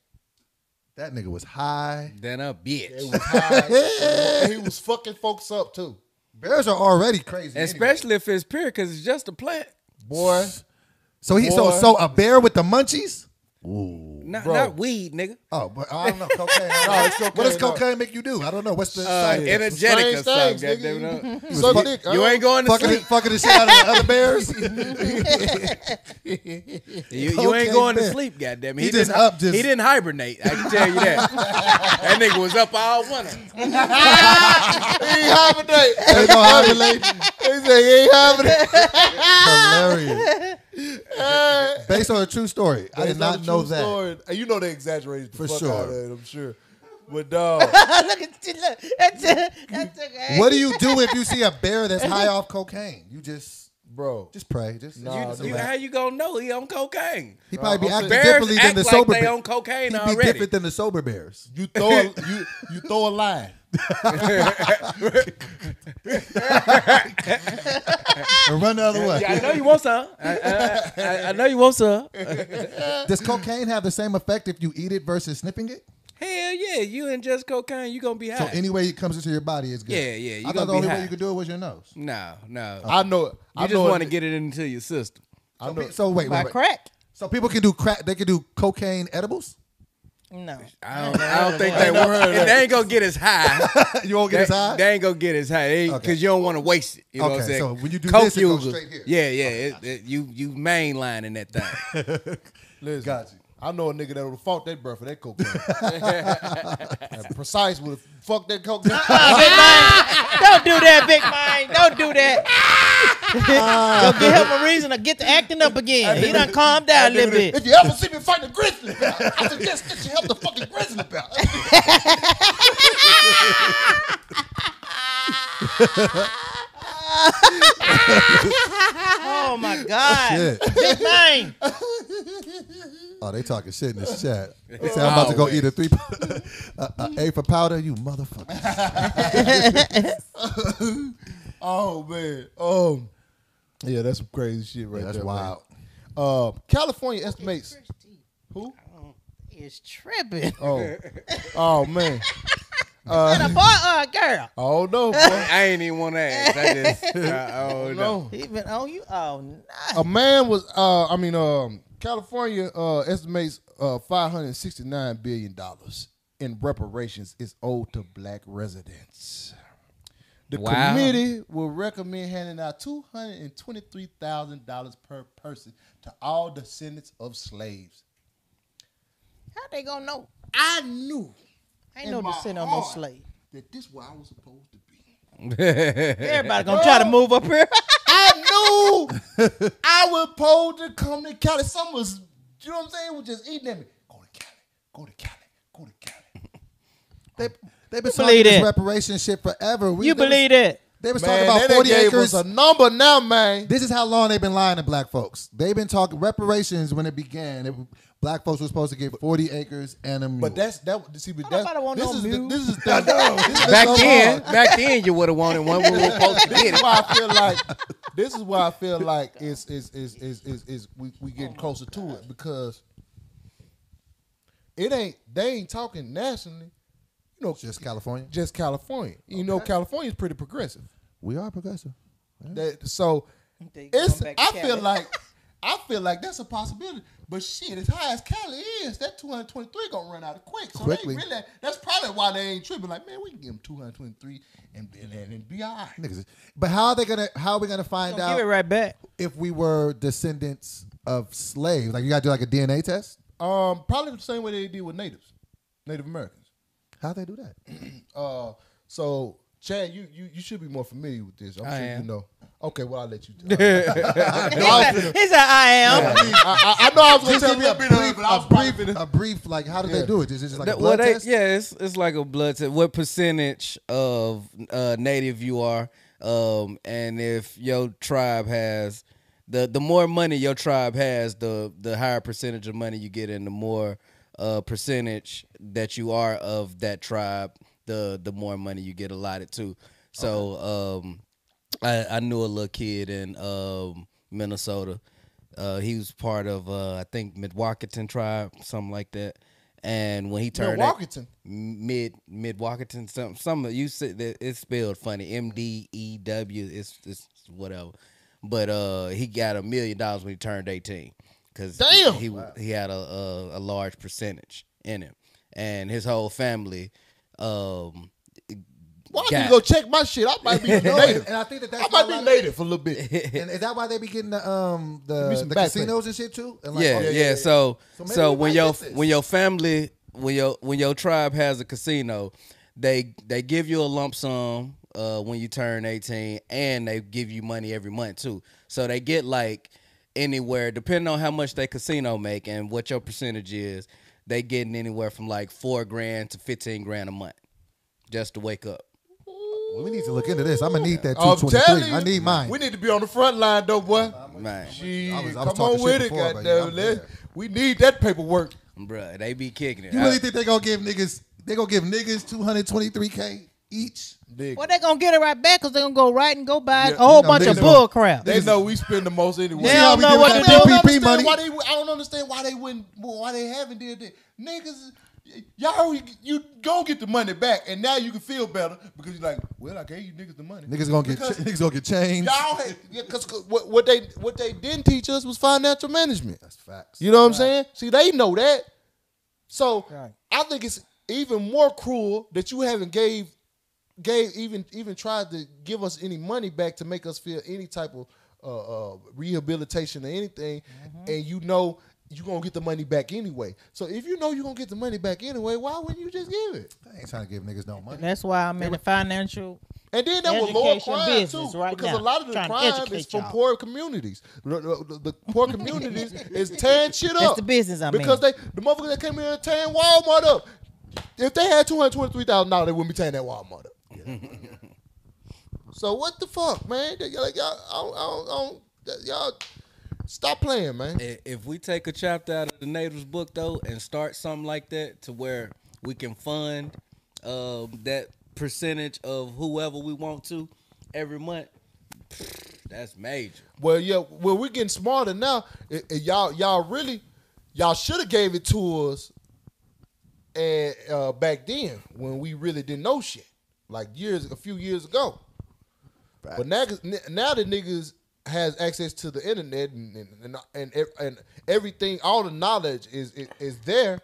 that nigga was high.
Then a bitch.
High. he was fucking folks up too.
Bears are already crazy. anyway.
Especially if it's pure, because it's just a plant.
Boy,
So he so
Boy.
so a bear with the munchies?
Not, not weed, nigga.
Oh, but I don't know cocaine. I don't know.
it's
What does
cocaine, no.
cocaine make you do? I don't know. What's the
Uh,
side effects?
energetic or
Strange
something.
things, nigga.
goddamn it.
suck dick.
You ain't going to
fucking,
sleep.
fucking the shit out of the other bears?
You, you ain't
Okay,
going to
bet.
sleep, goddamn it.
He just
didn't,
up, just-
he didn't hibernate. I can tell you that. that nigga was up all winter.
They don't hibernate?
He said he ain't having it.
Hilarious. Based on a true story. I did
Based on
not
the
know
true
that.
story. And You know they exaggerated the
For
fuck
sure.
out of it, I'm sure. But dog,
look at you. Look. That's a, that's a,
What do you do if you see a bear that's high off cocaine? You just
bro,
just pray. Just
Nah,
You- how you gonna know he on cocaine?
he probably be acting
Bears
differently than
act
the
like
sober
they on
bears.
cocaine
He be
already.
different than the sober bears.
you throw a, you you throw a line.
And run the other way.
Yeah, I know you want some. I, I- I- I know you want some.
Does cocaine have the same effect if you eat it versus sniffing it?
Hell yeah, you and just cocaine, you gonna be high.
So any way it comes into your body is good.
Yeah, yeah, you
I
gonna
thought the
be
only
high.
way you could do it was your nose.
no, no.
I know. it.
you
I
just
know it.
want to get it into your system.
I know. it.
So wait,
By
wait, wait.
crack?
So people can do crack. They can do cocaine edibles.
No.
I don't, I don't think they will. They ain't gonna get as high.
you won't
They,
get high.
they ain't gonna get as high because
Okay.
you don't want to waste it. You know what I'm
Okay,
saying?
so when you do
Coke
this, it goes
user.
straight here.
Yeah, yeah. it- it- you you mainlining that thing.
Listen,
Got you.
I know a nigga that would have fought that breath for that cocaine. And precise would have fucked that cocaine.
Don't do that, big mind. Don't do that.
Uh.
Go give him a reason to get to acting up again. He done calmed down a little bit.
if you ever see me fight a grizzly, bear, I suggest that you help the fucking grizzly bear.
Oh my God.
Shit.
Big mind.
Oh, they talking shit in this chat. They say I'm about to go eat a three, a, a A for powder. You motherfucker.
Oh man. Um. Yeah, that's some crazy shit right
That's
there. man.
wild.
Uh, California estimates. Who?
It's tripping.
Oh, oh man.
Is that a boy or a
I
girl?
don't know. Boy.
I ain't even want to ask. I just I, I don't know.
He been on you all night.
A man was. Uh, I mean, um, California uh, estimates uh, five hundred sixty-nine billion dollars in reparations is owed to black residents. The
Wow.
committee will recommend handing out two hundred and twenty-three thousand dollars per person to all descendants of slaves.
How they gonna know?
I knew
Ain't
In
no
my
descendant on no
heart.
slave.
that this was where I was supposed to be.
Everybody gonna try to move up here.
I knew I was supposed to come to Cali. Some was, you know what I'm saying, was just eating at me. Go to Cali, go to Cali, go to Cali.
They, they've been
believe
talking this
that?
reparation shit forever. We,
you
they was-
believe that?
They was
Man,
talking
they
about
done
40
gave
acres.
us a number now, man.
This is how long they've been lying to black folks. They've been talking reparations when it began. It, black folks were supposed to get 40 acres and a mule.
But that's that. See, but that's
nobody want
this,
no
is the,
mule.
this is the, this is
Back
so
then,
hard.
back then you would have wanted one. We were supposed to
This
get
is
it.
why I feel like this is why I feel like it's is is is is, is we we getting
Oh
closer to it because it ain't they ain't talking nationally. You know,
just California.
just California. You know, California's pretty progressive.
We are progressive.
That so
They
it's
going back to
I feel
Cali.
like I feel like that's a possibility. But shit, as high as Cali is, that 223 gonna run out quick. So
Quickly.
they really that's probably why they ain't tripping. Like, man, we can give them 223 and and, and, and be all right.
Niggas. is- But how are they gonna? How are we gonna find
Gonna
out
give it right back.
if we were descendants of slaves? Like you gotta do like a DNA test.
Um, probably the same way they did with natives, Native Americans.
How they do that?
Uh, so Chad, you, you you should be more familiar with this. I'm
I
sure
am.
you know. Okay, well I'll let you. I,
He said, "I am."
I, I know I was gonna tell you a
give me a
brief, but I was briefing.
A brief like how do they
Yeah.
do it? Is it just like a
That-
blood
well, they-
test?
yeah, it's it's like a blood test. What percentage of uh, native you are, um, and if your tribe has the the more money your tribe has, the the higher percentage of money you get, and the more uh, percentage that you are of that tribe, the the more money you get allotted to. So, um, I, I knew a little kid in um, Minnesota. Uh, he was part of uh, I think Midwauketon tribe, something like that. And when he turned eight-
Milwaukeeton.
mid Midwauketon, some some you said that it's spelled funny. M D E W. It's it's whatever. But uh, he got a million dollars when he turned eighteen because
Damn!
he he had a, a a large percentage in him, and his whole family. Um,
Why
got-
did you go check my shit? I might be a
No,
native.
and I think that that's
I might
why a
be
lot-
native for a little bit.
And is that why they be getting the um
me
the,
some
the
back
casinos and shit too? And like,
yeah,
oh,
yeah, So, so,
maybe we
when
might
your
get this.
when your family when your when your tribe has a casino, they they give you a lump sum uh, when you turn eighteen, and they give you money every month too. So they get like anywhere depending on how much they casino make and what your percentage is. They getting anywhere from like four grand to fifteen grand a month just to wake up.
Well, we need to look into this. I'm gonna need that
I'm telling
223.
you,
I need mine.
We need to be on the front line though, boy.
Man,
Jeez,
I was- I was
come
talking
on
shit
with it,
before, but yeah, I'm
goddamn. Let's- We need that paperwork.
bruh, they be kicking it.
You
I-
really think they gonna give niggas? They gonna give niggas 223k each?
Nigga.
Well, they gonna get it right back because they gonna go right and go buy
Yeah,
a whole
you know,
bunch
niggas
of
don't-
bull crap.
They know we spend the most anyway.
They
See how
don't
we
know
do
what
that
to do.
I don't
PPP
understand
money.
Why they, I don't understand why they wouldn't, why they haven't did that. Niggas, y'all, you go get the money back, and now you can feel better because you're like, well, I gave you niggas the money.
Niggas gonna get
Because
niggas gonna get changed.
Y'all, had, yeah, cause, 'cause what, what they what they didn't teach us was financial management.
That's facts.
You know what I'm saying? See, they know that. So
Right.
I think it's even more cruel that you haven't gave gave even even tried to give us any money back to make us feel any type of uh, uh, rehabilitation or anything,
Mm-hmm.
and you know you're gonna get the money back anyway. So if you know you're gonna get the money back anyway, why wouldn't you just give it?
I ain't trying to give niggas no money.
That's why I'm in the financial.
And then there were lower
Education
crime
business
too,
right
because
now.
a lot of the
Trying to
crime
educate
is from
y'all.
poor communities. The, the- the poor communities is tearing shit up.
That's the business I'm
because they
in.
the motherfuckers that came in and tearing Walmart up. If they had two hundred twenty three thousand dollars, they wouldn't be tearing that Walmart up. so what the fuck, man? They- Like y'all, I don't, I don't, I don't, y'all stop playing, man.
I- if we take a chapter out of the natives book though and start something like that to where we can fund um, that percentage of whoever we want to every month that's major
Well, yeah, well, we're getting smarter now. And- and y'all, y'all really, y'all should have gave it to us, and uh, back then when we really didn't know shit, like years, a few years ago. But now, now the niggas has access to the internet and and and, and, ev- and everything, all the knowledge is is, is there.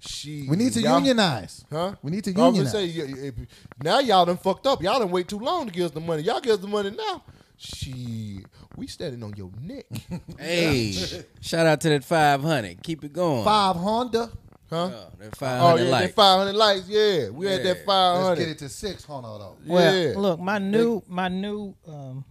She,
We need to
y'all-
unionize.
Huh?
We need to
I was gonna
unionize.
say, y- y- if- now y'all done fucked up. Y'all done wait too long to give us the money. Y'all give us the money now. She, we standing on your neck. Oh,
hey shout out to that 500 keep it going
Five Honda.
Huh?
Oh, that 500
Oh yeah, that
light.
500 lights. Yeah, we had
Yeah.
that
Let's get
500.
it to six. Hold on, though.
yeah.
Well, look, my new my new um,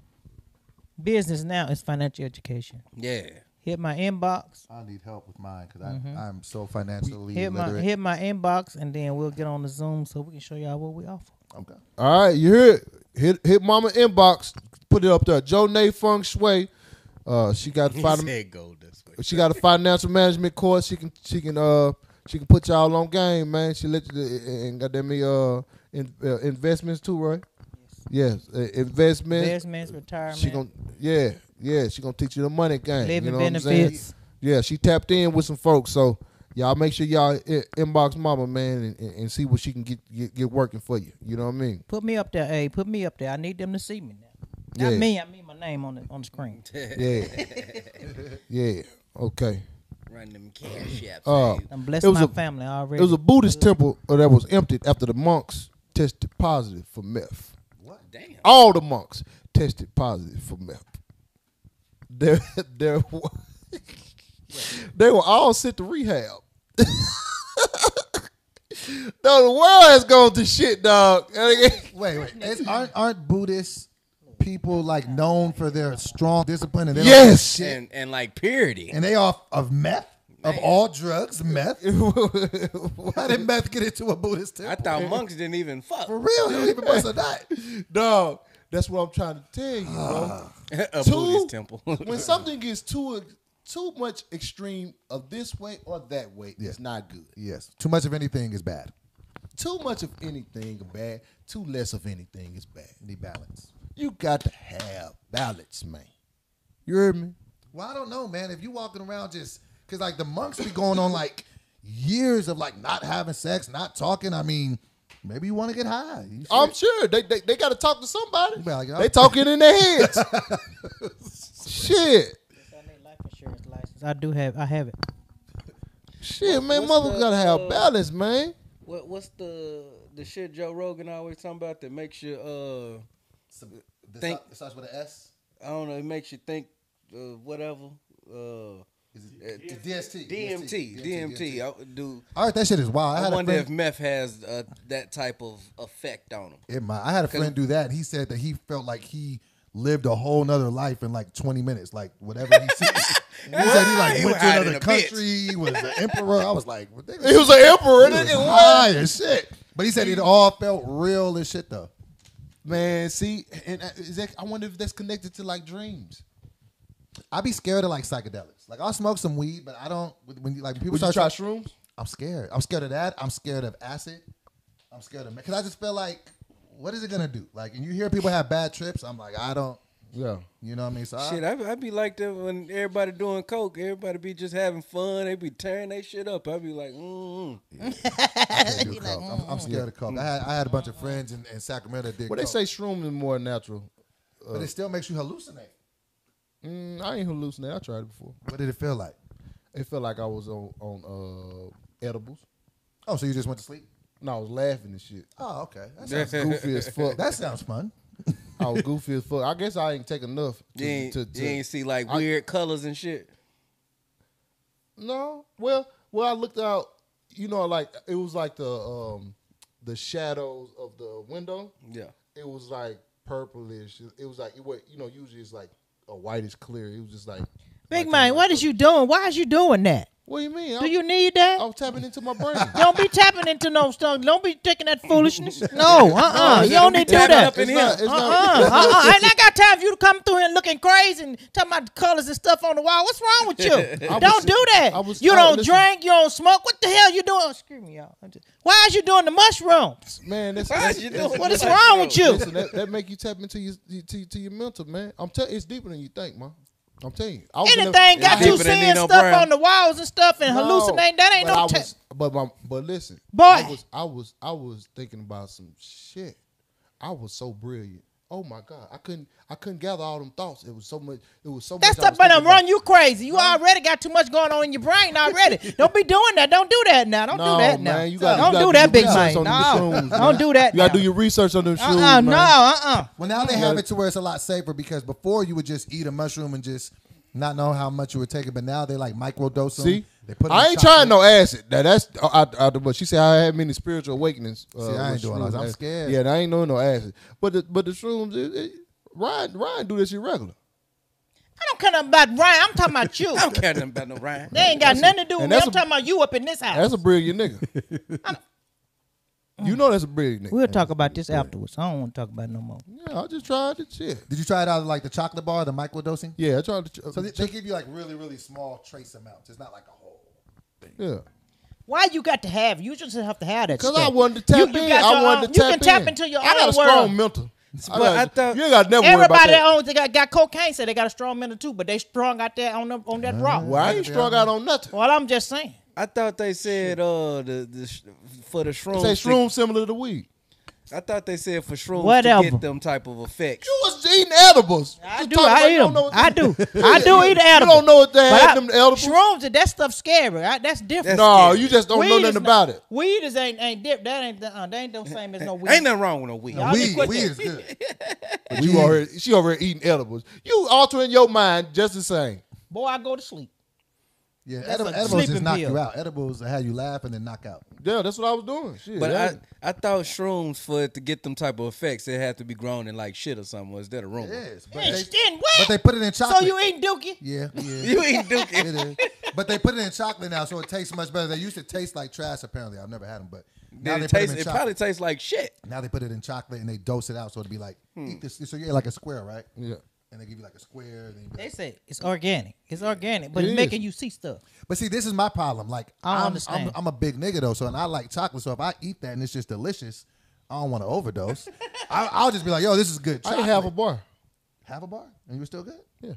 business now is financial education.
yeah.
Hit my inbox.
I need help with mine because I'm so financially
Hit my
literate.
hit my inbox, and then we'll get on the Zoom so we can show y'all what we offer.
Okay.
All right, you hear it. Hit hit mama inbox. Put it up there. Joe Nay Feng Shui. Uh, she got
He
finan-
said go this way.
she got a financial management course. She can she can uh she can put y'all on game, man. She let you and got them uh, in, uh investments too, right? Yes, uh, investments.
Investments, retirement,
She gonna yeah yeah she gonna teach you the money game.
living
you know What I'm saying?
benefits.
Yeah, she tapped in with some folks, so y'all make sure y'all i- inbox Mama man and, and, and see what she can get, get get working for you. You know what I mean?
Put me up there, hey. Put me up there. I need them to see me now. Not
Yeah.
me. I mean my name on the on the screen.
Yeah, yeah. Okay.
Run them cash apps.
Uh,
I'm blessing
It was
my
a-
family
It
already.
was a Buddhist temple uh, that was emptied after the monks tested positive for meth.
Damn.
All the monks tested positive for meth. There, there, wa- they were all sent to rehab. no, the world has gone to shit, dog.
Wait, wait. It's, aren't aren't Buddhist people like known for their strong discipline and they don't give a
yes.
shit?
And, and like purity.
and they off of meth of all drugs, meth. How did meth get into a Buddhist temple?
I thought monks didn't even fuck.
for real, they don't even bust a nut.
Dog, that's what I'm trying to tell you, bro.
a
Too-
Buddhist temple.
when something gets too too much extreme of this way or that way, it's not good.
Yes, too much of anything is bad.
Too much of anything is bad. Too less of anything is bad.
Need balance.
You got to have balance, man. You heard me?
Well, I don't know, man. If you walking around just because like the monks be going on like years of like not having sex, not talking. I mean, maybe you want to get high. You should.
I'm sure they they, they got to talk to somebody.
Well, y'all-
They talking in their heads. shit,
I need life insurance license. I do have. I have it.
shit, man.
what's
Mother
the,
got to have
uh,
balance, man.
What what's the the shit Joe Rogan always talking about that makes you uh
The
Think-
it starts with an S.
I don't know it makes you think uh, whatever uh
Is it, the DST.
DMT DMT, I do
All right, that shit is wild. I,
I
had a
wonder
friend-
if meth has uh, that type of effect on him.
It might. I had a friend do that. And he said that he felt like he lived a whole nother life in like 20 minutes, like whatever he said. he said he like
He was
went to
higher
another
than a bitch.
country, he was an emperor. I was like, what the-
He was an emperor.
he was
nigga, what?
high as shit. But he said it all felt real and shit though.
Man, see, and uh, is that, I wonder if that's connected to like dreams.
I'd be scared of like psychedelics. Like I'll smoke some weed, but I don't. When when you like people
Would you
start
try shrooms?
I'm scared. I'm scared of that. I'm scared of acid. I'm scared of because I just feel like, what is it gonna do? Like, and you hear people have bad trips. I'm like, I don't.
Yeah.
You know what I mean? So I-
Shit, I, I be like that when everybody doing coke, everybody be just having fun, they be tearing they shit up. I be like, mm.
can't do coke. I'm, I'm scared of coke. I had, I had a bunch of friends in, in Sacramento that did
Well, they
coke,
say shrooms is more natural.
but it still makes you hallucinate.
Mm, I ain't hallucinating. I tried it before.
What did it feel like?
It felt like I was on on uh, edibles.
Oh, so you just went to sleep?
And I was laughing and shit.
Oh, okay. That
I
sounds,
was goofy as fuck.
that sounds fun.
I was goofy as fuck. I guess I ain't take enough. To,
you, ain't,
to, to-
you ain't see like
I-
weird colors and shit.
No. Well, well, I looked out. You know, like it was like the um the shadows of the window.
Yeah.
It was like purplish. It was like it was, you know usually it's like a whitish clear. It was just like.
Big man, what is you doing? Why is you doing that?
What do you mean? Oh.
Do
I'm-
you need that?
I was tapping into my brain.
Don't be tapping into no stuff. Don't be taking that foolishness. No, uh, uh you don't need to do
Tapping
that.
up in
It's
here.
not- it's
Uh
not-
uh-uh, uh, I ain't I got time for you to come through here looking crazy and talking about colors and stuff on the wall. What's wrong with you?
I was-
don't do that.
I was-
you
I-
don't
listen.
drink. You don't smoke. What the hell you doing? Oh, excuse me, y'all. I'm just- Why is you doing the mushrooms?
man, that's,
Why
that's,
you
that's-
doing
What is
that,
wrong
bro?
with you?
listen, that, that make you tap into your to, to your mental, man. I'm telling it's deeper than you think, man. I'm telling you. I was in there-
Anything got
Deeper
you
than
seeing
Nino
stuff
Brown.
on the walls and stuff and
No,
hallucinating. That ain't
but
no.
I
ta-
was, but my, but listen,
Boy.
I was, I was, I was thinking about some shit. I was so brilliant. Oh my god, I couldn't, I couldn't gather all them thoughts. It was so much. It was so
That
much. I
stuff
was
gonna
thinking about.
run you crazy. You already got too much going on in your brain already. don't be doing that. Don't do that now. Don't
No,
do that now.
man, you gotta- you
don't
gotta
do
do
that,
your
big
research
man.
on
No,
them shrooms,
don't
man.
do that.
You gotta
now.
do your research on them shoes,
Uh-uh,
man.
No, uh-uh.
Well, now they have it to where it's a lot safer because before you would just eat a mushroom and just not know how much you were taking, but now they like microdose them.
See?
They put
I
in
ain't
chocolate.
trying no acid. Now that's out, out the butt. She said I had many spiritual awakenings. uh,
See, I ain't
with
doing those.
shrooms.
I'm scared.
Yeah, and I ain't doing no acid. But the, but the shrooms, it, it, Ryan Ryan do this shit regular.
I don't care nothing about Ryan. I'm talking about you.
I don't care nothing about no Ryan.
They ain't got nothing to do with
and
me.
that's
I'm
a-
talking about you up in this house.
That's a brilliant nigga. you know that's a brilliant nigga.
We'll talk about this afterwards. I don't want to talk about it no more.
Yeah, I just tried the shit.
Did you try it out of like the chocolate bar, the microdosing?
Yeah, I tried to.
So they, they give you like really, really small trace amounts. It's not like a whole.
yeah.
Why you got to have? You just have to have that.
Cause
stuff.
I wanted to tap
You- you
in.
got
I
your
wanted to
own-
tap
You
in.
can tap into your
I got
own
a strong
world.
mental. I
But I
got-
thought-
you ain't got never worry about
Everybody
that.
that owns they got, got cocaine said they got a strong mental too, but they strong out there on them on that rock.
Ah. well, I ain't strung out on nothing.
Well, I'm just saying.
I thought they said uh the, the sh- for the shrooms.
Say
to-
shrooms similar to weed.
I thought they said for shrooms to
Whatever.
get them type of effects.
You was eating edibles.
I
You
do.
talking
I
about you don't
am.
know what-
I do. I do eat
You
edibles.
don't know what they
But
had
I-
them edibles?
Shrooms and that stuff scary. I, that's different.
No,
scary.
you just don't
Weed
know
is
nothing
not-
about it.
Weed is ain't ain't dip. That ain't the, uh, that ain't the same as no weed.
Ain't nothing wrong with no weed.
Y'all just
Weed,
quit
weed
that.
is good.
But you over here- she over here eating edibles. You altering your mind just the same.
Boy, I go to sleep.
Yeah,
That's
edible,
a
edibles just
sleeping
knock
pill.
you out. Edibles have you laugh and then knock out.
Yeah, that's what I was doing. Shit,
But
that-
I, I thought shrooms for it to get them type of effects, it had to be grown in like shit or something. Was that a rumor?
Yes, but
Hey,
they,
skin wet.
but they put it in chocolate.
so you eat dookie?
Yeah, yeah.
You ain't do it.
It is. But they put it in chocolate now, so it tastes much better. They used to taste like trash, apparently. I've never had them, but
Did it,
now they put 'em
taste,
in
it
chocolate.
probably tastes like shit.
now they put it in chocolate and they dose it out, so it'd be like,
Hmm.
eat this. So you're like a square, right?
yeah.
And they give you like a square. And then you be
They
like,
say it's organic. It's organic, but
It
it's
is.
making you see stuff.
but see, this is my problem. Like,
I don't
I'm,
understand.
I'm, I'm a big nigga, though, so, and I like chocolate, so if I eat that and it's just delicious, I don't want to overdose. I, I'll just be like, yo, this is good.
I
Chocolate.
didn't have a bar.
Have a bar? And you were still good?
Yeah,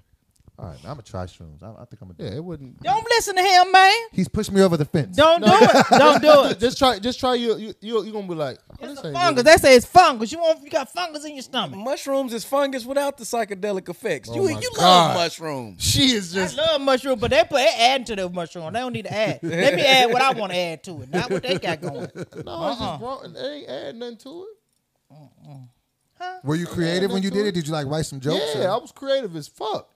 All right, I'm going to try shrooms. I, I think I'm going to do
yeah,
it.
it wouldn't.
Don't listen to him, man.
He's pushed me over the fence.
Don't do it. Don't do it.
Just try, just try. You, you, you, you gonna be like, oh,
It's
this
a
ain't
fungus.
good.
They say it's fungus. You want you got fungus in your stomach.
Mushrooms is fungus without the psychedelic effects.
Oh
you
my
you
God.
love mushrooms.
She is
I
just.
love mushroom, but they put they add to the mushroom. They don't need to add. Let me add what I want to add to it, not what they got going.
No, it's
Uh-uh.
just wrong. They ain't add nothing to it.
Were you creative when you did it? Did you like write some jokes?
Yeah, I
or-
was creative as fuck.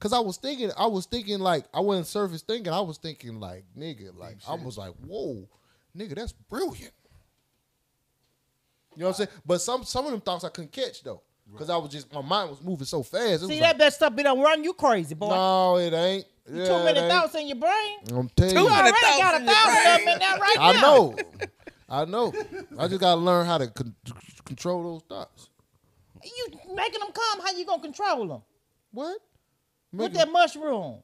Cause I was thinking, I was thinking like I wasn't surface thinking. I was thinking like nigga, like I was like, whoa, nigga, that's brilliant. You know what I'm saying? But some some of them thoughts I couldn't catch though, cause I was just my mind was moving so fast. It
See
was
that
like,
bad stuff be done run you crazy, boy.
no, it ain't. Yeah, Mm-hmm.
Too many
it ain't.
thoughts in your brain.
I'm telling
Too
You
you,
many
already got a
thoughts in your
thousand of them
brain.
in there right now.
I know, I know. I just gotta learn how to con- control those thoughts.
You making them come? How you gonna control them
What?
with
Making-
that mushrooms?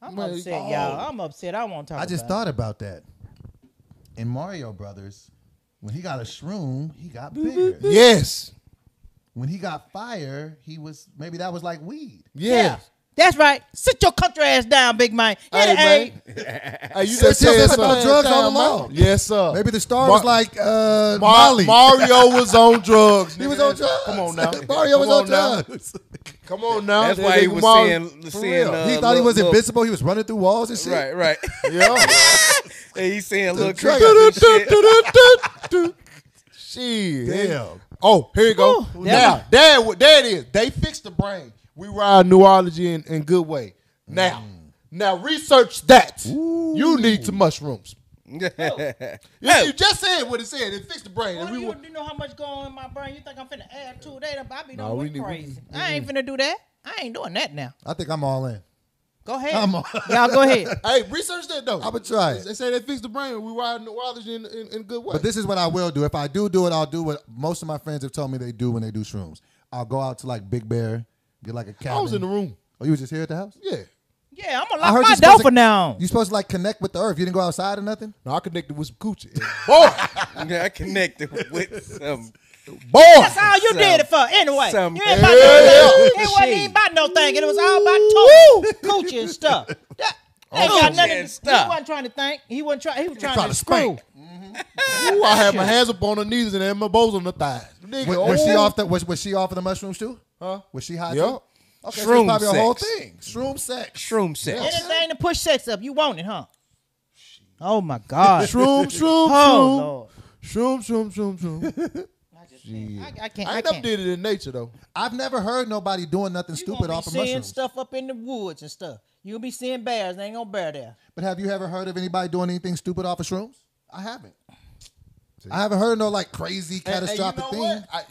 I'm
Man,
upset, y'all. I'm upset. I won't talk.
I just
about
thought about that. In Mario Brothers, when he got a shroom, he got bigger.
Yes,
When he got fire, he was maybe that was like weed.
it. Yeah,
yes.
that's right. Sit your country ass down, big man. Hit
Hey,
it, hey.
man. Hey, you
Said
just
something
said
about
something.
drugs
Damn,
all
man.
along.
Yes, sir.
Maybe the star
Mar-
was like
Mar-
uh, Molly.
Mario was on drugs.
he was
nigga.
on drugs.
Come on now.
Mario was
Come
on drugs.
Come on now.
That's
That
why he
nigga
was
Mario-
seeing-
for
seeing,
real.
uh,
he thought he
look,
was
look.
invisible. He was running through walls and shit.
Right, right.
Yeah.
and he's saying
The
little
drug-
creatures and shit.
Shit.
Damn.
Oh, here you go.
Ooh,
now, there, there it is. They fixed the brain. We ride neurology in, in good way. Now, now research that. You need some mushrooms.
Oh.
You just said what it said. It fixed the brain. And
Boy,
we
you,
were,
you know how much going in my brain? You think I'm finna add two day? I be
we
doing
need-
no,
we-
crazy. I ain't finna do that. I ain't doing that now.
I think I'm all in.
Go ahead.
I'm all-
Y'all go ahead.
hey, research that though.
I'ma try it.
They say they fixed the brain. We ride neurology in, in, in good way.
But this is what I will do. If I do do it, I'll do what most of my friends have told me they do when they do shrooms. I'll go out to like Big Bear, get like a cabin.
I was in the room.
Oh, you were just here at the house?
Yeah.
Yeah, I'm gonna
I
lock my
supposed
door
to-
for now.
You supposed to like connect with the earth. You didn't go outside or nothing.
No, I connected with some coochie. Boy,
I connected with some.
boy.
That's all you
Some-
did it for anyway.
some-
you ain't about
Yeah.
no thing. It wasn't even about no thing. It was all about talking, coochie and stuff. That, they ain't
Oh,
got
Coochie
nothing.
and
to-
stuff.
He wasn't trying to think. He wasn't trying. He was trying,
trying
to
to
screw.
spank.
Ooh, I had my hands up on her knees and had my bows on her thighs. Nigga,
Was, was she
oh.
off the was, was she off of the mushrooms too?
Huh?
Was she high?
Yeah.
Too? Okay, so
Shroom
it's probably a whole
sex.
thing. Shroom sex.
Shroom sex.
Anything to push sex up. You want it, huh? Oh my God.
Shroom, shroom,
Oh
shroom.
Lord.
Shroom, shroom, shroom, shroom.
I, just can't. I, I can't.
I
I
ain't never
can't.
did it in nature, though.
I've never heard nobody doing nothing
You
stupid
gonna be
off of
seeing
mushrooms.
stuff up in the woods and stuff. You'll be seeing bears. They ain't gonna bear there.
But have you ever heard of anybody doing anything stupid off of shrooms? I haven't. I haven't heard no like crazy
And- and
catastrophic
you know
thing.
what? I,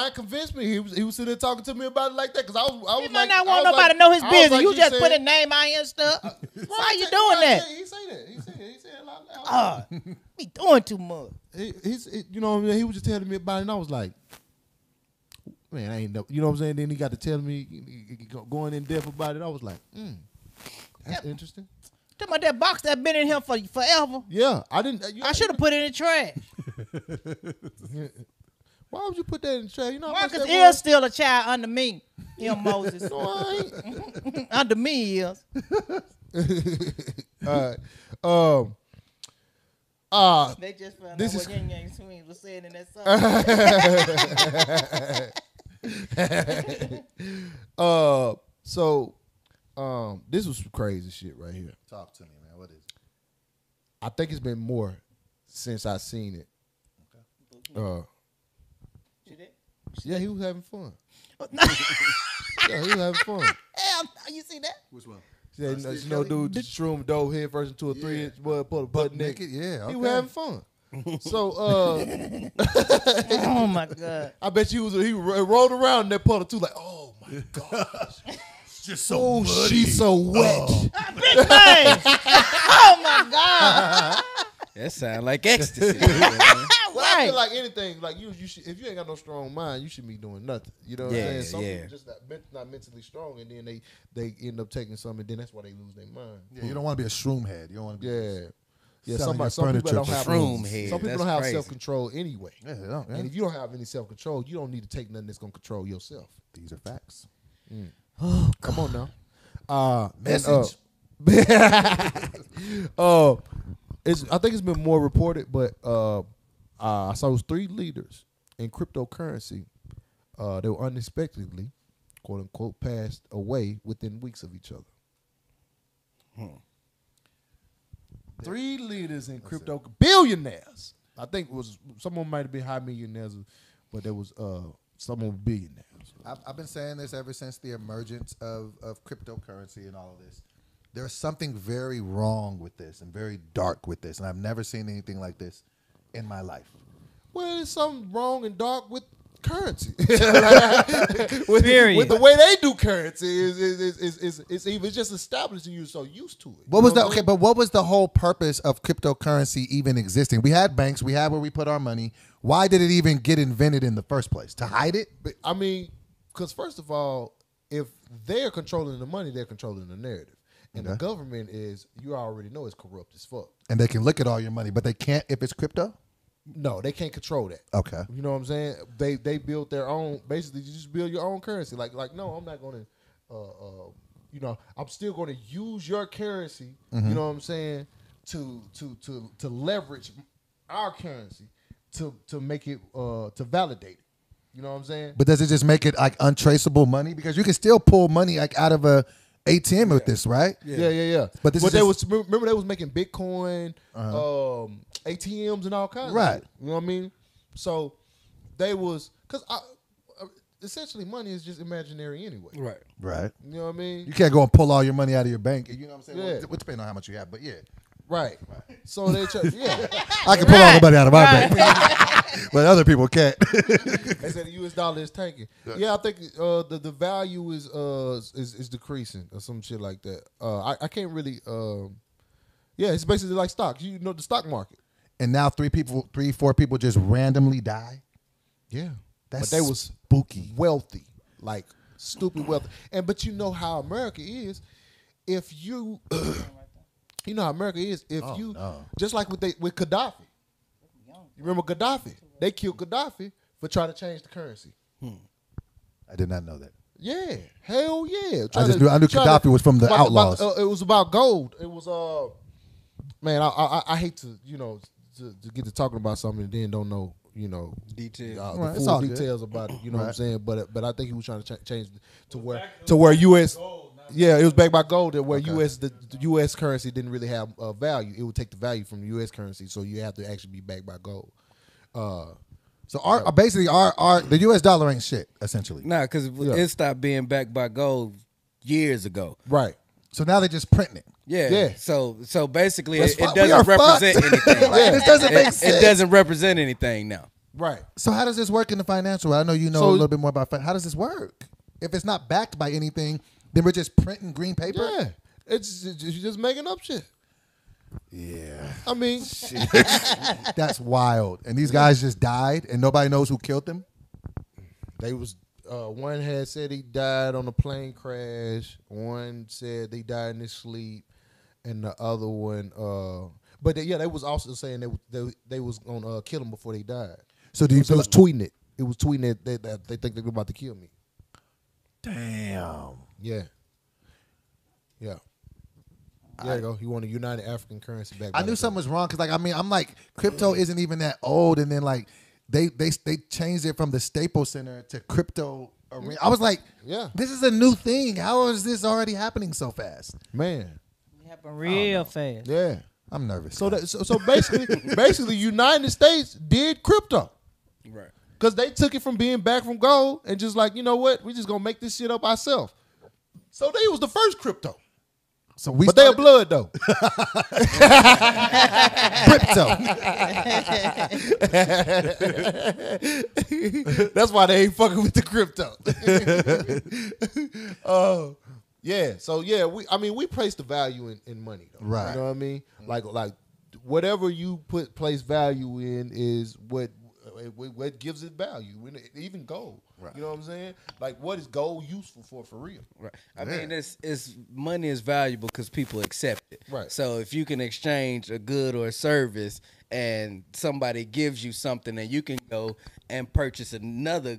Ryan convinced me. He was he was sitting there talking to me about it like that because I was I
He
was
might
like,
not
I
want
was
nobody
like-
to know his
I was
business.
like
you just
said-
put a name on and stuff. Why you doing
Ryan
that? Uh.
said- He said it. He said it. He said it out loud.
Be doing too much.
he, he's, he- you know, what I mean? he was just telling me about it, and I was like, man, I ain't know, you know what I'm saying? Then he got to tell me, he- he- he go- going in depth about it. I was like, mm, that's interesting.
Talking about that box that been in here for forever.
Yeah, I didn't. uh, you-
I should have put it in the trash.
Why would you put that in the trash? You know, how much
Marcus
that
is
was?
still a child under me. Him Moses.
No, I ain't.
under me he is.
All right. Um. Uh,
They just found
This
out
is-
what Yin Yang Twins was saying in that song.
uh, so, um, this was some crazy shit right here.
Talk to me, man. What is it?
I think it's been more since I seen it. Uh, yeah, he was having fun. yeah, he was having fun.
Hell, you see that?
Which one?
Yeah, you know, you know dude, just shroom dove head first into a three inch bud, put a butt naked.
naked, yeah,
he
okay.
was having fun. so uh,
Oh my God.
I bet you was he ro- rolled around in that puddle too, like oh my god,
Just so
oh
muddy.
she's so wet.
Big thing. oh my God.
That sound like ecstasy.
Well, I feel
Right.
like anything, like you, you should, if you ain't got no strong mind, you should be doing nothing. You know what
Yeah,
I'm saying? Some
yeah.
people just not, men- not mentally strong, and then they they end up taking something, and then that's why they lose their mind.
Yeah, you don't want to be a shroom head. You don't want to be.
Yeah. Yeah,
Selling
somebody,
your
some people
furniture
don't
for
have
shroom head.
Some people
That's
don't have
crazy.
self control anyway.
Yeah, they don't, yeah.
And if you don't have any self control, you don't need to take nothing that's gonna control yourself. Mm.
These are facts. Oh,
Come on now. Uh and, uh,
Message.
uh, it's I think it's been more reported, but uh, uh, I saw it was three leaders in cryptocurrency. Uh, they were unexpectedly, quote unquote, passed away within weeks of each other. Three leaders in crypto billionaires. I think it was someone might have been high millionaires, but there was uh someone billionaires.
I've, I've been saying this ever since the emergence of, of cryptocurrency and all of this. There's something very wrong with this and very dark with this, and I've never seen anything like this in my life.
Well, there's something wrong and dark with currency. with, with the way they do currency is is is is, is, is even it's just establishing you so used to it.
What was
You
the
know
okay?
I'm saying?
But what was the whole purpose of cryptocurrency even existing? We had banks, we had where we put our money. Why did it even get invented in the first place? To hide it?
But, I mean, because first of all, if they're controlling the money, they're controlling the narrative, and the government is you already know is corrupt as fuck.
And they can look at all your money, but they can't if it's crypto.
No, they can't control that.
Okay.
You know what I'm saying? They they built their own. Basically, you just build your own currency. Like like no, I'm not gonna. Uh, uh, you know, I'm still gonna use your currency. You know what I'm saying? To to to to leverage our currency to to make it uh to validate it. You know what I'm saying?
But does it just make it like untraceable money? Because you can still pull money like out of a ATM with this, right?
Yeah, yeah, yeah.
But this is
they
just- Uh-huh.
was remember they was making Bitcoin, um, ATMs and all kinds. of
Right.
shit. you know what I mean? So they was because I uh, essentially money is just imaginary anyway.
right.
Right.
You know what I mean?
You can't go and pull all your money out of your bank. You know what I'm saying?
Yeah.
Well, Well, depending on how much you have, but yeah,
right. So they try, yeah.
I can pull all the money out of my bank, but other people can't.
They said the U.S. dollar is tanking. Yeah, I think uh, the the value is uh is, is decreasing or some shit like that. Uh, I I can't really um. Yeah, it's basically like stocks. You know the stock market.
and now three people, three, four people just randomly die.
Yeah,
That's
but they was
spooky.
wealthy, like stupid wealthy. And but you know how America is. If you, you know how America is. If you just like with they with Gaddafi, you remember Gaddafi? They killed Gaddafi for trying to change the currency.
I did not know that.
Yeah, hell yeah.
I just knew- I knew
trying
Gaddafi was from the
about- about-
Outlaws.
uh, it was about gold. It was uh, man, I I, I- I hate to you know to, to get to talking about something and then don't know you know
Details.
uh, the
Right, it's
full
all good.
details about it. You know what I'm saying? But uh, but I think he was trying to ch- change to where to where U.S. yeah, it was backed by gold. That where U.S. The, the U.S. currency didn't really have uh, value. It would take the value from the U.S. currency, so you have to actually be backed by gold. Uh,
So our basically our our the U.S. dollar ain't shit essentially.
Nah, because it stopped being backed by gold years ago.
right.
So now they're just printing it.
Yeah.
Yeah.
So so basically, it,
fuck-
it
we
doesn't
are fucked.
represent anything.
Like, this doesn't
It-
make
it,
sense.
doesn't represent anything now.
Right.
So how does this work in the financial? world? I know you know
So-
a little bit more about fin- how does this work? If it's not backed by anything, then we're just printing green paper.
Yeah. It's just, you're just making up shit.
Yeah.
I mean,
That's wild. And these guys just died, and nobody knows who killed them.
they was uh, one had said he died on a plane crash. One said they died in his sleep, and the other one. Uh, but they, yeah, they was also saying they they, they was gonna uh, kill him before they died.
So do you
So it
feel?
was tweeting it. It was tweeting it that, that they think they're about to kill me.
Damn.
Yeah. Yeah. There you go. You want a United African Currency back?
I knew something was wrong because, like, I mean, I'm like, crypto isn't even that old, and then like, they they they changed it from the Staples Center to crypto. Arena. I was like,
Yeah.
this is a new thing. How is this already happening so fast?
man.
It happened real fast.
Yeah.
I'm nervous.
So that so, so basically basically United States did crypto.
Right.
Cause they took it from being back from gold and just like, you know what, we just gonna make this shit up ourselves. So they was the first crypto.
so we
But they a
started
blood though.
crypto.
That's why they ain't fucking with the crypto. Oh, yeah. So yeah, we I mean we place the value in, in money though.
Right.
You know what I mean? Like like whatever you put place value in is what what what gives it value. When it- Even gold.
Right.
You know what I'm saying? Like what is gold useful for for real?
Right. I mean, it's it's money is valuable because people accept it.
Right.
So if you can exchange a good or a service, and somebody gives you something, and you can go and purchase another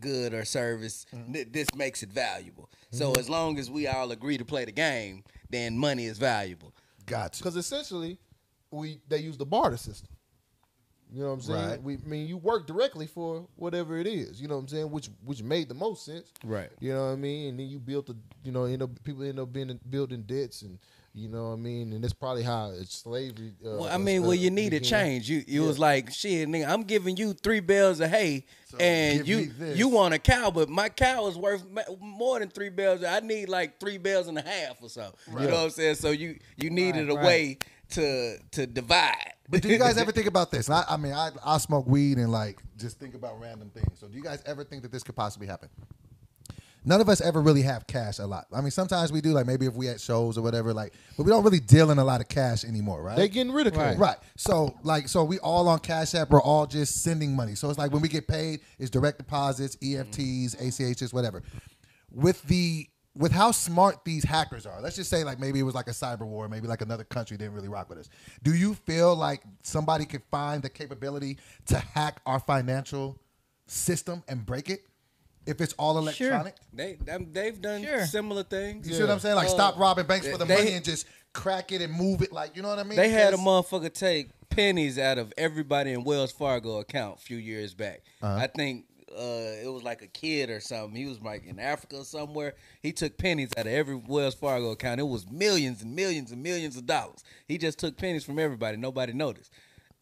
good or service, th- this makes it valuable. So as long as we all agree to play the game, then money is valuable.
Gotcha.
Because essentially, we they use the barter system. You know what I'm saying?
Right.
We I mean you work directly for whatever it is. You know what I'm saying? Which which made the most sense.
Right.
You know what I mean? And then you built the you know end up people end up being building debts and you know what I mean. And that's probably how it's slavery. Uh,
Well, I mean,
uh,
well, you need a
began.
change. You you was like, shit, nigga, I'm giving you three bales of hay, and
give me
you
this.
you want a cow, but my cow is worth ma- more than three bales. I need like three bales and a half or so. You know what I'm saying? So you you needed a way to to divide.
But do you guys ever think about this? And I, I mean, I, I smoke weed and like just think about random things. So do you guys ever think that this could possibly happen? None of us ever really have cash a lot. I mean, sometimes we do, like maybe if we at shows or whatever, like, but we don't really deal in a lot of cash anymore, right?
They getting rid of cash.
Right. So like so we all on Cash App, we're all just sending money. So it's like when we get paid, it's direct deposits, E EFTs,
Mm-hmm.
ACHs, whatever. With the with how smart these hackers are, let's just say like maybe it was like a cyber war, maybe like another country didn't really rock with us. Do you feel like somebody could find the capability to hack our financial system and break it if it's all electronic?
They them- they've done
Sure.
similar things. Uh,
You see what I'm saying? Like stop robbing banks for the
They-
money and just crack it and move it. Like you know what I mean?
They had a
Because-
motherfucker take pennies out of everybody in Wells Fargo account a few years back. I think uh, it was like a kid or something. He was like in Africa or somewhere. He took pennies out of every Wells Fargo account. It was millions and millions and millions of dollars. He just took pennies from everybody. Nobody noticed.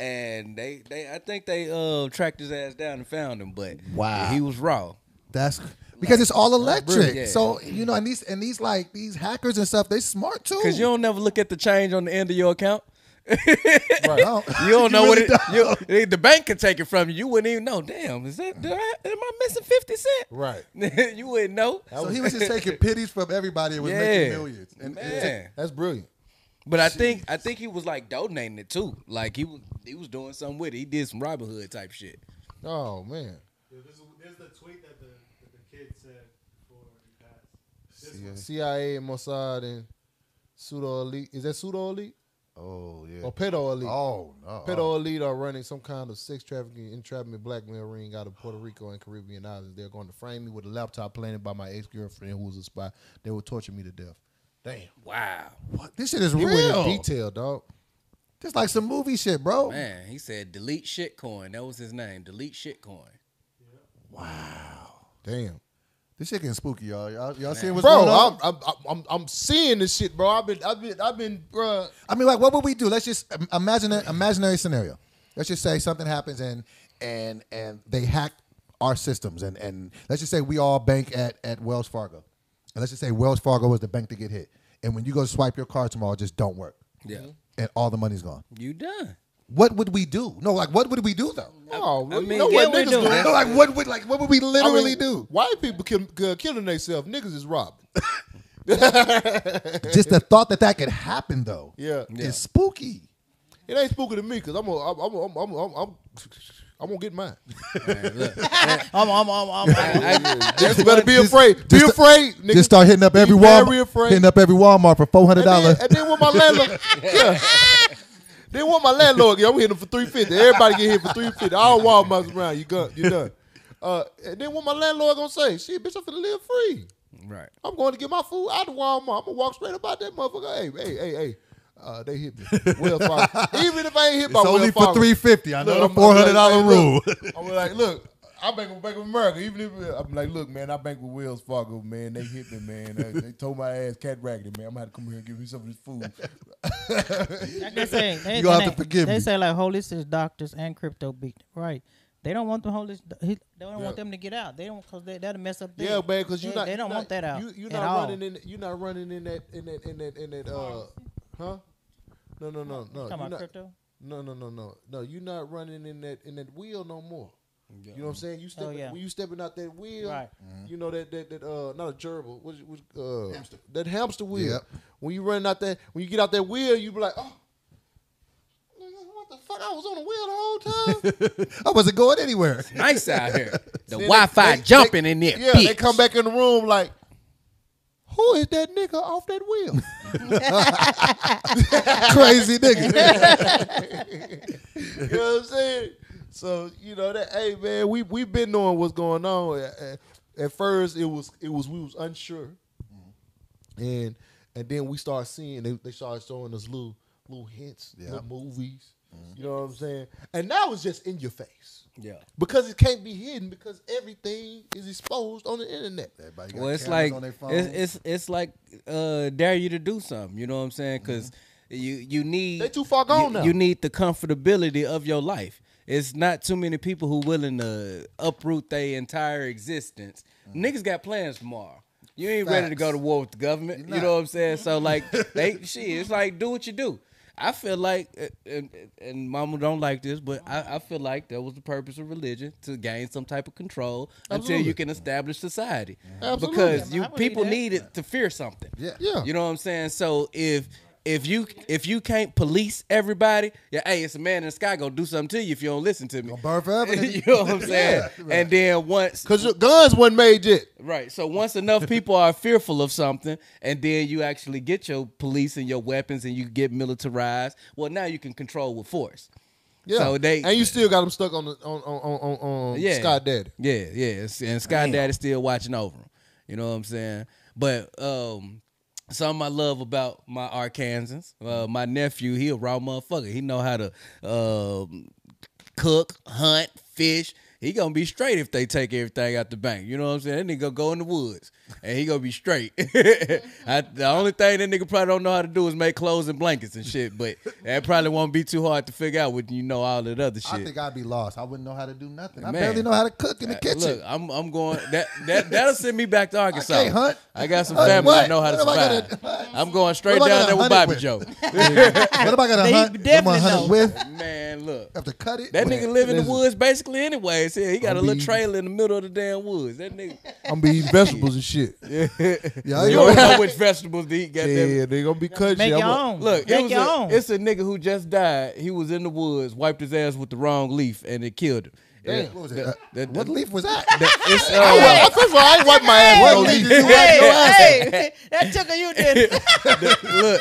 And they, they I think they uh, tracked his ass down and found him, but
Wow.
he was raw.
That's because it's all electric.
yeah.
So you know, and these and these like these hackers and stuff, they smart too.
Cause you don't never look at the change on the end of your account.
Right.
You don't know
really
what it, you, the bank can take it from you. You wouldn't even know. Damn, is that did I, am I missing fifty cent?
Right.
you wouldn't know.
So he was just taking pities from everybody and was
Yeah.
making millions. And
Man.
That's brilliant.
But I think I think he was like donating it too. Like he was he was doing something with it. He did some Robin Hood type shit.
Oh man.
Yeah, this is, this is the tweet that the, that the kid said before he passed. This one.
CIA, Mossad, and pseudo elite. Is that pseudo elite
oh yeah.
or pedo elite?
Oh no.
Pedo Elite are running some kind of sex trafficking entrapment blackmail ring out of Puerto Rico and Caribbean islands. They're going to frame me with a laptop planted by my ex girlfriend who was a spy. They will torture me to death. Damn,
Wow,
What? This shit is
he went in
real.
detail, dog.
Just like some movie shit, bro.
man. He said delete shitcoin. That was his name. Delete shitcoin.
Damn,
This shit getting spooky, y'all. Y'all, y'all see what's
bro,
going on?
I'm, I'm I'm I'm seeing this shit, bro. I've been I've been I've been, bro.
I mean, like, what would we do? Let's just im- imagine an imaginary scenario. Let's just say something happens and and and they hack our systems and and let's just say we all bank at at Wells Fargo, and let's just say Wells Fargo was the bank to get hit. and when you go to swipe your card tomorrow, it just don't work.
Yeah.
And all the money's gone.
You done.
What would we do? No, like what would we do though?
Oh,
I
you
mean,
know
yeah,
what
we
niggas
do.
do?
Yeah.
like what would like what would we
I mean,
literally do?
White people kill, uh, killing themselves. Niggas is robbing.
Just the thought that that could happen though.
Yeah.
Is spooky.
It ain't spooky to me because I'm gonna, I'm, I'm, I'm, I'm, I'm, I'm gonna get mine.
I'm, I'm, I'm, I'm, I'm.
I,
That's better be afraid. Be
just-
afraid, nigga.
Just start hitting up
Be
every
very
Walmart,
afraid.
hitting up every Walmart for four hundred
and then,
dollars.
and then what my landlord? yeah. Then what my landlord? get, I'm hitting him for three fifty. Everybody get hit for three fifty. All Walmart's around. You got, you done. Uh, and then what my landlord gonna say? Shit, bitch, I'm finna live free.
right.
I'm going to get my food out of Walmart. I'm gonna walk straight about that motherfucker. Hey, hey, hey, hey. Uh, they hit me. Well, even if I ain't hit by
It's only
Wells
for
Fargo.
three fifty. I
Look,
know the
I'm-
four hundred dollar
I'm like,
rule.
look, I'm like, look, I bank with Bank of America. Even if I'm like, look, man, I bank with Wells Fargo, man. They hit me, man. They, they told my ass cat raggedy, man. I'm gonna have to come here and give me some of this food.
Like they say, they,
You gonna have
they-
to forgive
They
me.
say like holistic doctors and crypto beat right. They don't want the holistic. They don't want them to get out. They don't because they, that'll mess up.
yeah,
their-
man, because you
they,
not
They
you
don't
not-
want that out.
You, you're
at
not
all.
running in. You're not running in that in that in that in that uh, huh? No, no, no, no.
Talking
you're
about
not-
crypto?
No, no, no, no, no. You're not running in that in that wheel no more. You know what I'm saying? You stepping
Oh, yeah.
when you stepping out that wheel.
Right.
You know that that that uh not a gerbil, what, is- what, uh, that hamster wheel.
Yep.
When you running out that when you get out that wheel, you be like, oh, nigga, what the fuck? I was on the wheel the whole time.
I wasn't going anywhere.
Nice out here. The
Then
Wi Fi
they- they-
jumping
they-
in there.
Yeah, they
bitch.
come back in the room like, who is that nigga off that wheel?
Crazy nigga.
you know what I'm saying? So you know that hey man, we we been knowing what's going on. At- At, at first, it was it was we was unsure, and and then we start seeing they, they started showing us little little hints, little movies. You know what I'm saying? And now it's just in your face
Yeah.
because it can't be hidden because everything is exposed on the internet.
Everybody got
Well, it's
cameras
like
on their phone.
it's, it's it's like uh, dare you to do something. You know what I'm saying? Because
Mm-hmm.
you you need
They too far gone
you,
now.
You need the comfortability of your life. It's not too many people who willing to uproot their entire existence. Niggas got plans tomorrow. You ain't ready to go to war with the government. You know what I'm saying? So like they shit. It's like do what you do. I feel like, uh, and, and Mama don't like this, but I, I feel like that was the purpose of religion to gain some type of control until you can establish society. Because you
I believe
people
that.
need it to fear something. Yeah.
Yeah.
You know what I'm saying? So if if you if you can't police everybody, yeah, hey, it's a man in the sky gonna do something to you if you don't listen to me.
burn forever, nigga.
you know what I'm saying? And then once
Cause your guns wasn't made yet.
right, so once enough people are fearful of something, and then you actually get your police and your weapons and you get militarized, well now you can control with force.
Yeah,
So they-
and you still got them stuck on the on on on on, on
um,
yeah.
Sky Daddy.
Yeah, yeah. It's- And Sky Daddy's still watching over him. You know what I'm saying? But um something I love about my Arkansans, uh, my nephew, he a raw motherfucker. He know how to um cook, hunt, fish. He gonna be straight if they take everything out the bank. You know what I'm saying? That nigga go in the woods and he gonna be straight. I, the only thing that nigga probably don't know how to do is make clothes and blankets and shit. But that probably won't be too hard to figure out when you know all that other shit.
I think I'd be lost. I wouldn't know how to do nothing. I
Man.
barely know how to cook in the
Uh,
kitchen.
Look, I'm I'm going that that that'll send me back to Arkansas.
can't hunt.
I got some
Hunt
family
what?
that know how to
What am I
survive.
gonna-
I'm going straight
am I
down there
gonna
with
hunt
Bobby
it
Joe.
what am I gonna
They
hunt? What am I
definitely
gonna hunt
know.
it with?
Man, look.
Have to cut it.
That nigga live in the
listen.
woods basically anyways. He got a
Don't
little
be-
trailer in the middle of the damn woods. That nigga
I'm gonna be eating vegetables and shit. Yeah,
Yeah, I
you
know.
don't know which vegetables to eat, goddamn. it.
yeah they gonna be cutting
Make
shit.
your
I'm gonna-
own.
Look, it
make
was
your
a-
own.
it's a nigga who just died. He was in the woods, wiped his ass with the wrong leaf, and it killed him. Yeah.
What was
The-
it? Uh,
the-
what
the-
leaf was that?
It's, uh,
Well, first of all, I ain't wipe my ass. with no
What
leaf.
leaf you
hey,
had?
hey, that took a you did.
Look,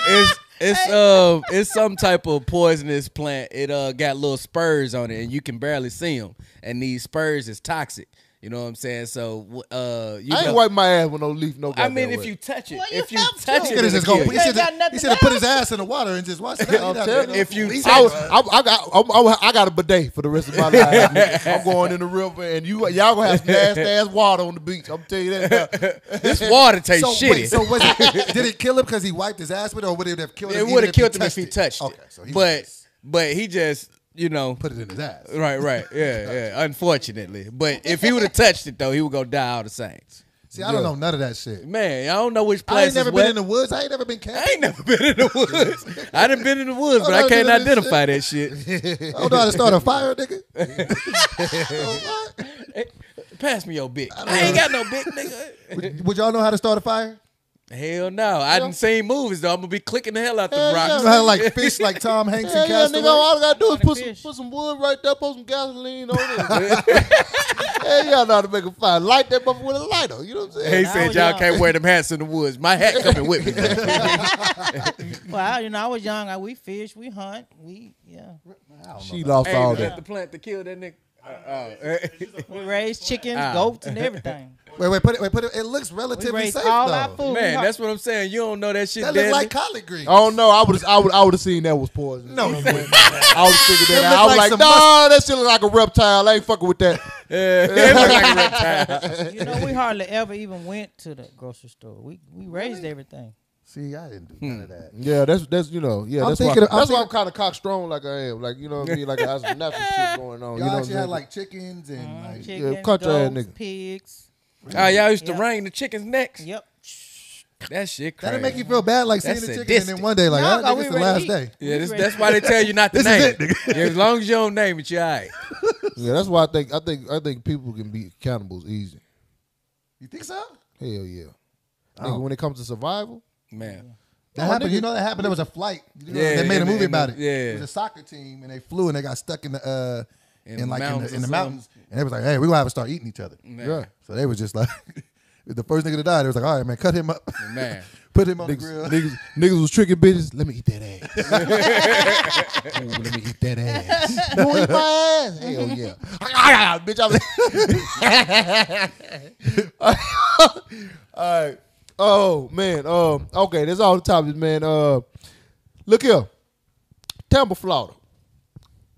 it's it's um it's some type of poisonous plant. It uh got little spurs on it, and you can barely see them. And these spurs is toxic. You know what I'm saying? So uh, you
I ain't
know-
wipe my ass with no leaf. No,
I mean,
goddamn
if
way.
you touch it,
Well, you
if you
have to.
touch it,
He coulda
it'll
just gone.
kill
He
you.
ain't
should
got
have. He
nothing
should have put his
else.
ass in the water and just watched it.
I'm telling you.
If you
I, was,
touch,
I, I got, I'm, I'm, I got a bidet for the rest of my life. nigga. I'm going in the river, and you, y'all gonna have some nasty ass water on the beach. I'm telling you that. now.
this water tastes
So
shitty.
wait, so was it, did it kill him because he wiped his ass with it, or would it have killed him?
it
even
would have killed him if
touched
he touched it.
Okay, so he
but
just
but he just you know
put it in his ass.
right right yeah yeah. Unfortunately, but if he would have touched it though, he would go die all the same.
See, I don't know none of that shit.
Man, I don't know which
I
place
ain't
is
never
wet.
been in the woods. I ain't never been camping.
I ain't never been in the woods. I done been in the woods, but
I
I
don't
can't
do that
identify that shit.
Oh, I don't know how to start a fire, nigga.
Pass me your bitch. I ain't got no bitch, nigga.
Would, would y'all know how to start a fire?
Hell no. I didn't seen movies though. I'm gonna be clicking the hell out the
Hell
rocks.
You know how to like fish like Tom Hanks
Hell
and
yeah,
Castaway?
nigga. All I gotta do is
Wanna
put some,
fish.
put some wood right there, put some gasoline on it. Hell yeah, I know how to make a fire. Light that motherfucker with a lighter. You know what I'm saying?
He said y'all can't wear them hats in the woods. My hat coming with me. though.
Well, you know, I was young. I, we fish, we hunt, we yeah,
She lost
Hey, Uh,
all
was
that.
the plant to kill that nigga.
we raised chickens,
Ah.
goats, and everything.
Wait, wait, put it, wait, put it. It looks
We
relatively
raised
safe
all
though.
our food. We
Man,
hunt-
that's what I'm saying. You don't know that shit.
That looks
deadly.
like collard greens.
Oh no, I would I would I would have seen that was poison.
No,
I would have figured that
That
out. I was
look
like,
like
no, that shit look like a reptile. I ain't fucking with that.
Yeah, it look like a reptile.
you know, we hardly ever even went to the grocery store. We we raised everything.
see, I didn't do none of
Hmm.
that.
Yeah, that's that's you know, yeah,
I'm
that's why
thinking of- I'm
that's why I'm
thinking-
kind of cock strong like I am. Like you know what I mean? Like I some natural shit going on.
Y'all
You know what I'm
actually
saying?
had like chickens and like.
Chickens,
cut your ass,
goats,
nigga.
pigs.
Ah, y'all used to
Yeah.
wring the chickens' necks.
Yep.
That shit
That
crazy.
didn't make you feel bad, like seeing
That's
the chicken and
sadistic.
then one day, like,
No,
I
no,
think it's
we
the last
ready to eat.
day.
yeah, this, that's why they tell you not to name. It, Yeah, as long as you don't name it, you're all right.
yeah, that's why I think I think I think people can be cannibals easy.
You think so?
Hell yeah. Nigga, when it comes to survival,
Man.
That happened. You know that happened. There was a flight. You know,
Yeah,
they made a
in the-
movie
in the-
about it.
yeah.
it was a soccer team, and they flew and they got stuck in the uh,
In
in,
the
like in
mountains or
the, in the
something.
mountains, and they was like, "Hey, we gonna have to start eating each other."
Man.
yeah.
So they was just like, the first nigga to die, they was like, "All right, man, cut him up,
Man.
put him on the grill."
Niggas, niggas, niggas was tricking bitches. Let me eat that ass. Ooh, let me eat that ass. You wanna eat my ass? Hell yeah. Ah, bitch, I'm all right. Oh man. Um. Okay. That's all the topics, man. Uh. Look here. Tampa, Florida.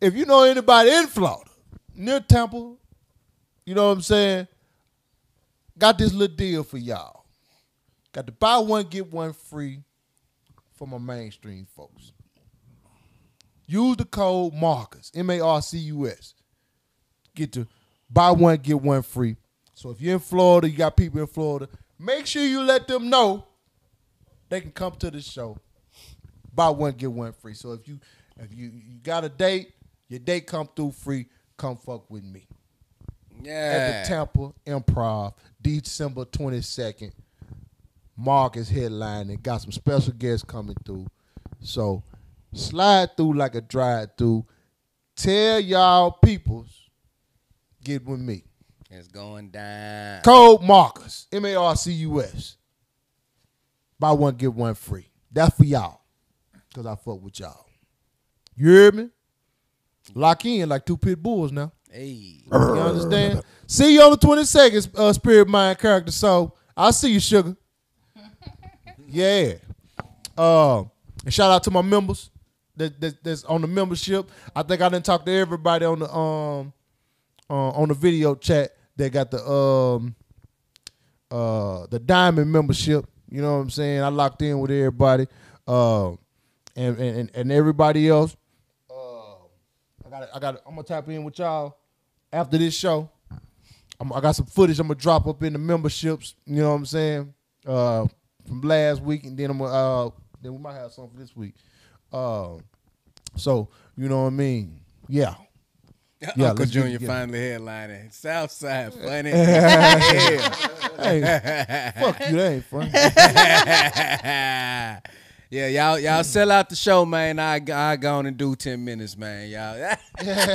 If you know anybody in Florida, near Tampa, you know what I'm saying. Got this little deal for y'all. Got to buy one get one free for my mainstream folks. Use the code Marcus M A R C U S. Get to buy one get one free. So if you're in Florida, you got people in Florida. Make sure you let them know they can come to the show. Buy one get one free. So if you if you, you got a date, your date come through free. Come fuck with me at the
Yeah.
Tampa Improv, December 22nd. Mark is headlining. Got some special guests coming through. So slide through like a drive through. Tell y'all peoples, get with me.
It's going down.
Code Marcus, M A R C U S. Buy one, get one free. That's for y'all. Because I fuck with y'all. You hear me? Lock in like two pit bulls now.
Hey.
You understand? See you on the 22nd, uh, Spirit Mind Character. So I'll see you, Sugar. yeah. Uh, and shout out to my members that, that that's on the membership. I think I didn't talk to everybody on the um uh, on the video chat that got the um uh the diamond membership. You know what I'm saying? I locked in with everybody. Uh, and, and, and- and everybody else. I got I got I'm gonna tap in with y'all after this show. I'm, I got some footage I'm gonna drop up in the memberships. You know what I'm saying? Uh, from last week, and then I'm gonna uh, then we might have some for this week. Uh, so you know what I mean? Yeah. Yeah,
Uncle
let's get
Junior
together.
finally headlining. Southside funny. yeah.
Hey, fuck you, that ain't funny.
yeah, y'all y'all sell out the show, man. I I go on and do ten minutes, man. Y'all
Get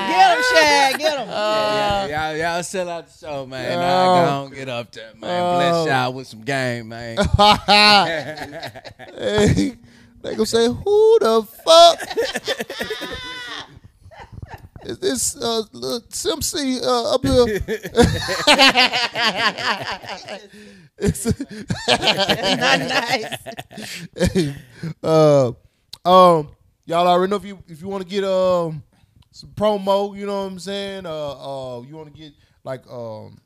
him, Shag. Get him.
Oh.
y'all, y'all sell out the show, man. I go on and get up there, man. Bless y'all with some game, man.
hey, they gonna say, "Who the fuck is this uh, little Simpson uh, up here?" It's-
Not nice.
uh, um, y'all already know if you if you want to get um some promo, you know what I'm saying. Uh, uh, you want to get like um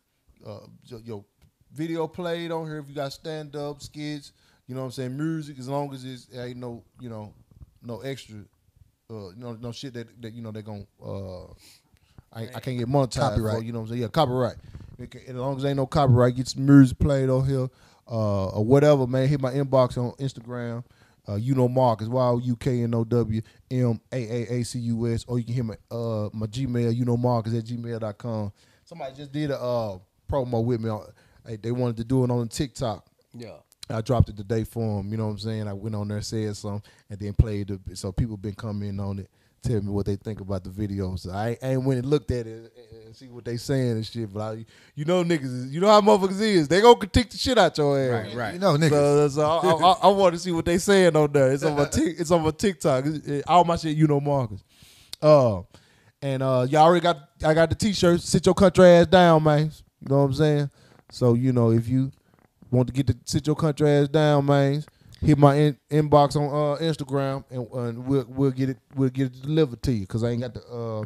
uh your, your video played on here. If you got stand up skits, you know what I'm saying. Music, as long as it's ain't no you know no extra, uh, no no shit that that you know they're gonna uh. I, I can't get monetized. Copyright.
Copyright.
you know what I'm saying? Yeah, copyright. It can- as long as ain't no copyright, get some music played on here uh, or whatever, man. Hit my inbox on Instagram. Uh, you know Mark is Y O U K N O W M A A A C U S. Or you can hit my uh my Gmail, you know Mark is at gmail.com. Somebody just did a uh, promo with me on hey, they wanted to do it on TikTok.
Yeah.
I dropped it today for him. You know what I'm saying? I went on there, said something, and then played it. So people been coming on it, tell me what they think about the video. So I, ain't- I ain't went and looked at it and- and see what they saying and shit. But I, you know, niggas, is- you know how motherfuckers is. They gonna critique the shit out your ass.
Right, right.
You know, niggas.
So, so I, I, want to see what they saying on there. It's on my tic, it's on my TikTok. It's- it- all my shit, you know, Marcus. Uh, and uh, y'all already got I got the T-shirt. Sit your country ass down, man. You know what I'm saying? So you know if you want to get the sit your country ass down, man, hit my in, inbox on uh, Instagram and, and we'll we'll get it we'll get it delivered to you because I ain't got the uh,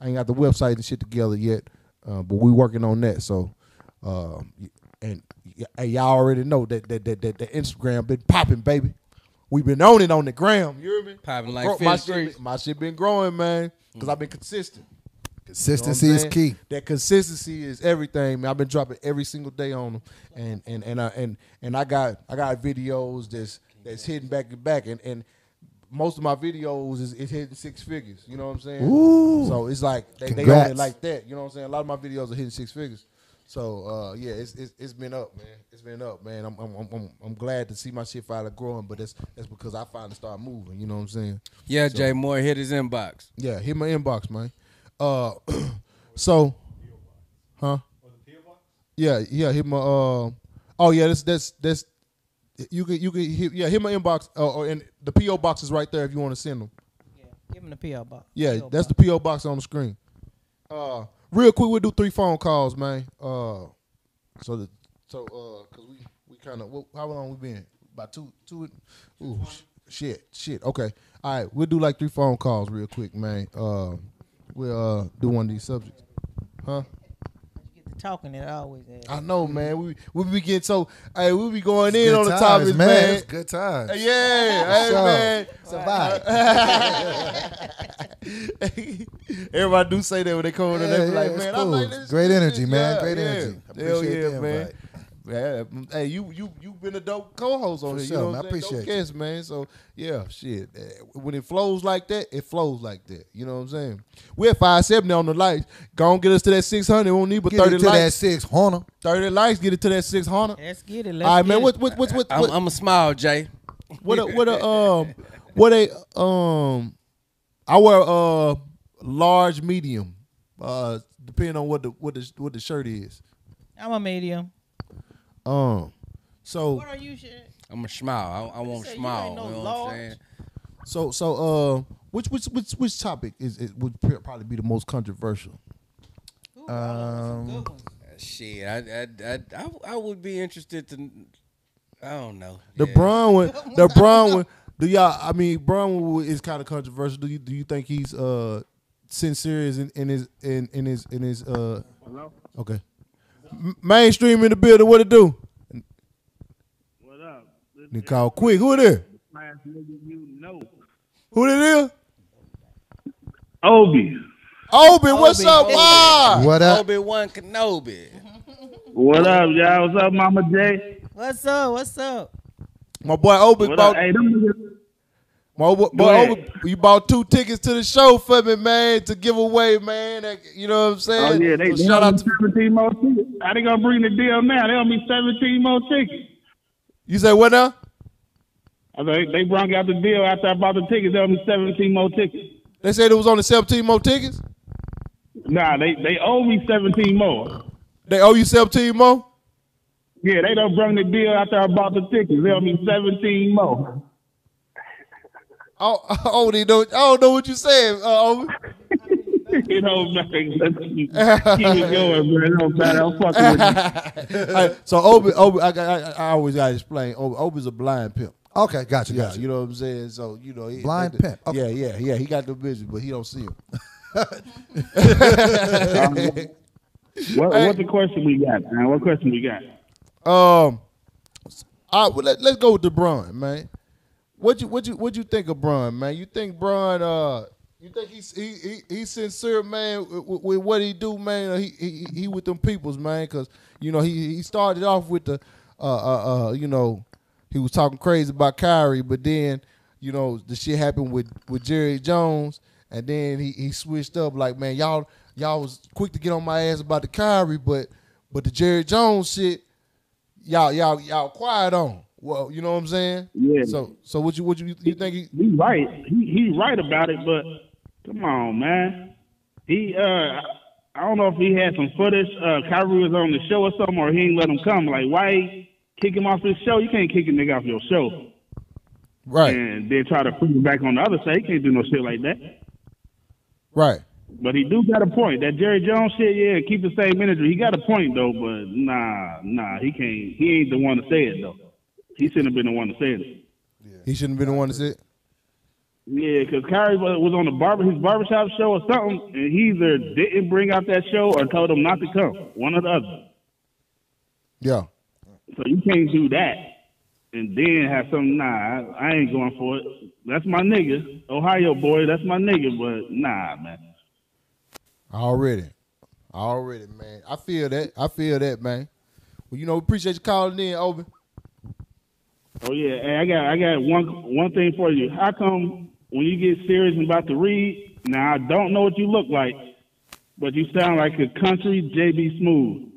I ain't got the website and shit together yet, uh, but we working on that. So um, y- and, y- and y'all already know that that that, that, that Instagram been popping, baby. We been on it on the gram. You hear me?
Popping like
Bro,
fish
my
streets.
shit, been- my shit been growing, man, because I've been consistent. You know what
Consistency
I'm
is
saying?
key.
That consistency is everything. Man. I've been dropping every single day on them, and and and I, and and I got I got videos that's that's hitting back to back, and and most of my videos is, is hitting six figures. You know what I'm saying?
Ooh.
So it's like they, they on
Congrats.
it like that. You know what I'm saying? A lot of my videos are hitting six figures. So uh, yeah, it's, it's it's been up, man. It's been up, man. I'm I'm, I'm I'm I'm glad to see my shit finally growing, but that's that's because I finally start moving. You know what I'm saying?
Yeah, Jay Moore hit his inbox.
Yeah, hit my inbox, man. Uh, so, huh? Yeah, yeah, hit my. Uh, oh yeah, that's that's that's. You could you could hit, yeah hit my inbox uh, or and the PO box is right there if you want to send them.
Yeah, give him the PO box.
Yeah,
PO
that's
box.
the PO box on the screen. Uh, real quick, we'll do three phone calls, man. Uh, so the so uh, cause we we kind of how long we been? About two two. Ooh, sh- shit, shit. Okay, all right, we'll do like three phone calls real quick, man. Uh, we'll uh do one of these subjects, huh?
You get to talking. It always. is.
I know, man. We we be getting so hey, we be going in
Good
on the
times,
topics, man.
It's good times.
Hey, Yeah, hey,
So,
man.
Survive.
Everybody do say that when they come over,
Yeah,
there. they be
yeah,
like,
it's
man, I
cool.
like this.
Great
this-
energy,
this-
man.
yeah,
Great
yeah.
energy.
Hell
Appreciate
yeah,
the
man.
invite.
Yeah, mm, hey, you you you been a dope co-host on
For
here.
sure,
you know
man.
what
I
I'm saying? Dope
appreciate you.
guest, man. So yeah, shit. Eh, When it flows like that, it flows like that. You know what I'm saying? We're at 570 on the lights. Go on, get us to that 600. We don't need but
Get
30
it to that
likes.
six horner.
30 likes. Get it to that 600.
Let's get it. Let's
All right,
get
man.
it.
What what what what
I'm,
what-
I'm a smile, Jay.
what a what a um what a um I wear uh large medium uh depending on what the what the what the shirt is.
I'm a medium.
Um so
What are you? Shit?
I'm a smile. I, I won't
said you
smile.
ain't no
you know what
large.
I'm saying?
so so uh which which which which topic is it would pr- probably be the most controversial?
Ooh, um, good ones.
Uh, Shit, I, I, I, I, I would be interested to. I don't know.
The
Yeah.
Braun one, the Braun one. Do y'all? I mean, Braun one is kind of controversial. Do you do you think he's uh sincere in, in his in in his in his uh? Okay. M- mainstream in the building. What it do?
What up? This
They call quick. Who it is?
last nigga you know.
Who it is?
Obi.
Obi, what's up? Why?
What up?
Obi Wan Kenobi.
What up, y'all? What's up, Mama J?
What's up? What's up?
My boy Obi
What up?
bought
Hey, them niggas.
my boy,
Go
boy
ahead.
Obi, you bought two tickets to the show for me, man, to give away, man. That- You know what I'm
Oh,
saying?
yeah, they,
So
they
shout
owe me
out to
17 more tickets. How they gonna bring the deal now? They owe me 17 more tickets.
you. Say what now?
I said, they brung out the deal after I bought the tickets. They owe me 17 more tickets.
They said it was only 17 more tickets.
Nah, they, they owe me 17 more.
They owe you 17 more.
Yeah, they don't bring the deal after I bought the tickets. They owe me 17 more.
Oh, oh, they don't. I don't know what you said. Uh, Obi.
you know, man. Let's keep, keep it going, man. It don't matter. I'm fucking with you.
Hey, so Obi, Obi, I, I, I- I always gotta explain. Obi, Obi's a blind pimp.
Okay, gotcha,
Yeah,
gotcha.
you know what I'm saying. So you know, he,
Blind
they- they-
pimp. Okay.
Yeah, yeah, yeah. He got the vision, but he don't see him.
What, what the question we got, man? What question we got?
Um, I well, let, let's go with LeBron, man. What you what you what you think of Bron, man? You think Bron uh You think he's he he, he sincere, man, with, with what he do, man? or He, he he with them peoples, man, because you know he he started off with the uh uh uh you know he was talking crazy about Kyrie, but then you know the shit happened with with Jerry Jones, and then he he switched up like man, y'all y'all was quick to get on my ass about the Kyrie, but but the Jerry Jones shit, y'all y'all y'all quiet on. Well, you know what I'm saying?
Yeah.
So so what you what you you think he,
He right. He he right about it, but come on, man. He uh I don't know if he had some footage. Uh Kyrie was on the show or something, or he ain't let him come. Like why kick him off his show? You can't kick a nigga off your show.
right
And then try to put him back on the other side. He can't do no shit like that.
right?
But he do got a point. That Jerry Jones shit, yeah, keep the same energy. He got a point though, but nah, nah, he can't he ain't the one to say it though. He shouldn't have been the one to say it.
He shouldn't be the one to sit.
Yeah, because Kyrie wa- was on the barber his barbershop show or something, and he either didn't bring out that show or told him not to come. One or the other.
Yeah.
So you can't do that. And then have some nah, I- I ain't going for it. That's my nigga. Ohio boy, that's my nigga, but nah, man.
Already. Already, man. I feel that. I feel that, man. Well, you know, appreciate you calling in, Obi.
Oh yeah, hey, I got I got one one thing for you. How come when you get serious and about to read, now I don't know what you look like, but you sound like a country JB Smooth.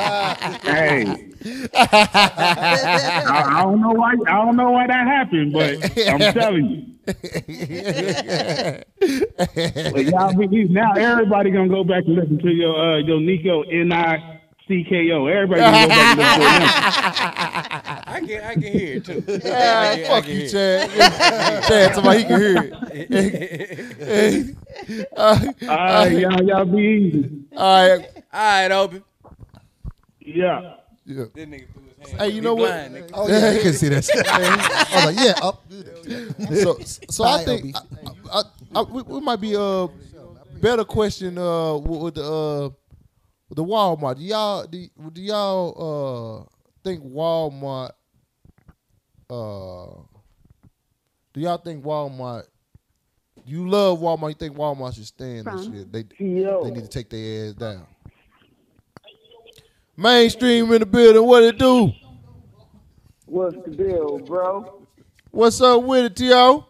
hey, I, I don't know why I don't know why that happened, but I'm telling you. But y'all, we- we- now everybody gonna go back and listen to your uh, your Nico N I C K O. Everybody gonna go back and listen to him.
I can I can hear it too.
Ah, fuck you, Chad. Chad, somebody he can hear it.
All right, y'all, y'all be easy.
All right.
All right, Obi.
Yeah.
This nigga threw his hand.
Hey, you know what?
Blind, nigga.
Oh yeah, you can see that. shit. I was like, yeah, up.
So, so I
Bye,
think I,
Obi.
I, I, we, we might be uh better question uh with with the uh with the Walmart. Do y'all do, do y'all uh think Walmart uh do y'all think Walmart you love Walmart? You think Walmart should stand this
From
year? They
Yo.
they need to take their ass down. Mainstream in the building. What it do?
What's the deal, bro?
What's up with it, T.O.?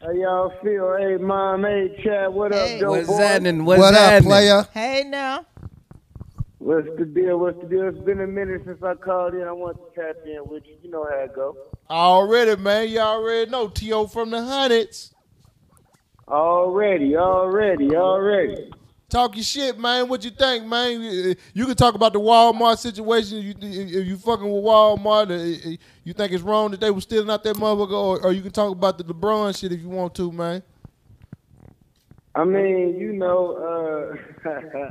How y'all feel? Hey, mom. Hey, Chad. What
Hey.
up, Joe
What's
boy?
happening? What's
What up,
happening?
player?
Hey now.
What's the deal? What's the deal? It's been a minute since I called in. I wanted to tap in with you. You know how it go.
Already, man. Y'all already know T.O. from the hundreds.
Already, already, already.
Talk your shit, man. What you think, man? You- You can talk about the Walmart situation. You, if you fucking with Walmart, uh, uh, you think it's wrong that they were stealing out that motherfucker, or, or you can talk about the LeBron shit if you want to, man.
I mean, you know, uh,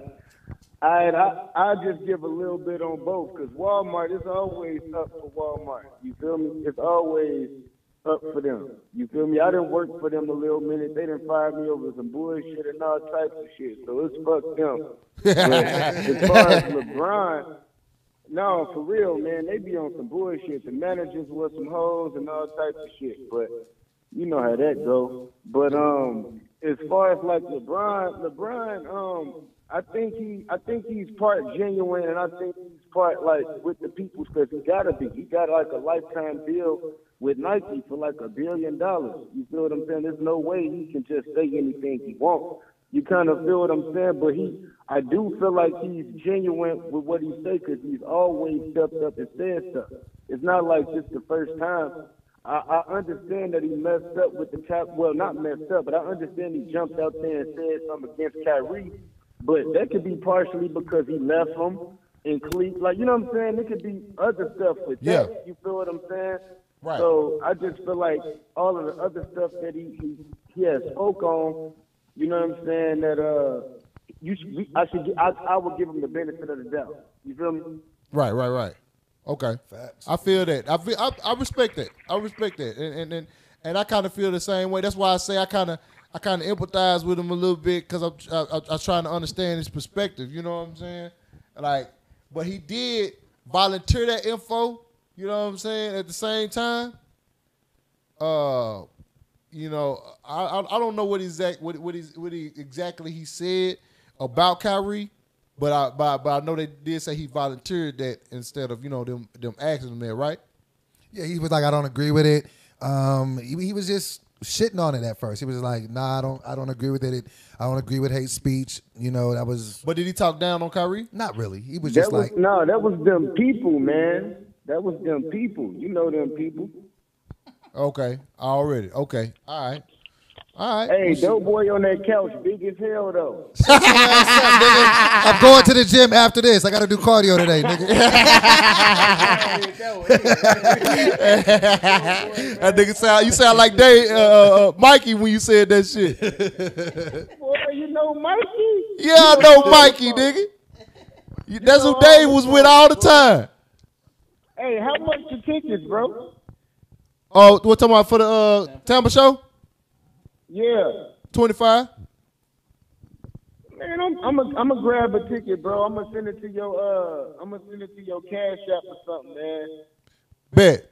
I, I I'll just give a little bit on both because Walmart is always up for Walmart. You feel me? It's always up for them. You feel me? I didn't work for them a little minute. They didn't fire me over some bullshit and all types of shit. So it's fuck them. But as far as LeBron, no, for real, man, they be on some bullshit. The managers was some hoes and all types of shit. But you know how that go. But um, as far as like LeBron, LeBron, um, I think he, I think he's part genuine, and I think he's part like with the people because he gotta be. He got like a lifetime deal with Nike for like a billion dollars. You feel what I'm saying? There's no way he can just say anything he wants. You kind of feel what I'm saying, but he, I do feel like he's genuine with what he say because he's always stepped up and said stuff. It's not like just the first time. I, I understand that he messed up with the cap. Well, not messed up, but I understand he jumped out there and said something against Kyrie. But that could be partially because he left him in Cleveland. Like, you know what I'm saying? It could be other stuff with that. You feel what I'm saying? Right. So I just feel like all of the other stuff that he he, he has spoke on, you know what I'm saying? That uh, you should, we, I should gi- I I would give him the benefit of the doubt. You feel me?
Right, right, right. Okay. Facts. I feel that. I feel. I, I respect that. I respect that. And and and, and I kind of feel the same way. That's why I say I kind of I kind of empathize with him a little bit because I'm I, I, I'm trying to understand his perspective. You know what I'm saying? Like, but he did volunteer that info. You know what I'm saying? At the same time, uh, you know, I I, I don't know what exact what what, is, what he, exactly he said about Kyrie, but I but, I- but I know they did say he volunteered that instead of you know them them asking him that, right?
Yeah, he was like, I don't agree with it. Um, he, he was just shitting on it at first. He was like, Nah, I don't, I don't agree with it. I don't agree with hate speech. You know, that was
But did he talk down on Kyrie?
not really. He was
That
just
was
like,
no, that was them people, man. That was them people. You know them people.
Okay, already. Okay, all right, all right.
Hey, Doughboy on that couch, big as hell though.
I'm going to the gym after this. I got to do cardio today, nigga.
That nigga sound you sound like Dave, uh, uh, uh, Mikey when you said that shit.
Boy, you know Mikey.
Yeah, I know Mikey, nigga. You- That's who Dave was with all the time.
Hey, how much the tickets, bro?
Oh, we're talking about for the uh, Tampa show.
Yeah.
Twenty five.
Man, I'm I'm a, I'm gonna grab a ticket, bro. I'm gonna send it to your uh, I'm gonna send it to your cash app or something, man.
Bet,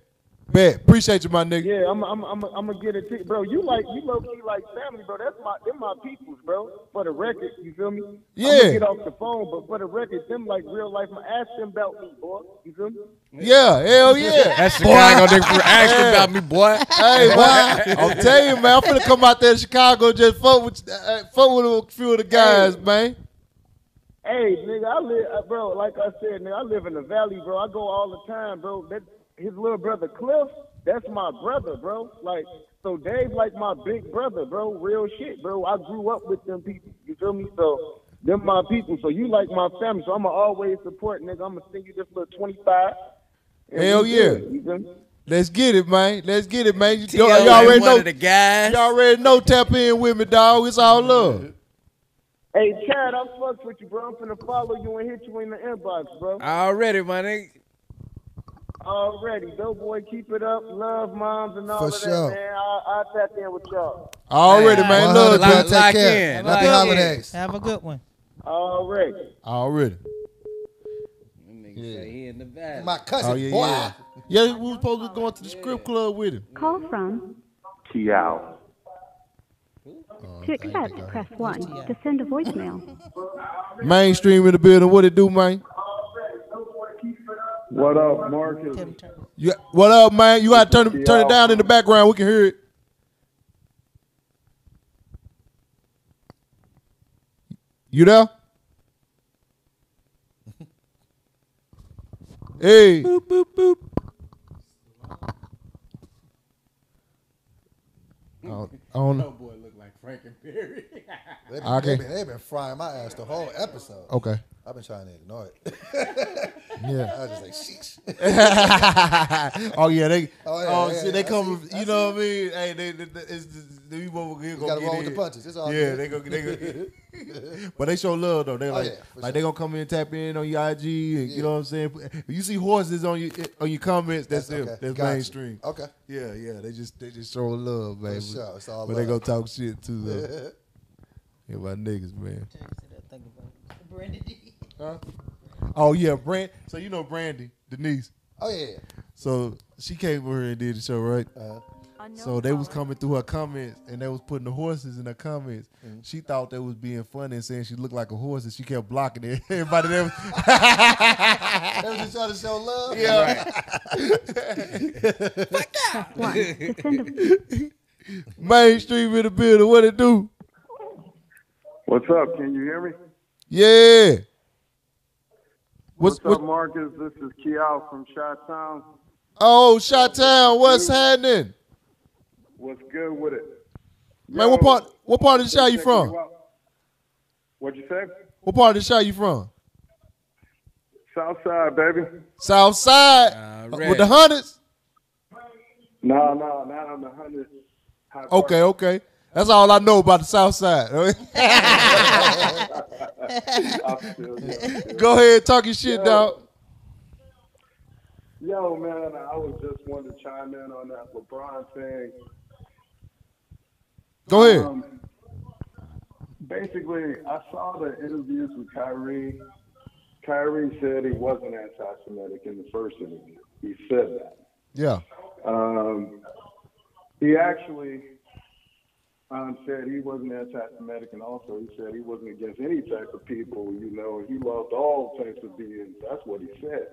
bet. Appreciate you, my nigga.
Yeah, I'm I'm I'm I'm gonna get a ticket, bro. You like you low key like family, bro. That's my them my peoples, bro. For the record, you feel me? I'm
Yeah.
gonna get off the phone, but for the record, them like real life. Ask them about me, boy. You feel me?
Yeah, hell yeah.
That's Chicago nigga for asking about me, boy.
hey, man, I'm telling you, man, I'm finna come out there to Chicago just fuck with, uh, fuck with a few of the guys, man.
Hey, nigga, I live, uh, bro. Like I said, nigga, I live in the valley, bro. I go all the time, bro. That his little brother Cliff, that's my brother, bro. Like, so Dave, like my big brother, bro. Real shit, bro. I grew up with them people. You feel me? So them my people. So you like my family. So I'ma always support, nigga. I'ma send you this little twenty five.
Hell yeah.
You feel me?
Let's get it, man. Let's get it, man. You,
T.O.
y'all,
ain't
y'all already
one
know.
of the guys.
Y'all already know. Tap in with me, dog. It's all love.
Hey, Chad, I fucks with you, bro. I'm finna follow you and hit you in the inbox, bro.
Already, my nigga.
Already, dope boy, keep it up. Love moms and all
For
of
sure.
that, man. I, I tap in with y'all.
Already, man. Love,
lock-
Joe.
Love,
lock
take care.
Oh,
in,
Happy
lock in.
holidays.
Have a good one.
Already.
Already.
My cousin,
Oh yeah,
boy.
yeah. Yeah, we was supposed to go to the script club with him.
Call from
T.O.
to accept, press 1. To send a voicemail,
Mainstream in the building. What it do, man?
What up, Marcus?
Tell him to turn-
You, what up, man? You gotta turn it, turn it down in the background. We can hear it. You there? Hey. Boop boop boop. I don't, I don't know.
boy look like Frankenberry.
They've been,
Okay.
they've been, they've been frying my ass the whole episode.
Okay.
I've been trying to ignore it. I
Yeah.
was just like, sheesh.
oh yeah, they.
Oh,
Oh,
yeah, yeah,
shit,
yeah, I
they come.
see,
from- you know what I mean? Hey, they. they, they it's just, they, we over here
You got
gonna
to
get
roll with
in.
the punches. It's all
yeah,
good. Oh,
they go, they go. but they show love though. They like,
yeah, for
like they gonna come in and tap in on your IG. And, You know what I'm saying? If you see horses on your on your comments, that's, them.
okay.
That's
Gotcha.
mainstream.
Okay.
Yeah, yeah. They just they just show love, baby.
sure, Oh, it's all
but they go
love.
talk shit too though. yeah, my niggas, man.
turn this to the thing about it. Brandon D.
Oh yeah, Brand. So you know Brandy Denise.
Oh, yeah. Uh-huh. yeah.
So she came over here and did the show, right? So they was coming through her comments and they was putting the horses in her comments.
Mm-hmm.
She thought they was being funny and saying she looked like a horse and she kept blocking it. Everybody there was,
They was just trying to show love.
to send a
mainstream in the building. What it do?
What's up? Can you hear me?
Yeah. What's,
What's,
what,
up, Marcus? This is Kiao from Shot Town.
oh, Shot Town, what's happening?
What's good with it?
Man, what part what part of the shot you from?
What'd you say?
What part of the shot you from?
Southside, baby.
South side
Alright.
with the hundreds?
No, no, not on the hundred.
Okay, okay. That's all I know about the South Side. Go ahead, talk your shit, dog.
Yo, man, I was just wanting to chime in on that LeBron thing.
Go ahead.
Um, basically, I saw the interviews with Kyrie. Kyrie said he wasn't anti-Semitic in the first interview. He said that.
Yeah.
Um, he actually
um, said he wasn't anti-Semitic, and also he said he wasn't against any type of people. You know, he loved all types of beings. That's what he said.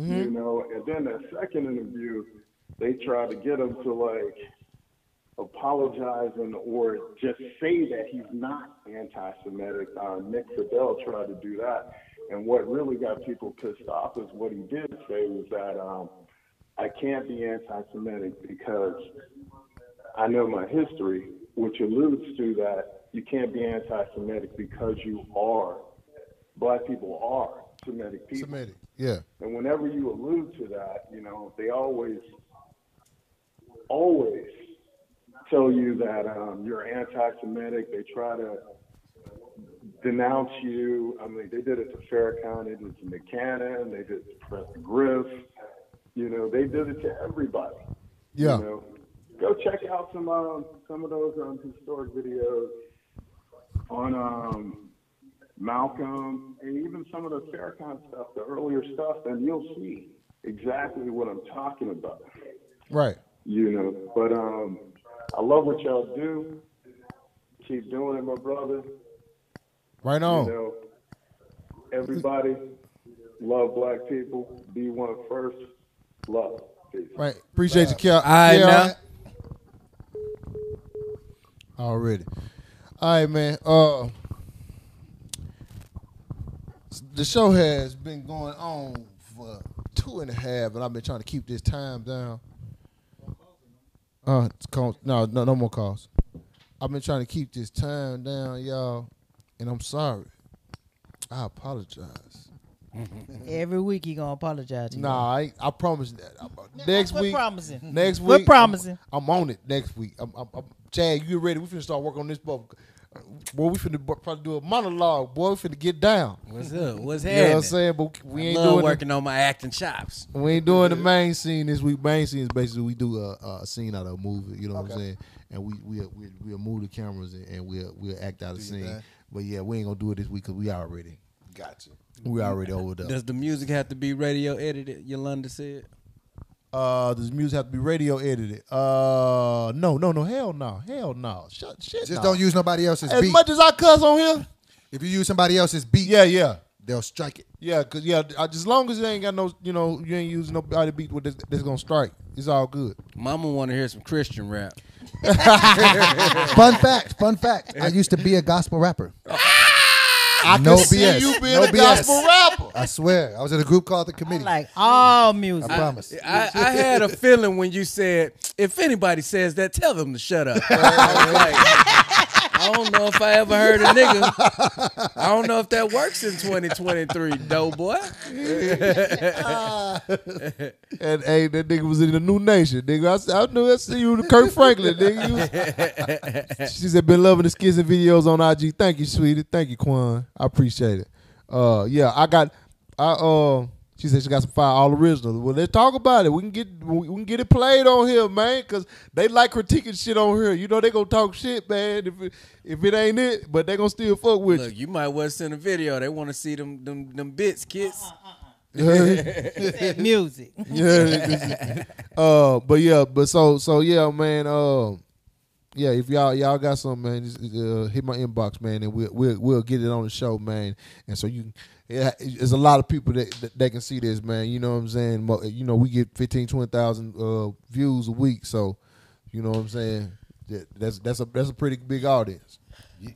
You know, and then that second interview, they tried to get him to like apologizing or just say that he's not anti-Semitic. Uh, Nick Fidel tried to do that, and what really got people pissed off is what he did say was that um, I can't be anti-Semitic because I know my history, which alludes to that you can't be anti-Semitic because you are black people are Semitic people.
Semitic. Yeah.
And whenever you allude to that, you know, they always, always tell you that um, you're anti-Semitic. They try to denounce you. I mean, they did it to Farrakhan, they did it to McCann, they did it to Preston Griff. You know, they did it to everybody.
Yeah.
You know, go check out some um, some of those um, historic videos on um, Malcolm and even some of the Farrakhan stuff, the earlier stuff, and you'll see exactly what I'm talking about.
Right.
You know, but um, I love what y'all do. Keep doing it, my brother.
Right on.
You know, everybody love black people. Be one first. Love. Peace.
Right. Appreciate you, Kel.
right,
Yeah,
now.
all right. Already. All right, man. Uh, the show has been going on for two and a half, and I've been trying to keep this time down. Uh, it's call, no, no, no more calls. I've been trying to keep this time down, y'all, and I'm sorry. I apologize.
Every week he gonna apologize. To
Nah, I, ain't- I promise that. I'm- uh,
you.
next
we're
week,
promising.
Next
We're
week,
promising.
I'm, I'm on it next week. I'm, I'm, I'm, Chad, you ready? We finna start working on this boy. Boy, we finna bu- probably do a monologue. Boy, we finna get down.
What's up? What's
You know
happening?
what I'm saying? But we ain't
Love
doing the,
working on my acting chops.
we ain't doing the main scene this week. Main scene is basically we do a, a scene out of a movie. You know what I'm saying? And we we we we'll move the cameras and, and we'll we'll act out a scene. But yeah, we ain't gonna do it this week because we already
Gotcha.
we already over there.
Does the music have to be radio edited? Yolanda said.
Uh, does music have to be radio edited? Uh, no, no, no, hell no, hell no, shut shit. no.
Just don't use nobody else's
as
beat.
much as I cuss on here.
if you use somebody else's beat,
Yeah, yeah,
they'll strike it.
yeah, cause yeah, I- as long as you ain't got no, you know, you ain't using nobody beat with this, that's gonna strike. It's all good.
Mama want to hear some Christian rap.
fun fact, fun fact. I used to be a gospel rapper.
Ah! I
no
can see
BS.
you being
No
a gospel
BS.
rapper.
I swear. I was in a group called The Committee. I,
Like all music.
promise.
I, I had a feeling when you said, if anybody says that, tell them to shut up. I, was like, I don't know if I ever heard a nigga. I don't know if that works in 2023, dough boy.
And hey, that nigga was in the new nation, nigga. I, s- I knew I see you, Kirk Franklin, nigga. You was- she said, been loving the skits and videos on IG. Thank you, sweetie. Thank you, Quan. I appreciate it. Uh, yeah, I got, I uh, she said she got some fire all originals. Well, let's talk about it. We can get we we can get it played on here, man, because they like critiquing shit on here. You know they gonna talk shit, man. If it, if it ain't it, but they gonna still fuck with
Look, you might well send a video. They want to see them them them bits, kids.
you.
That music.
yeah. this is- uh, but yeah, but so so yeah, man. Uh, yeah, if y'all y'all got something, man, just, uh, hit my inbox, man, and we'll, we'll we'll get it on the show, man. And so you, yeah, there's a lot of people that, that that can see this, man. You know what I'm saying? Mo- You know, we get 15, 20,000 uh, views a week, so you know what I'm saying. That, that's that's a that's a pretty big audience.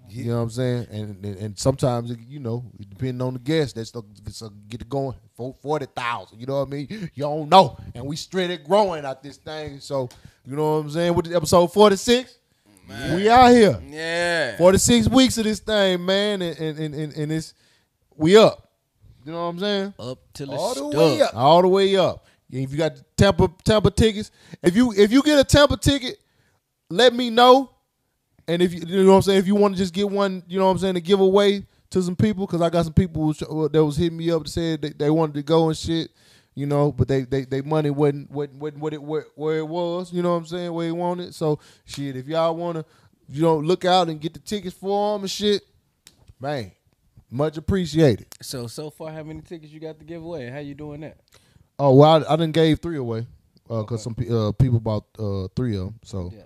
You know what I'm saying? And and, and sometimes it, you know, depending on the guest, that's the so get it going for forty thousand. You know what I mean? You don't know, and we steady growing out this thing. So you know what I'm saying? With the episode forty six, we out here.
Yeah.
Forty six weeks of this thing, man, and and and, and, and it's we up. You know what I'm saying?
Up till it's
All the
stuck.
way up. All the way up. If you got Tampa Tampa tickets, if you if you get a Tampa ticket, let me know. And if you, you know what I'm saying, if you want to just get one, you know what I'm saying, to give away to some people, because I got some people who, sh- who- that was hitting me up and said they, they wanted to go and shit, you know, but they they, they money wasn't wasn't, wasn't what it where, where it was, you know what I'm saying, where they wanted. So shit, if y'all wanna, you know, look out and get the tickets for them and shit, man, much appreciated.
So so far, how many tickets you got to give away? How you doing that?
Oh well, I, I done gave
uh,
three away because some pe- uh, people bought uh, three of them. So,
Yeah.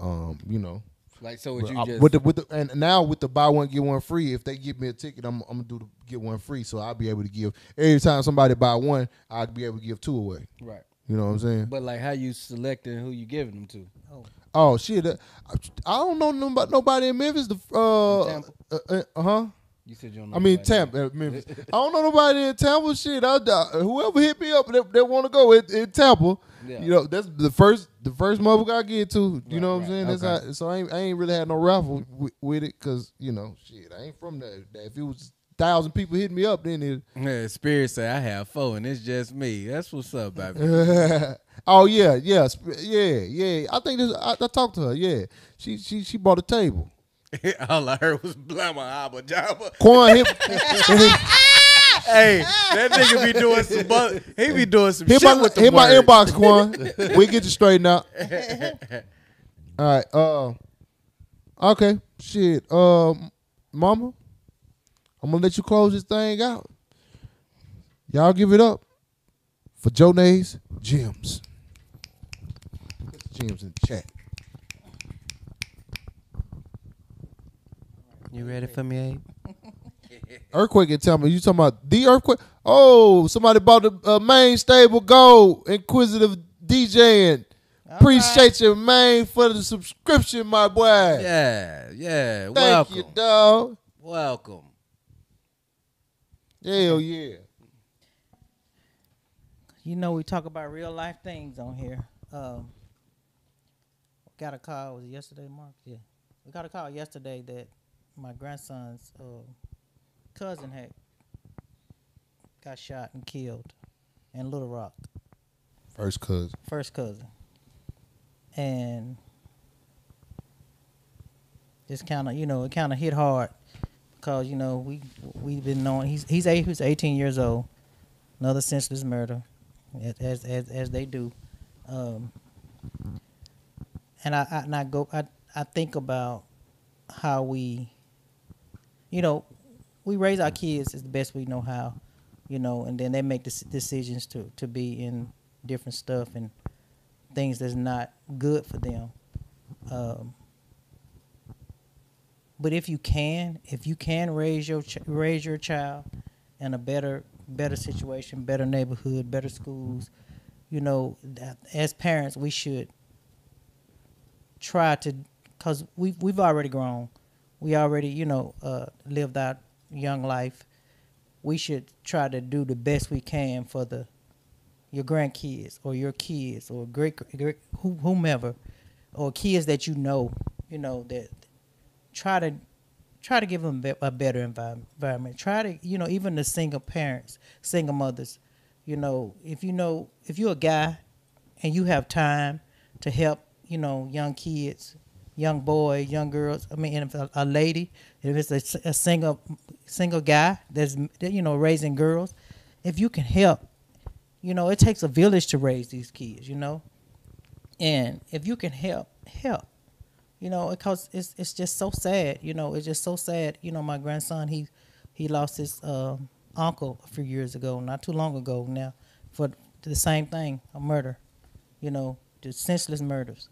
um, you know,
Like so, would
But
you
I-
just
with the with the and now with the buy one get one free, if they give me a ticket, I'm I'm gonna do the get one free, so I'll be able to give every time somebody buy one, I'll be able to give two away.
right?
You know what I'm saying?
But like, how you selecting who you giving them to?
oh shit, uh, I, I don't know nobody, nobody in Memphis. The uh uh
Tampa.
uh
uh-huh.
huh.
You said you don't. Know
I mean
nobody.
Tampa, uh, Memphis. I don't know nobody in Tampa. Shit, I, I- whoever hit me up, they, they want to go in, in Tampa.
Yeah.
You know, that's the first the first motherfucker I get to. You
Right,
know what I'm
right,
saying? That's
okay.
how, so I ain't, I ain't really had no raffle with, with it because you know, shit, I ain't from there. If it was thousand people hitting me up, then it.
Yeah, Spirit say I have four, and it's just me. That's what's up, baby.
oh yeah, yeah, sp- yeah, yeah. I think this. I, I talked to her. Yeah, she she she bought a table.
All I heard was blama haba jabba.
Quan hit
Hey, that nigga be doing some. bu- he be doing some
hit
shit
my
with the
hit my inbox,
words.
Quan. we get you straightened out. All right. Uh. Okay. Shit. Um. Mama, I'm gonna let you close this thing out. Y'all give it up for Jonay's gems. Put the gems in the chat.
You ready for me?
Earthquake and tell me you talking about the earthquake. Oh, somebody bought the uh, main stable gold. Inquisitive DJing. Appreciate your main for the subscription, my boy.
Yeah, yeah.
Thank
welcome,
you, dog.
welcome.
Hell yeah.
You know, we talk about real life things on here. Um, got a call. Was it yesterday, Mark? Yeah, we got a call yesterday that my grandson's uh, cousin had got shot and killed in Little Rock.
First cuz.
first cousin, and just kind of you know it kind of hit hard because you know we we've been knowing he's he's eight, he's 18 years old, another senseless murder, as as as, as they do, um, and I, I and I go I I think about how we, you know, we raise our kids as the best we know how, you know, and then they make dec- decisions to to be in different stuff and things that's not good for them. Um, but if you can, if you can raise your ch- raise your child in a better better situation, better neighborhood, better schools, you know, that, as parents we should try to because we we've already grown, we already you know uh, lived our young life. We should try to do the best we can for the your grandkids or your kids or great, great who- whomever or kids that you know you know that try to try to give them be- a better envi- environment try to you know even the single parents single mothers you know if you know if you're a guy and you have time to help you know young kids young boys young girls i mean and if a, a lady if it's a, s- a single single guy that's you know raising girls if you can help you know, it takes a village to raise these kids, you know. And if you can help, help. You know, because it's it's just so sad. You know, it's just so sad. You know, my grandson he he lost his um uncle a few years ago, not too long ago now, for the same thing, a murder. You know, just senseless murders.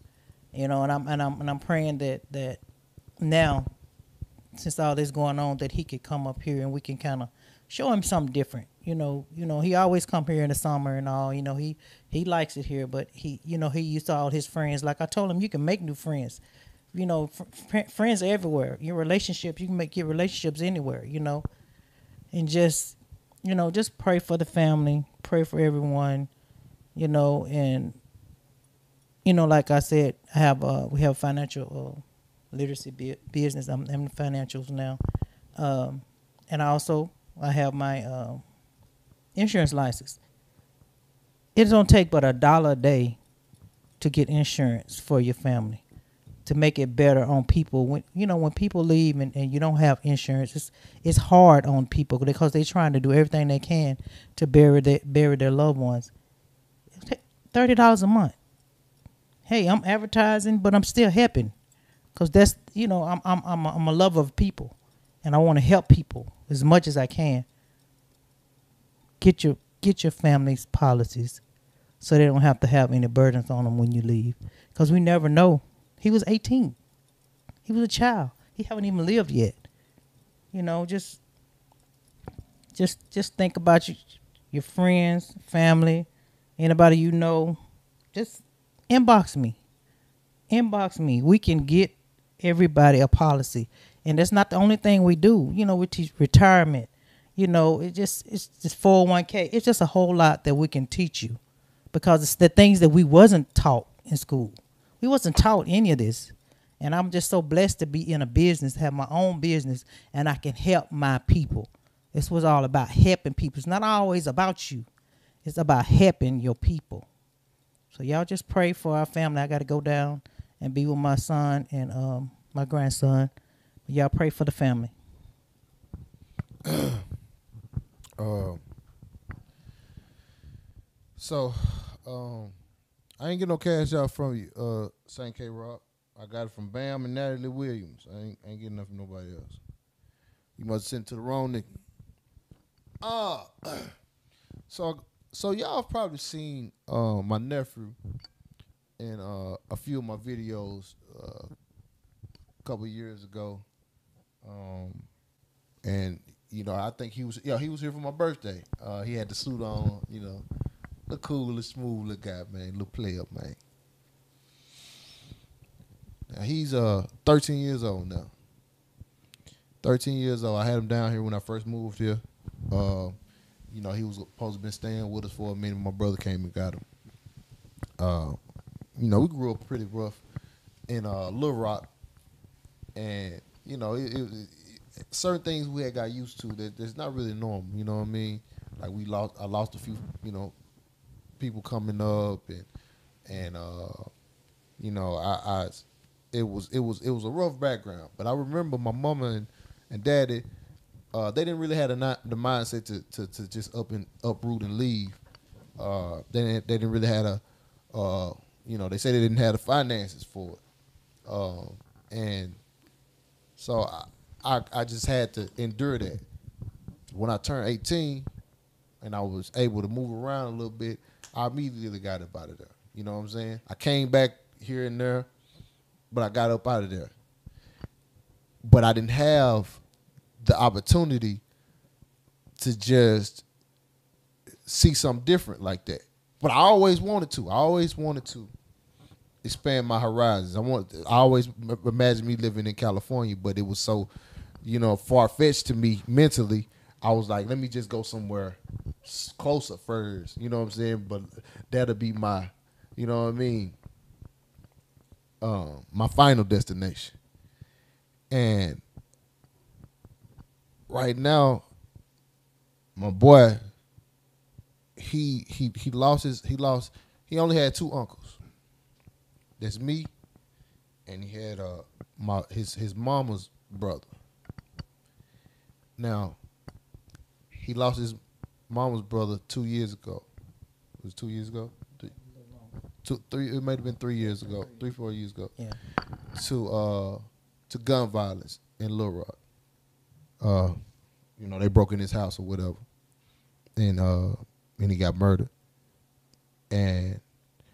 You know, and I'm and I'm and I'm praying that that now, since all this going on, that he could come up here and we can kind of show him something different. You know, you know, he always come here in the summer and all. You know, he he likes it here, but he, you know, he used to all his friends. Like I told him, you can make new friends. You know, fr- fr- friends everywhere. Your relationships, you can make your relationships anywhere. You know, and just you know, just pray for the family, pray for everyone. You know, and you know, like I said, I have uh, we have financial uh, literacy bu- business. I'm, I'm in financials now, um, and I also I have my uh, insurance license. It don't take but a dollar a day to get insurance for your family to make it better on people when you know when people leave and, and you don't have insurance it's it's hard on people because they're trying to do everything they can to bury their bury their loved ones $30 a month hey, I'm advertising, but I'm still helping, cause that's you know I'm I'm I'm a, I'm a lover of people, and I want to help people as much as I can. Get your get your family's policies, so they don't have to have any burdens on them when you leave, cause we never know. He was 18. He He was a child. He haven't even lived yet. You know, just just just think about your your friends, family, anybody you know. Just inbox me. Inbox me. We can get everybody a policy. And that's not the only thing we do. You know, we teach retirement. You know, it just it's just 401k. It's just a whole lot that we can teach you because it's the things that we wasn't taught in school. We wasn't taught any of this. And I'm just so blessed to be in a business, have my own business, and I can help my people. This was all about helping people. It's not always about you. It's about helping your people. So y'all just pray for our family. I got to go down and be with my son and um, my grandson. Y'all pray for the family.
Um, so, um, I ain't get no cash out from you, uh, Saint K Rock. I got it from Bam and Natalie Williams. I ain't, ain't getting nothing from nobody else. You must send it to the wrong nigga. Ah, so so y'all have probably seen uh, my nephew in uh, a few of my videos uh, a couple years ago, um, and you know I think he was yeah he was here for my birthday. Uh, he had the suit on, you know, look cool, look smooth, look guy man, look play up man. Now he's uh 13 years old now. 13 years old. I had him down here when I first moved here. Uh, you know, he was supposed to been staying with us for a minute. My brother came and got him. Uh, you know, we grew up pretty rough in uh, Little Rock, and you know, it, it, it, certain things we had got used to that that's not really normal. You know what I mean? Like we lost, I lost a few, you know, people coming up, and and uh, you know, I, I it was it was it was a rough background. But I remember my mama and, and daddy, uh, they didn't really have the, not, the mindset to, to, to just up and uproot and leave. Uh, they didn't, they didn't really have a uh, you know they said they didn't have the finances for it, um, and so I, I I just had to endure that. When I turned eighteen, and I was able to move around a little bit, I immediately got up out of there. You know what I'm saying? I came back here and there but I got up out of there. But I didn't have the opportunity to just see something different like that. But I always wanted to. I always wanted to expand my horizons. I want. I always m- imagined me living in California, but it was so, you know, far fetched to me mentally. I was like, let me just go somewhere s- closer first. You know what I'm saying? But that'll be my, you know what I mean um, my final destination. And right now, my boy, he he he lost his he lost he only had two uncles. That's me, and he had uh my his his mama's brother. Now, he lost his mama's brother two years ago. It was two years ago two, three. It might have been three years ago, three, four years ago.
Yeah.
To uh, to gun violence in Little Rock. Uh, you know they broke in his house or whatever, and uh, and he got murdered. And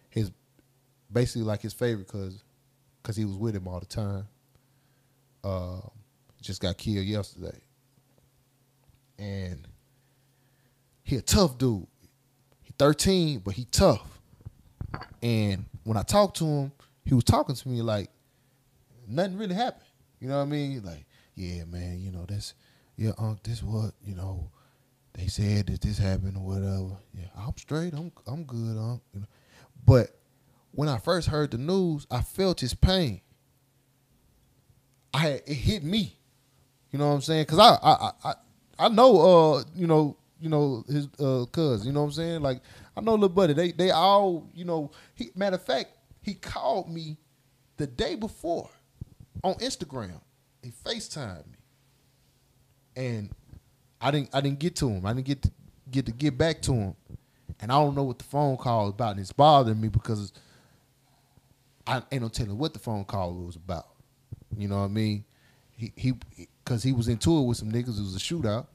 his basically like his favorite cousin, cause he was with him all the time. Uh, just got killed yesterday. And he a tough dude. He 13, but he tough. And when I talked to him, he was talking to me like nothing really happened. You know what I mean? Like, yeah, man, you know, that's yeah, unc, this what, you know, they said that this happened or whatever. Yeah, I'm straight, I'm I'm good, unc. You know? But when I first heard the news, I felt his pain. I had, it hit me. You know what I'm saying? Cause I I I, I know uh, you know, you know, his uh cuz, you know what I'm saying? Like I know little buddy. They they all you know. He, matter of fact, he called me the day before on Instagram. He Facetimed me, and I didn't I didn't get to him. I didn't get to, get to get back to him, and I don't know what the phone call was about. And it's bothering me because I ain't no telling what the phone call was about. You know what I mean? He he because he was into it with some niggas. It was a shootout,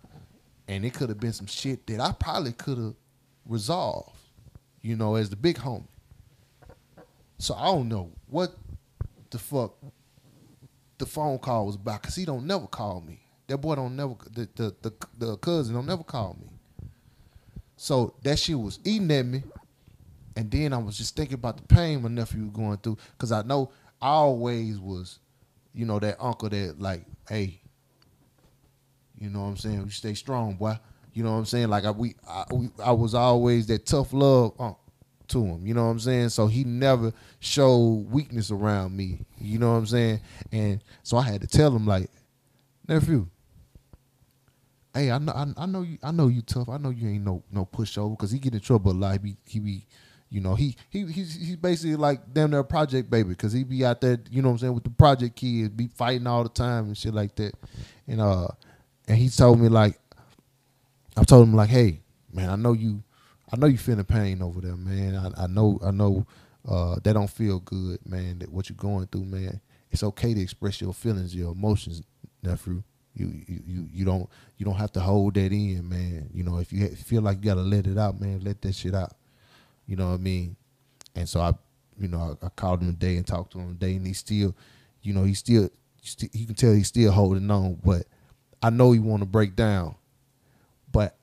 and it could have been some shit that I probably could have resolve, you know, as the big homie. So I don't know what the fuck
the phone call was about because he don't never call me. That boy don't never the, the the the cousin don't never call me. So that shit was eating at me, and then I was just thinking about the pain my nephew was going through because I know I always was, you know, that uncle that like, hey, you know what I'm saying? You stay strong, boy. You know what I'm saying? Like I we I, we, I was always that tough love unc to him. You know what I'm saying? So he never showed weakness around me. You know what I'm saying? And so I had to tell him like, nephew. Hey, I know, I, I know you, I know you tough. I know you ain't no no pushover because he get in trouble a lot. He be, he be, you know, he he he's, he's basically like damn near a project baby because he be out there, you know what I'm saying, with the project kids, be fighting all the time and shit like that. And uh, and he told me like, I told him like, hey, man, I know you, I know you feeling pain over there, man. I, I know, I know, uh, that don't feel good, man. That what you're going through, man. It's okay to express your feelings, your emotions, nephew. You, you you you don't you don't have to hold that in, man. You know, if you ha- feel like you gotta let it out, man, let that shit out. You know what I mean? And so I, you know, I, I called him today and talked to him today, and he still, you know, he still, st- you can tell he's still holding on, but I know he want to break down, but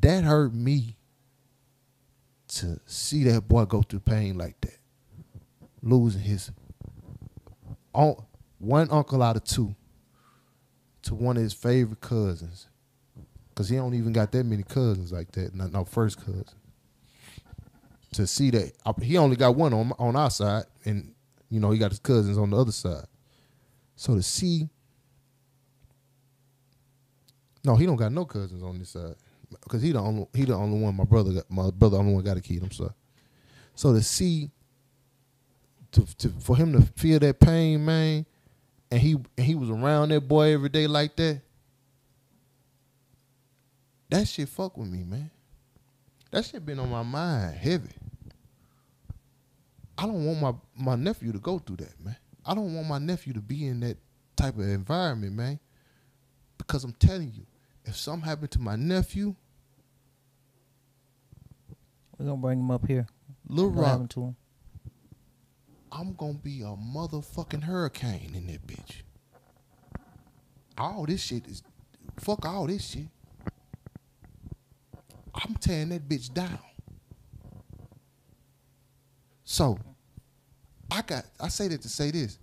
that hurt me to see that boy go through pain like that, losing his on one uncle out of two to one of his favorite cousins, cause he don't even got that many cousins like that. No, no first cousin to see that uh, he only got one on on our side, and you know he got his cousins on the other side. So to see, no, he don't got no cousins on this side because he the only he the only one my brother got, my brother only one got a kid. I'm sorry. So to see, to, to for him to feel that pain, man, and he and he was around that boy every day like that. That shit fuck with me, man. That shit been on my mind heavy. I don't want my, my nephew to go through that, man. I don't want my nephew to be in that type of environment, man. Because I'm telling you, if something happened to my nephew,
We're gonna bring him up here.
Lil
What
Rock,
happened to him?
I'm gonna be a motherfucking hurricane in that bitch. All this shit is fuck all this shit. I'm tearing that bitch down. So I got I say that to say this.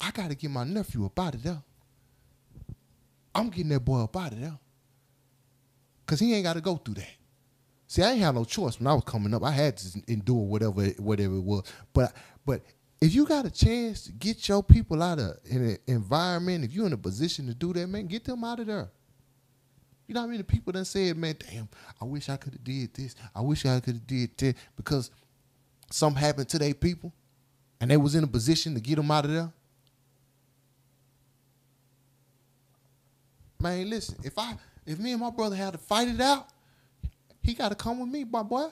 I gotta get my nephew up out of there. I'm getting that boy up out of there. Cause he ain't gotta go through that. See, I ain't have no choice when I was coming up. I had to endure whatever whatever it was. But but if you got a chance to get your people out of an environment, if you're in a position to do that, man, get them out of there. You know what I mean? The people that said, man, damn, I wish I could have did this. I wish I could have did that because something happened to their people and they was in a position to get them out of there. Man, listen, if I if me and my brother had to fight it out, he gotta come with me, my boy.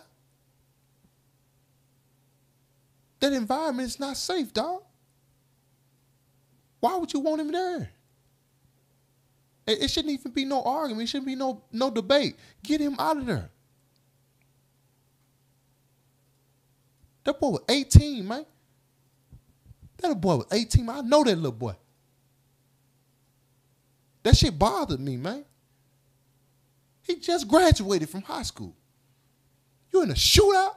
That environment is not safe, dog. Why would you want him there? It, it shouldn't even be no argument. It shouldn't be no no debate. Get him out of there. That boy was 18, man. That little boy was 18. man. I know that little boy. That shit bothered me, man. He just graduated from high school. You in a shootout?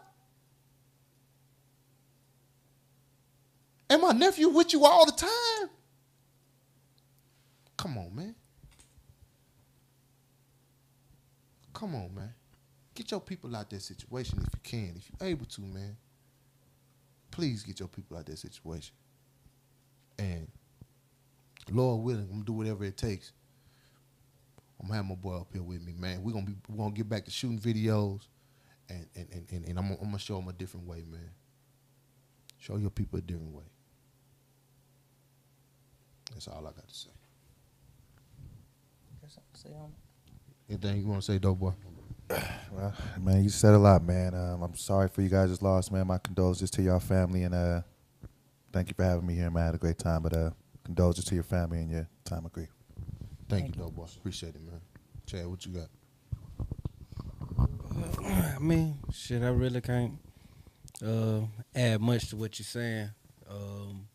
And my nephew with you all the time? Come on, man. Come on, man. Get your people out that situation if you can, if you're able to, man. Please get your people out that situation. And Lord willing, I'm gonna do whatever it takes. I'm gonna have my boy up here with me, man. We're gonna be we're gonna get back to shooting videos and and, and, and, and I'm, gonna- I'm gonna show them a different way, man. Show your people a different way. That's all I got to say.
Got something to say on it?
Anything you wanna say, dope boy?
Well, man, you said a lot, man. Um, I'm sorry for you guys' just lost, man. My condolences to your family, and uh, thank you for having me here, man. I had a great time, but uh, condolences to your family and your time of grief.
Thank, you, dope boy. Appreciate it, man. Chad, what you got?
I mean, shit, I really can't uh, add much to what you're saying. Um,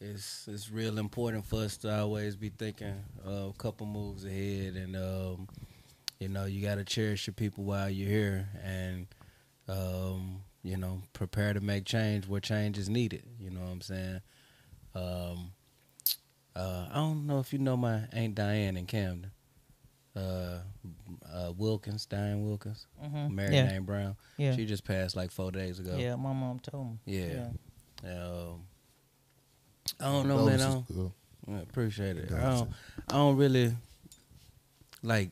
it's it's real important for us to always be thinking uh, a couple moves ahead, and um, you know you got to cherish your people while you're here, and um, you know prepare to make change where change is needed. You know what I'm saying? Um, uh, I don't know if you know my aunt Diane in Camden. Uh, uh, Wilkins, Diane Wilkins,
Mhm.
Mary
Yeah.
Jane Brown.
Yeah.
She just passed like four days ago.
Yeah, my mom told me.
Yeah. Um, I don't know, man. I,
Condolences,
don't, I appreciate it. I don't, I don't really like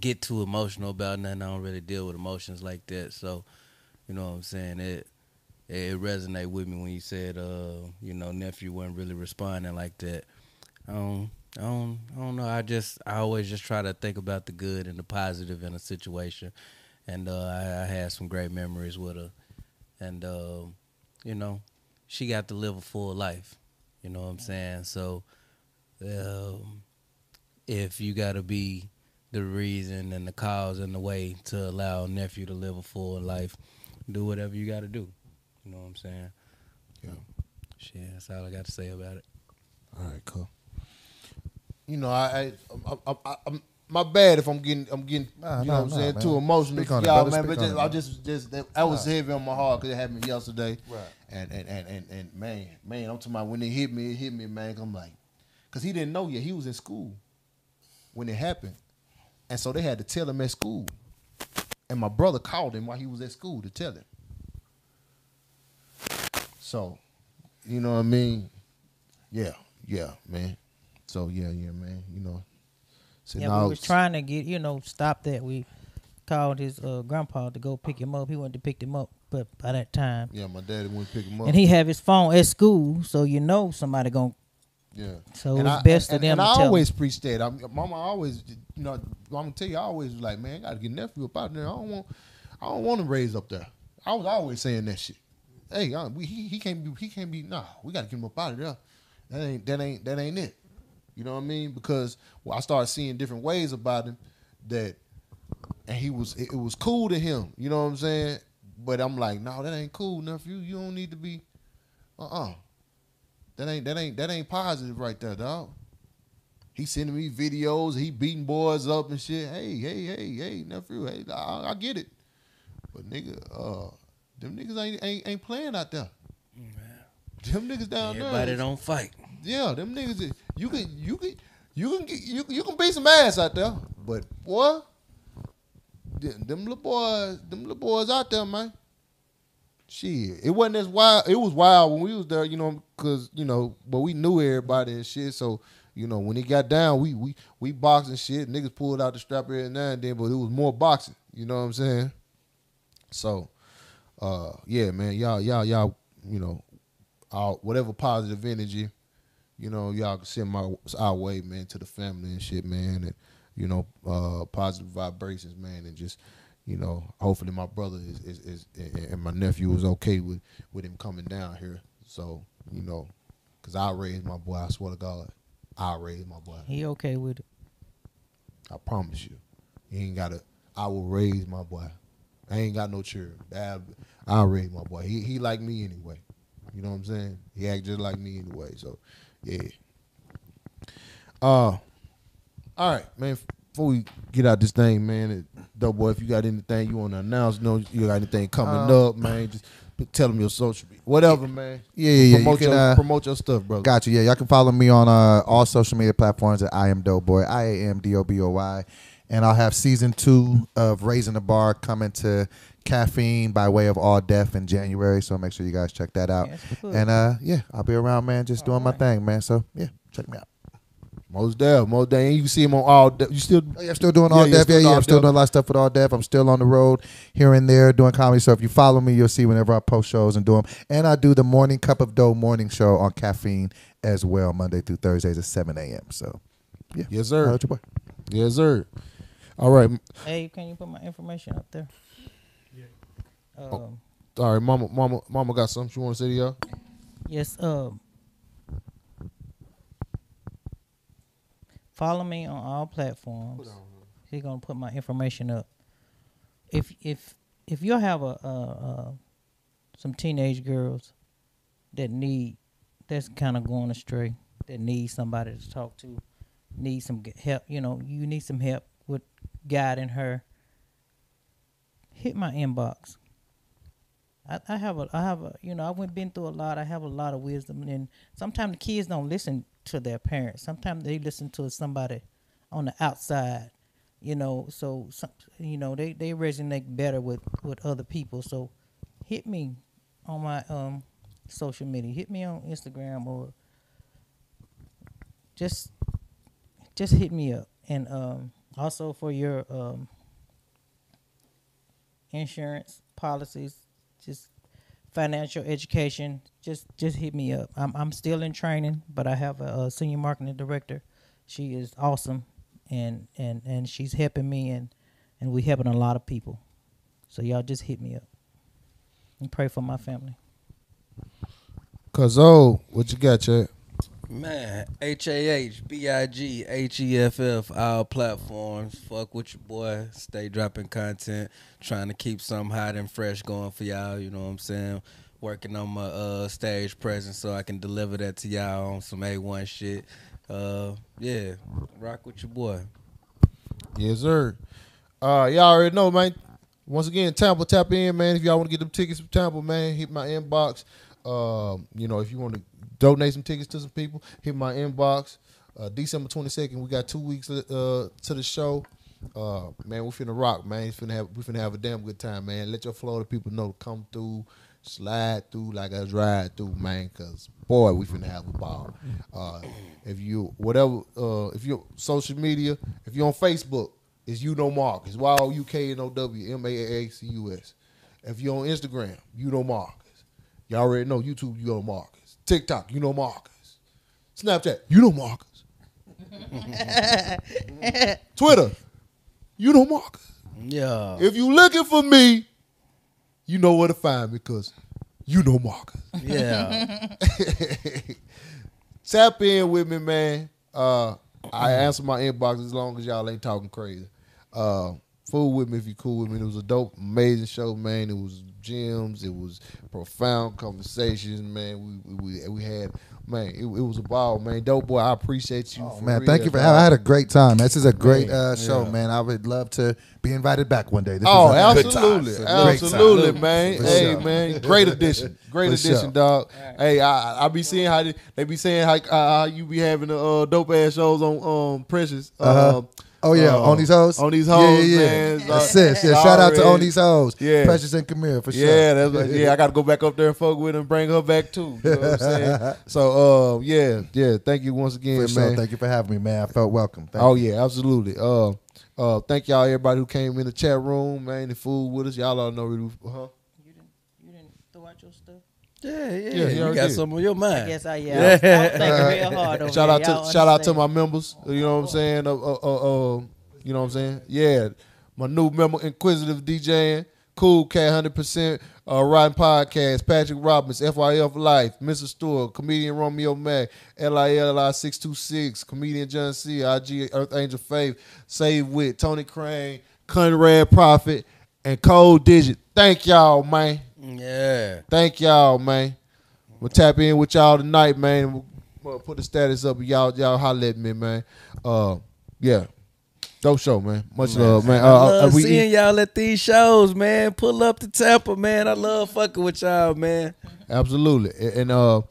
get too emotional about nothing. I don't really deal with emotions like that. So, you know what I'm saying? It it, it resonated with me when you said, uh, you know, nephew wasn't really responding like that. I don't, I don't, I don't know. I just, I always just try to think about the good and the positive in a situation, and uh, I, I had some great memories with her, and uh, you know, she got to live a full life. You know what I'm saying? So, um, if you got to be the reason and the cause and the way to allow nephew to live a full life, do whatever you got to do. You know what I'm saying? Yeah. Shit, that's all I got to say about it.
All right, cool. You know, I, I, I, I, I am my bad if I'm getting, I'm getting,
Nah,
you
nah,
know what
nah,
I'm saying,
man.
too emotional,
Speak on it,
y'all,
brother.
man. But
Speak on
just,
it,
I
man.
just, just, that, that was heavy on my heart because it happened yesterday. Right. And and and and, and man, man, I'm talking about when it hit me, it hit me, man. 'cause I'm like, cause he didn't know yet. He was in school when it happened, and so they had to tell him at school. And my brother called him while he was at school to tell him. So, you know what I mean? Yeah, yeah, man. So yeah, yeah, man. You know, sitting
Yeah, we
out-
was trying to get you know stop that. We called his uh, grandpa to go pick him up. He went to pick him up, but by that time,
Yeah, my daddy went to pick him up.
and he have his phone at school, so you know somebody gonna.
yeah.
So it's best
and,
of them
And
to
I
tell
always preach that. I'm, Mama always, you know, I'm gonna tell you, I always was like, man, I gotta get nephew up out there. I don't want, I don't want him raised up there. I was always saying that shit. Hey, I, we, he, he can't be, he can't be. Nah, we gotta get him up out of there. That ain't, that ain't, that ain't it. You know what I mean? Because well, I started seeing different ways about him that and he was it, it was cool to him. You know what I'm saying? But I'm like, no, that ain't cool, nephew. You don't need to be, uh, uh That ain't that ain't that ain't positive right there, dog. He sending me videos. He beating boys up and shit. Hey, hey, hey, hey, nephew. Hey, I, I get it. But nigga, uh, them niggas ain't ain't, ain't playing out there. Them niggas down there.
Everybody don't fight.
Yeah, them niggas. is- You can you can you can get, you you can beat some ass out there, but boy, th- them little boys, them little boys out there, man. Shit, it wasn't as wild. It was wild when we was there, you know, cause you know, but we knew everybody and shit. So you know, when it got down, we we we boxing shit. Niggas pulled out the strap every now and then, but it was more boxing. You know what I'm saying? So, uh, yeah, man, y'all, y'all, y'all, you know, all, whatever positive energy, you know, y'all can send my our way, man, to the family and shit, man, and you know, uh, positive vibrations, man, and just, you know, hopefully my brother is is, is and and my nephew is okay with with him coming down here. So, you know, cause I raised my boy. I swear to God, I raised my boy.
He okay with it?
I promise you. You ain't gotta I will raise my boy. I ain't got no children. I, I'll raise my boy. He he like me anyway. You know what I'm saying? He act just like me anyway. So yeah. Uh all right, man. Before we get out this thing, man, it- dope boy, if you got anything you want to announce, no, you got anything coming up, man, just p- tell them your social, media, whatever, man.
Uh, Yeah, yeah, yeah. You
Promote
can,
your
uh,
promote your stuff, brother.
Got you. Yeah, y'all can follow me on uh, all social media platforms at I am Doughboy. I am D O B O Y, and I'll have season two of Raising the Bar coming to Caffeine by way of All Deaf in January. So make sure you guys check that out.
Yes, cool.
and uh, yeah, I'll be around, man, just doing my thing, man. So yeah, check me out.
Most Dell, Most Dell, and you can see him on all. Def- You still
Oh, yeah, I'm still doing
Yeah,
all
yeah,
deaf.
still
Yeah, yeah,
all
I'm still
deaf.
doing a lot of stuff with all deaf. I'm still on the road here and there doing comedy. So if you follow me, you'll see whenever I post shows and do them. And I do the morning cup of dough morning show on caffeine as well, Monday through Thursdays at 7 a.m. So yeah,
Yes, sir.
Holla at your boy.
Yes, sir. All right, m-
Hey, can you put my information up there? Um,
all right, mama, mama, mama got something she want to say to y'all.
Yes. Um. Follow me on all platforms. He's gonna put my information up. If if if you have a uh, uh, some teenage girls that need that's kind of going astray that needs somebody to talk to, needs some g- help. You know, you need some help with guiding her. Hit my inbox. I, I have a, I have a, you know, I went been through a lot. I have a lot of wisdom, and sometimes the kids don't listen to their parents. Sometimes they listen to somebody on the outside, you know. So, some, you know, they they resonate better with with other people. So, hit me on my um social media. Hit me on Instagram or just just hit me up. And um, also for your um, insurance policies, just financial education, just just hit me up. I'm I'm still in training, but I have a, a senior marketing director. She is awesome, and and and she's helping me, and and we helping a lot of people. So y'all just hit me up and pray for my family.
Cause oh, what you got, Chad?
Man, H A H B I G H E F F, all platforms. Fuck with your boy. Stay dropping content. Trying to keep something hot and fresh going for y'all. You know what I'm saying? Working on my uh, stage presence so I can deliver that to y'all on some A1 shit. Uh, yeah, rock with your boy.
Yes, sir. Uh, y'all already know, man. Once again, Temple tap in, man. If y'all want to get them tickets from Temple, man, hit my inbox. Um, you know, if you want to donate some tickets to some people, hit my inbox. Uh, December twenty second, we got two weeks uh, to the show. Uh, man, we finna rock, man. It's finna have we finna have a damn good time, man. Let your Florida people know to come through, slide through like a ride through, man. Cause boy, we finna have a ball. Uh, if you whatever, uh, if you're social media, if you're on Facebook, it's you no mark. It's Y O U K N O W M A A A C U S. If you're on Instagram, you know Marcus. Y'all already know YouTube, you know Marcus. TikTok, you know Marcus. Snapchat, you know Marcus. Twitter, you know Marcus.
Yeah.
If you looking for me, you know where to find me because you know Marcus.
Yeah.
Tap in with me, man. Uh, I answer my inbox as long as y'all ain't talking crazy. Uh, fool with me if you cool with me. It was a dope, amazing show, man. It was gems. It was profound conversations, man. We we, we had man. It, it was a ball, man. Dope boy, I appreciate you.
Oh, man, thank you for having. I had a great time. This is a great
Man,
uh, show,
yeah.
man. I would love to be invited back one day. This
Oh,
is a-
absolutely,
Good time.
absolutely,
Great time.
man.
For
hey,
sure.
man, great addition, great
For
addition,
sure.
dog. Hey, I I be seeing how they, they be saying how, how you be having the uh, dope ass shows on um Precious. Uh,
Uh-huh. Oh yeah,
uh,
on these hoes.
on these
Yeah,
hoes,
yeah, yeah.
man. It's
Assist. Yeah,
like-
shout out to
already.
on these hoes.
Yeah.
Precious and Camille for sure.
Yeah, that's what, yeah. I got to go back up there and fuck with her and bring her back too. You know what I'm saying? so, uh, yeah, yeah. Thank you once again,
for
man.
sure. Thank you for having me, man. I felt welcome. Thank
Oh yeah, absolutely. Uh, uh, thank y'all, everybody who came in the chat room, man, the food with us. Y'all all know we do. Huh?
You didn't you didn't throw out your stuff.
Yeah, yeah.
he
you
already
got
did.
something on your mind.
Yes, I yeah. I was- I was thinking real hard over
Shout
here.
out to
Y'all
shout out to
understand.
my members. You know what I'm saying? Uh, uh, uh, uh, you know what I'm saying? Yeah, my new member, Inquisitive DJing, Cool Cat, hundred percent. Uh, Riding podcast, Patrick Robbins, FYF Life, Mr. Stewart, comedian Romeo Mack, LILI six two six, comedian John C, IG Earth Angel Faith, Save Wit, Tony Crane, Conrad Prophet, and Cold Digit. Thank y'all, man.
Yeah.
Thank y'all, man. We'll tap in with y'all tonight, man. We'll, we'll put the status up. Y'all, y'all holler at me, man. Uh, yeah. Dope show, man. Much love, man. Uh,
I
uh,
love
we
seeing
eat-
y'all at these shows, man. Pull up to Tampa, man. I love fucking with y'all, man.
absolutely. A- And uh,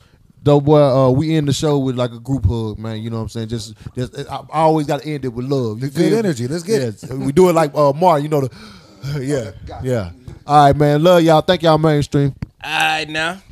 dope boy, uh, we end the show with like a group hug, man. You know what I'm saying? Just, just I I always got to end it with love. You
Good
feel me?
energy. Let's get it. Oh,
Yes. We do it like uh, Mar. You know the, yeah, yeah. All right, man. Love y'all. Thank y'all, mainstream.
All right, now.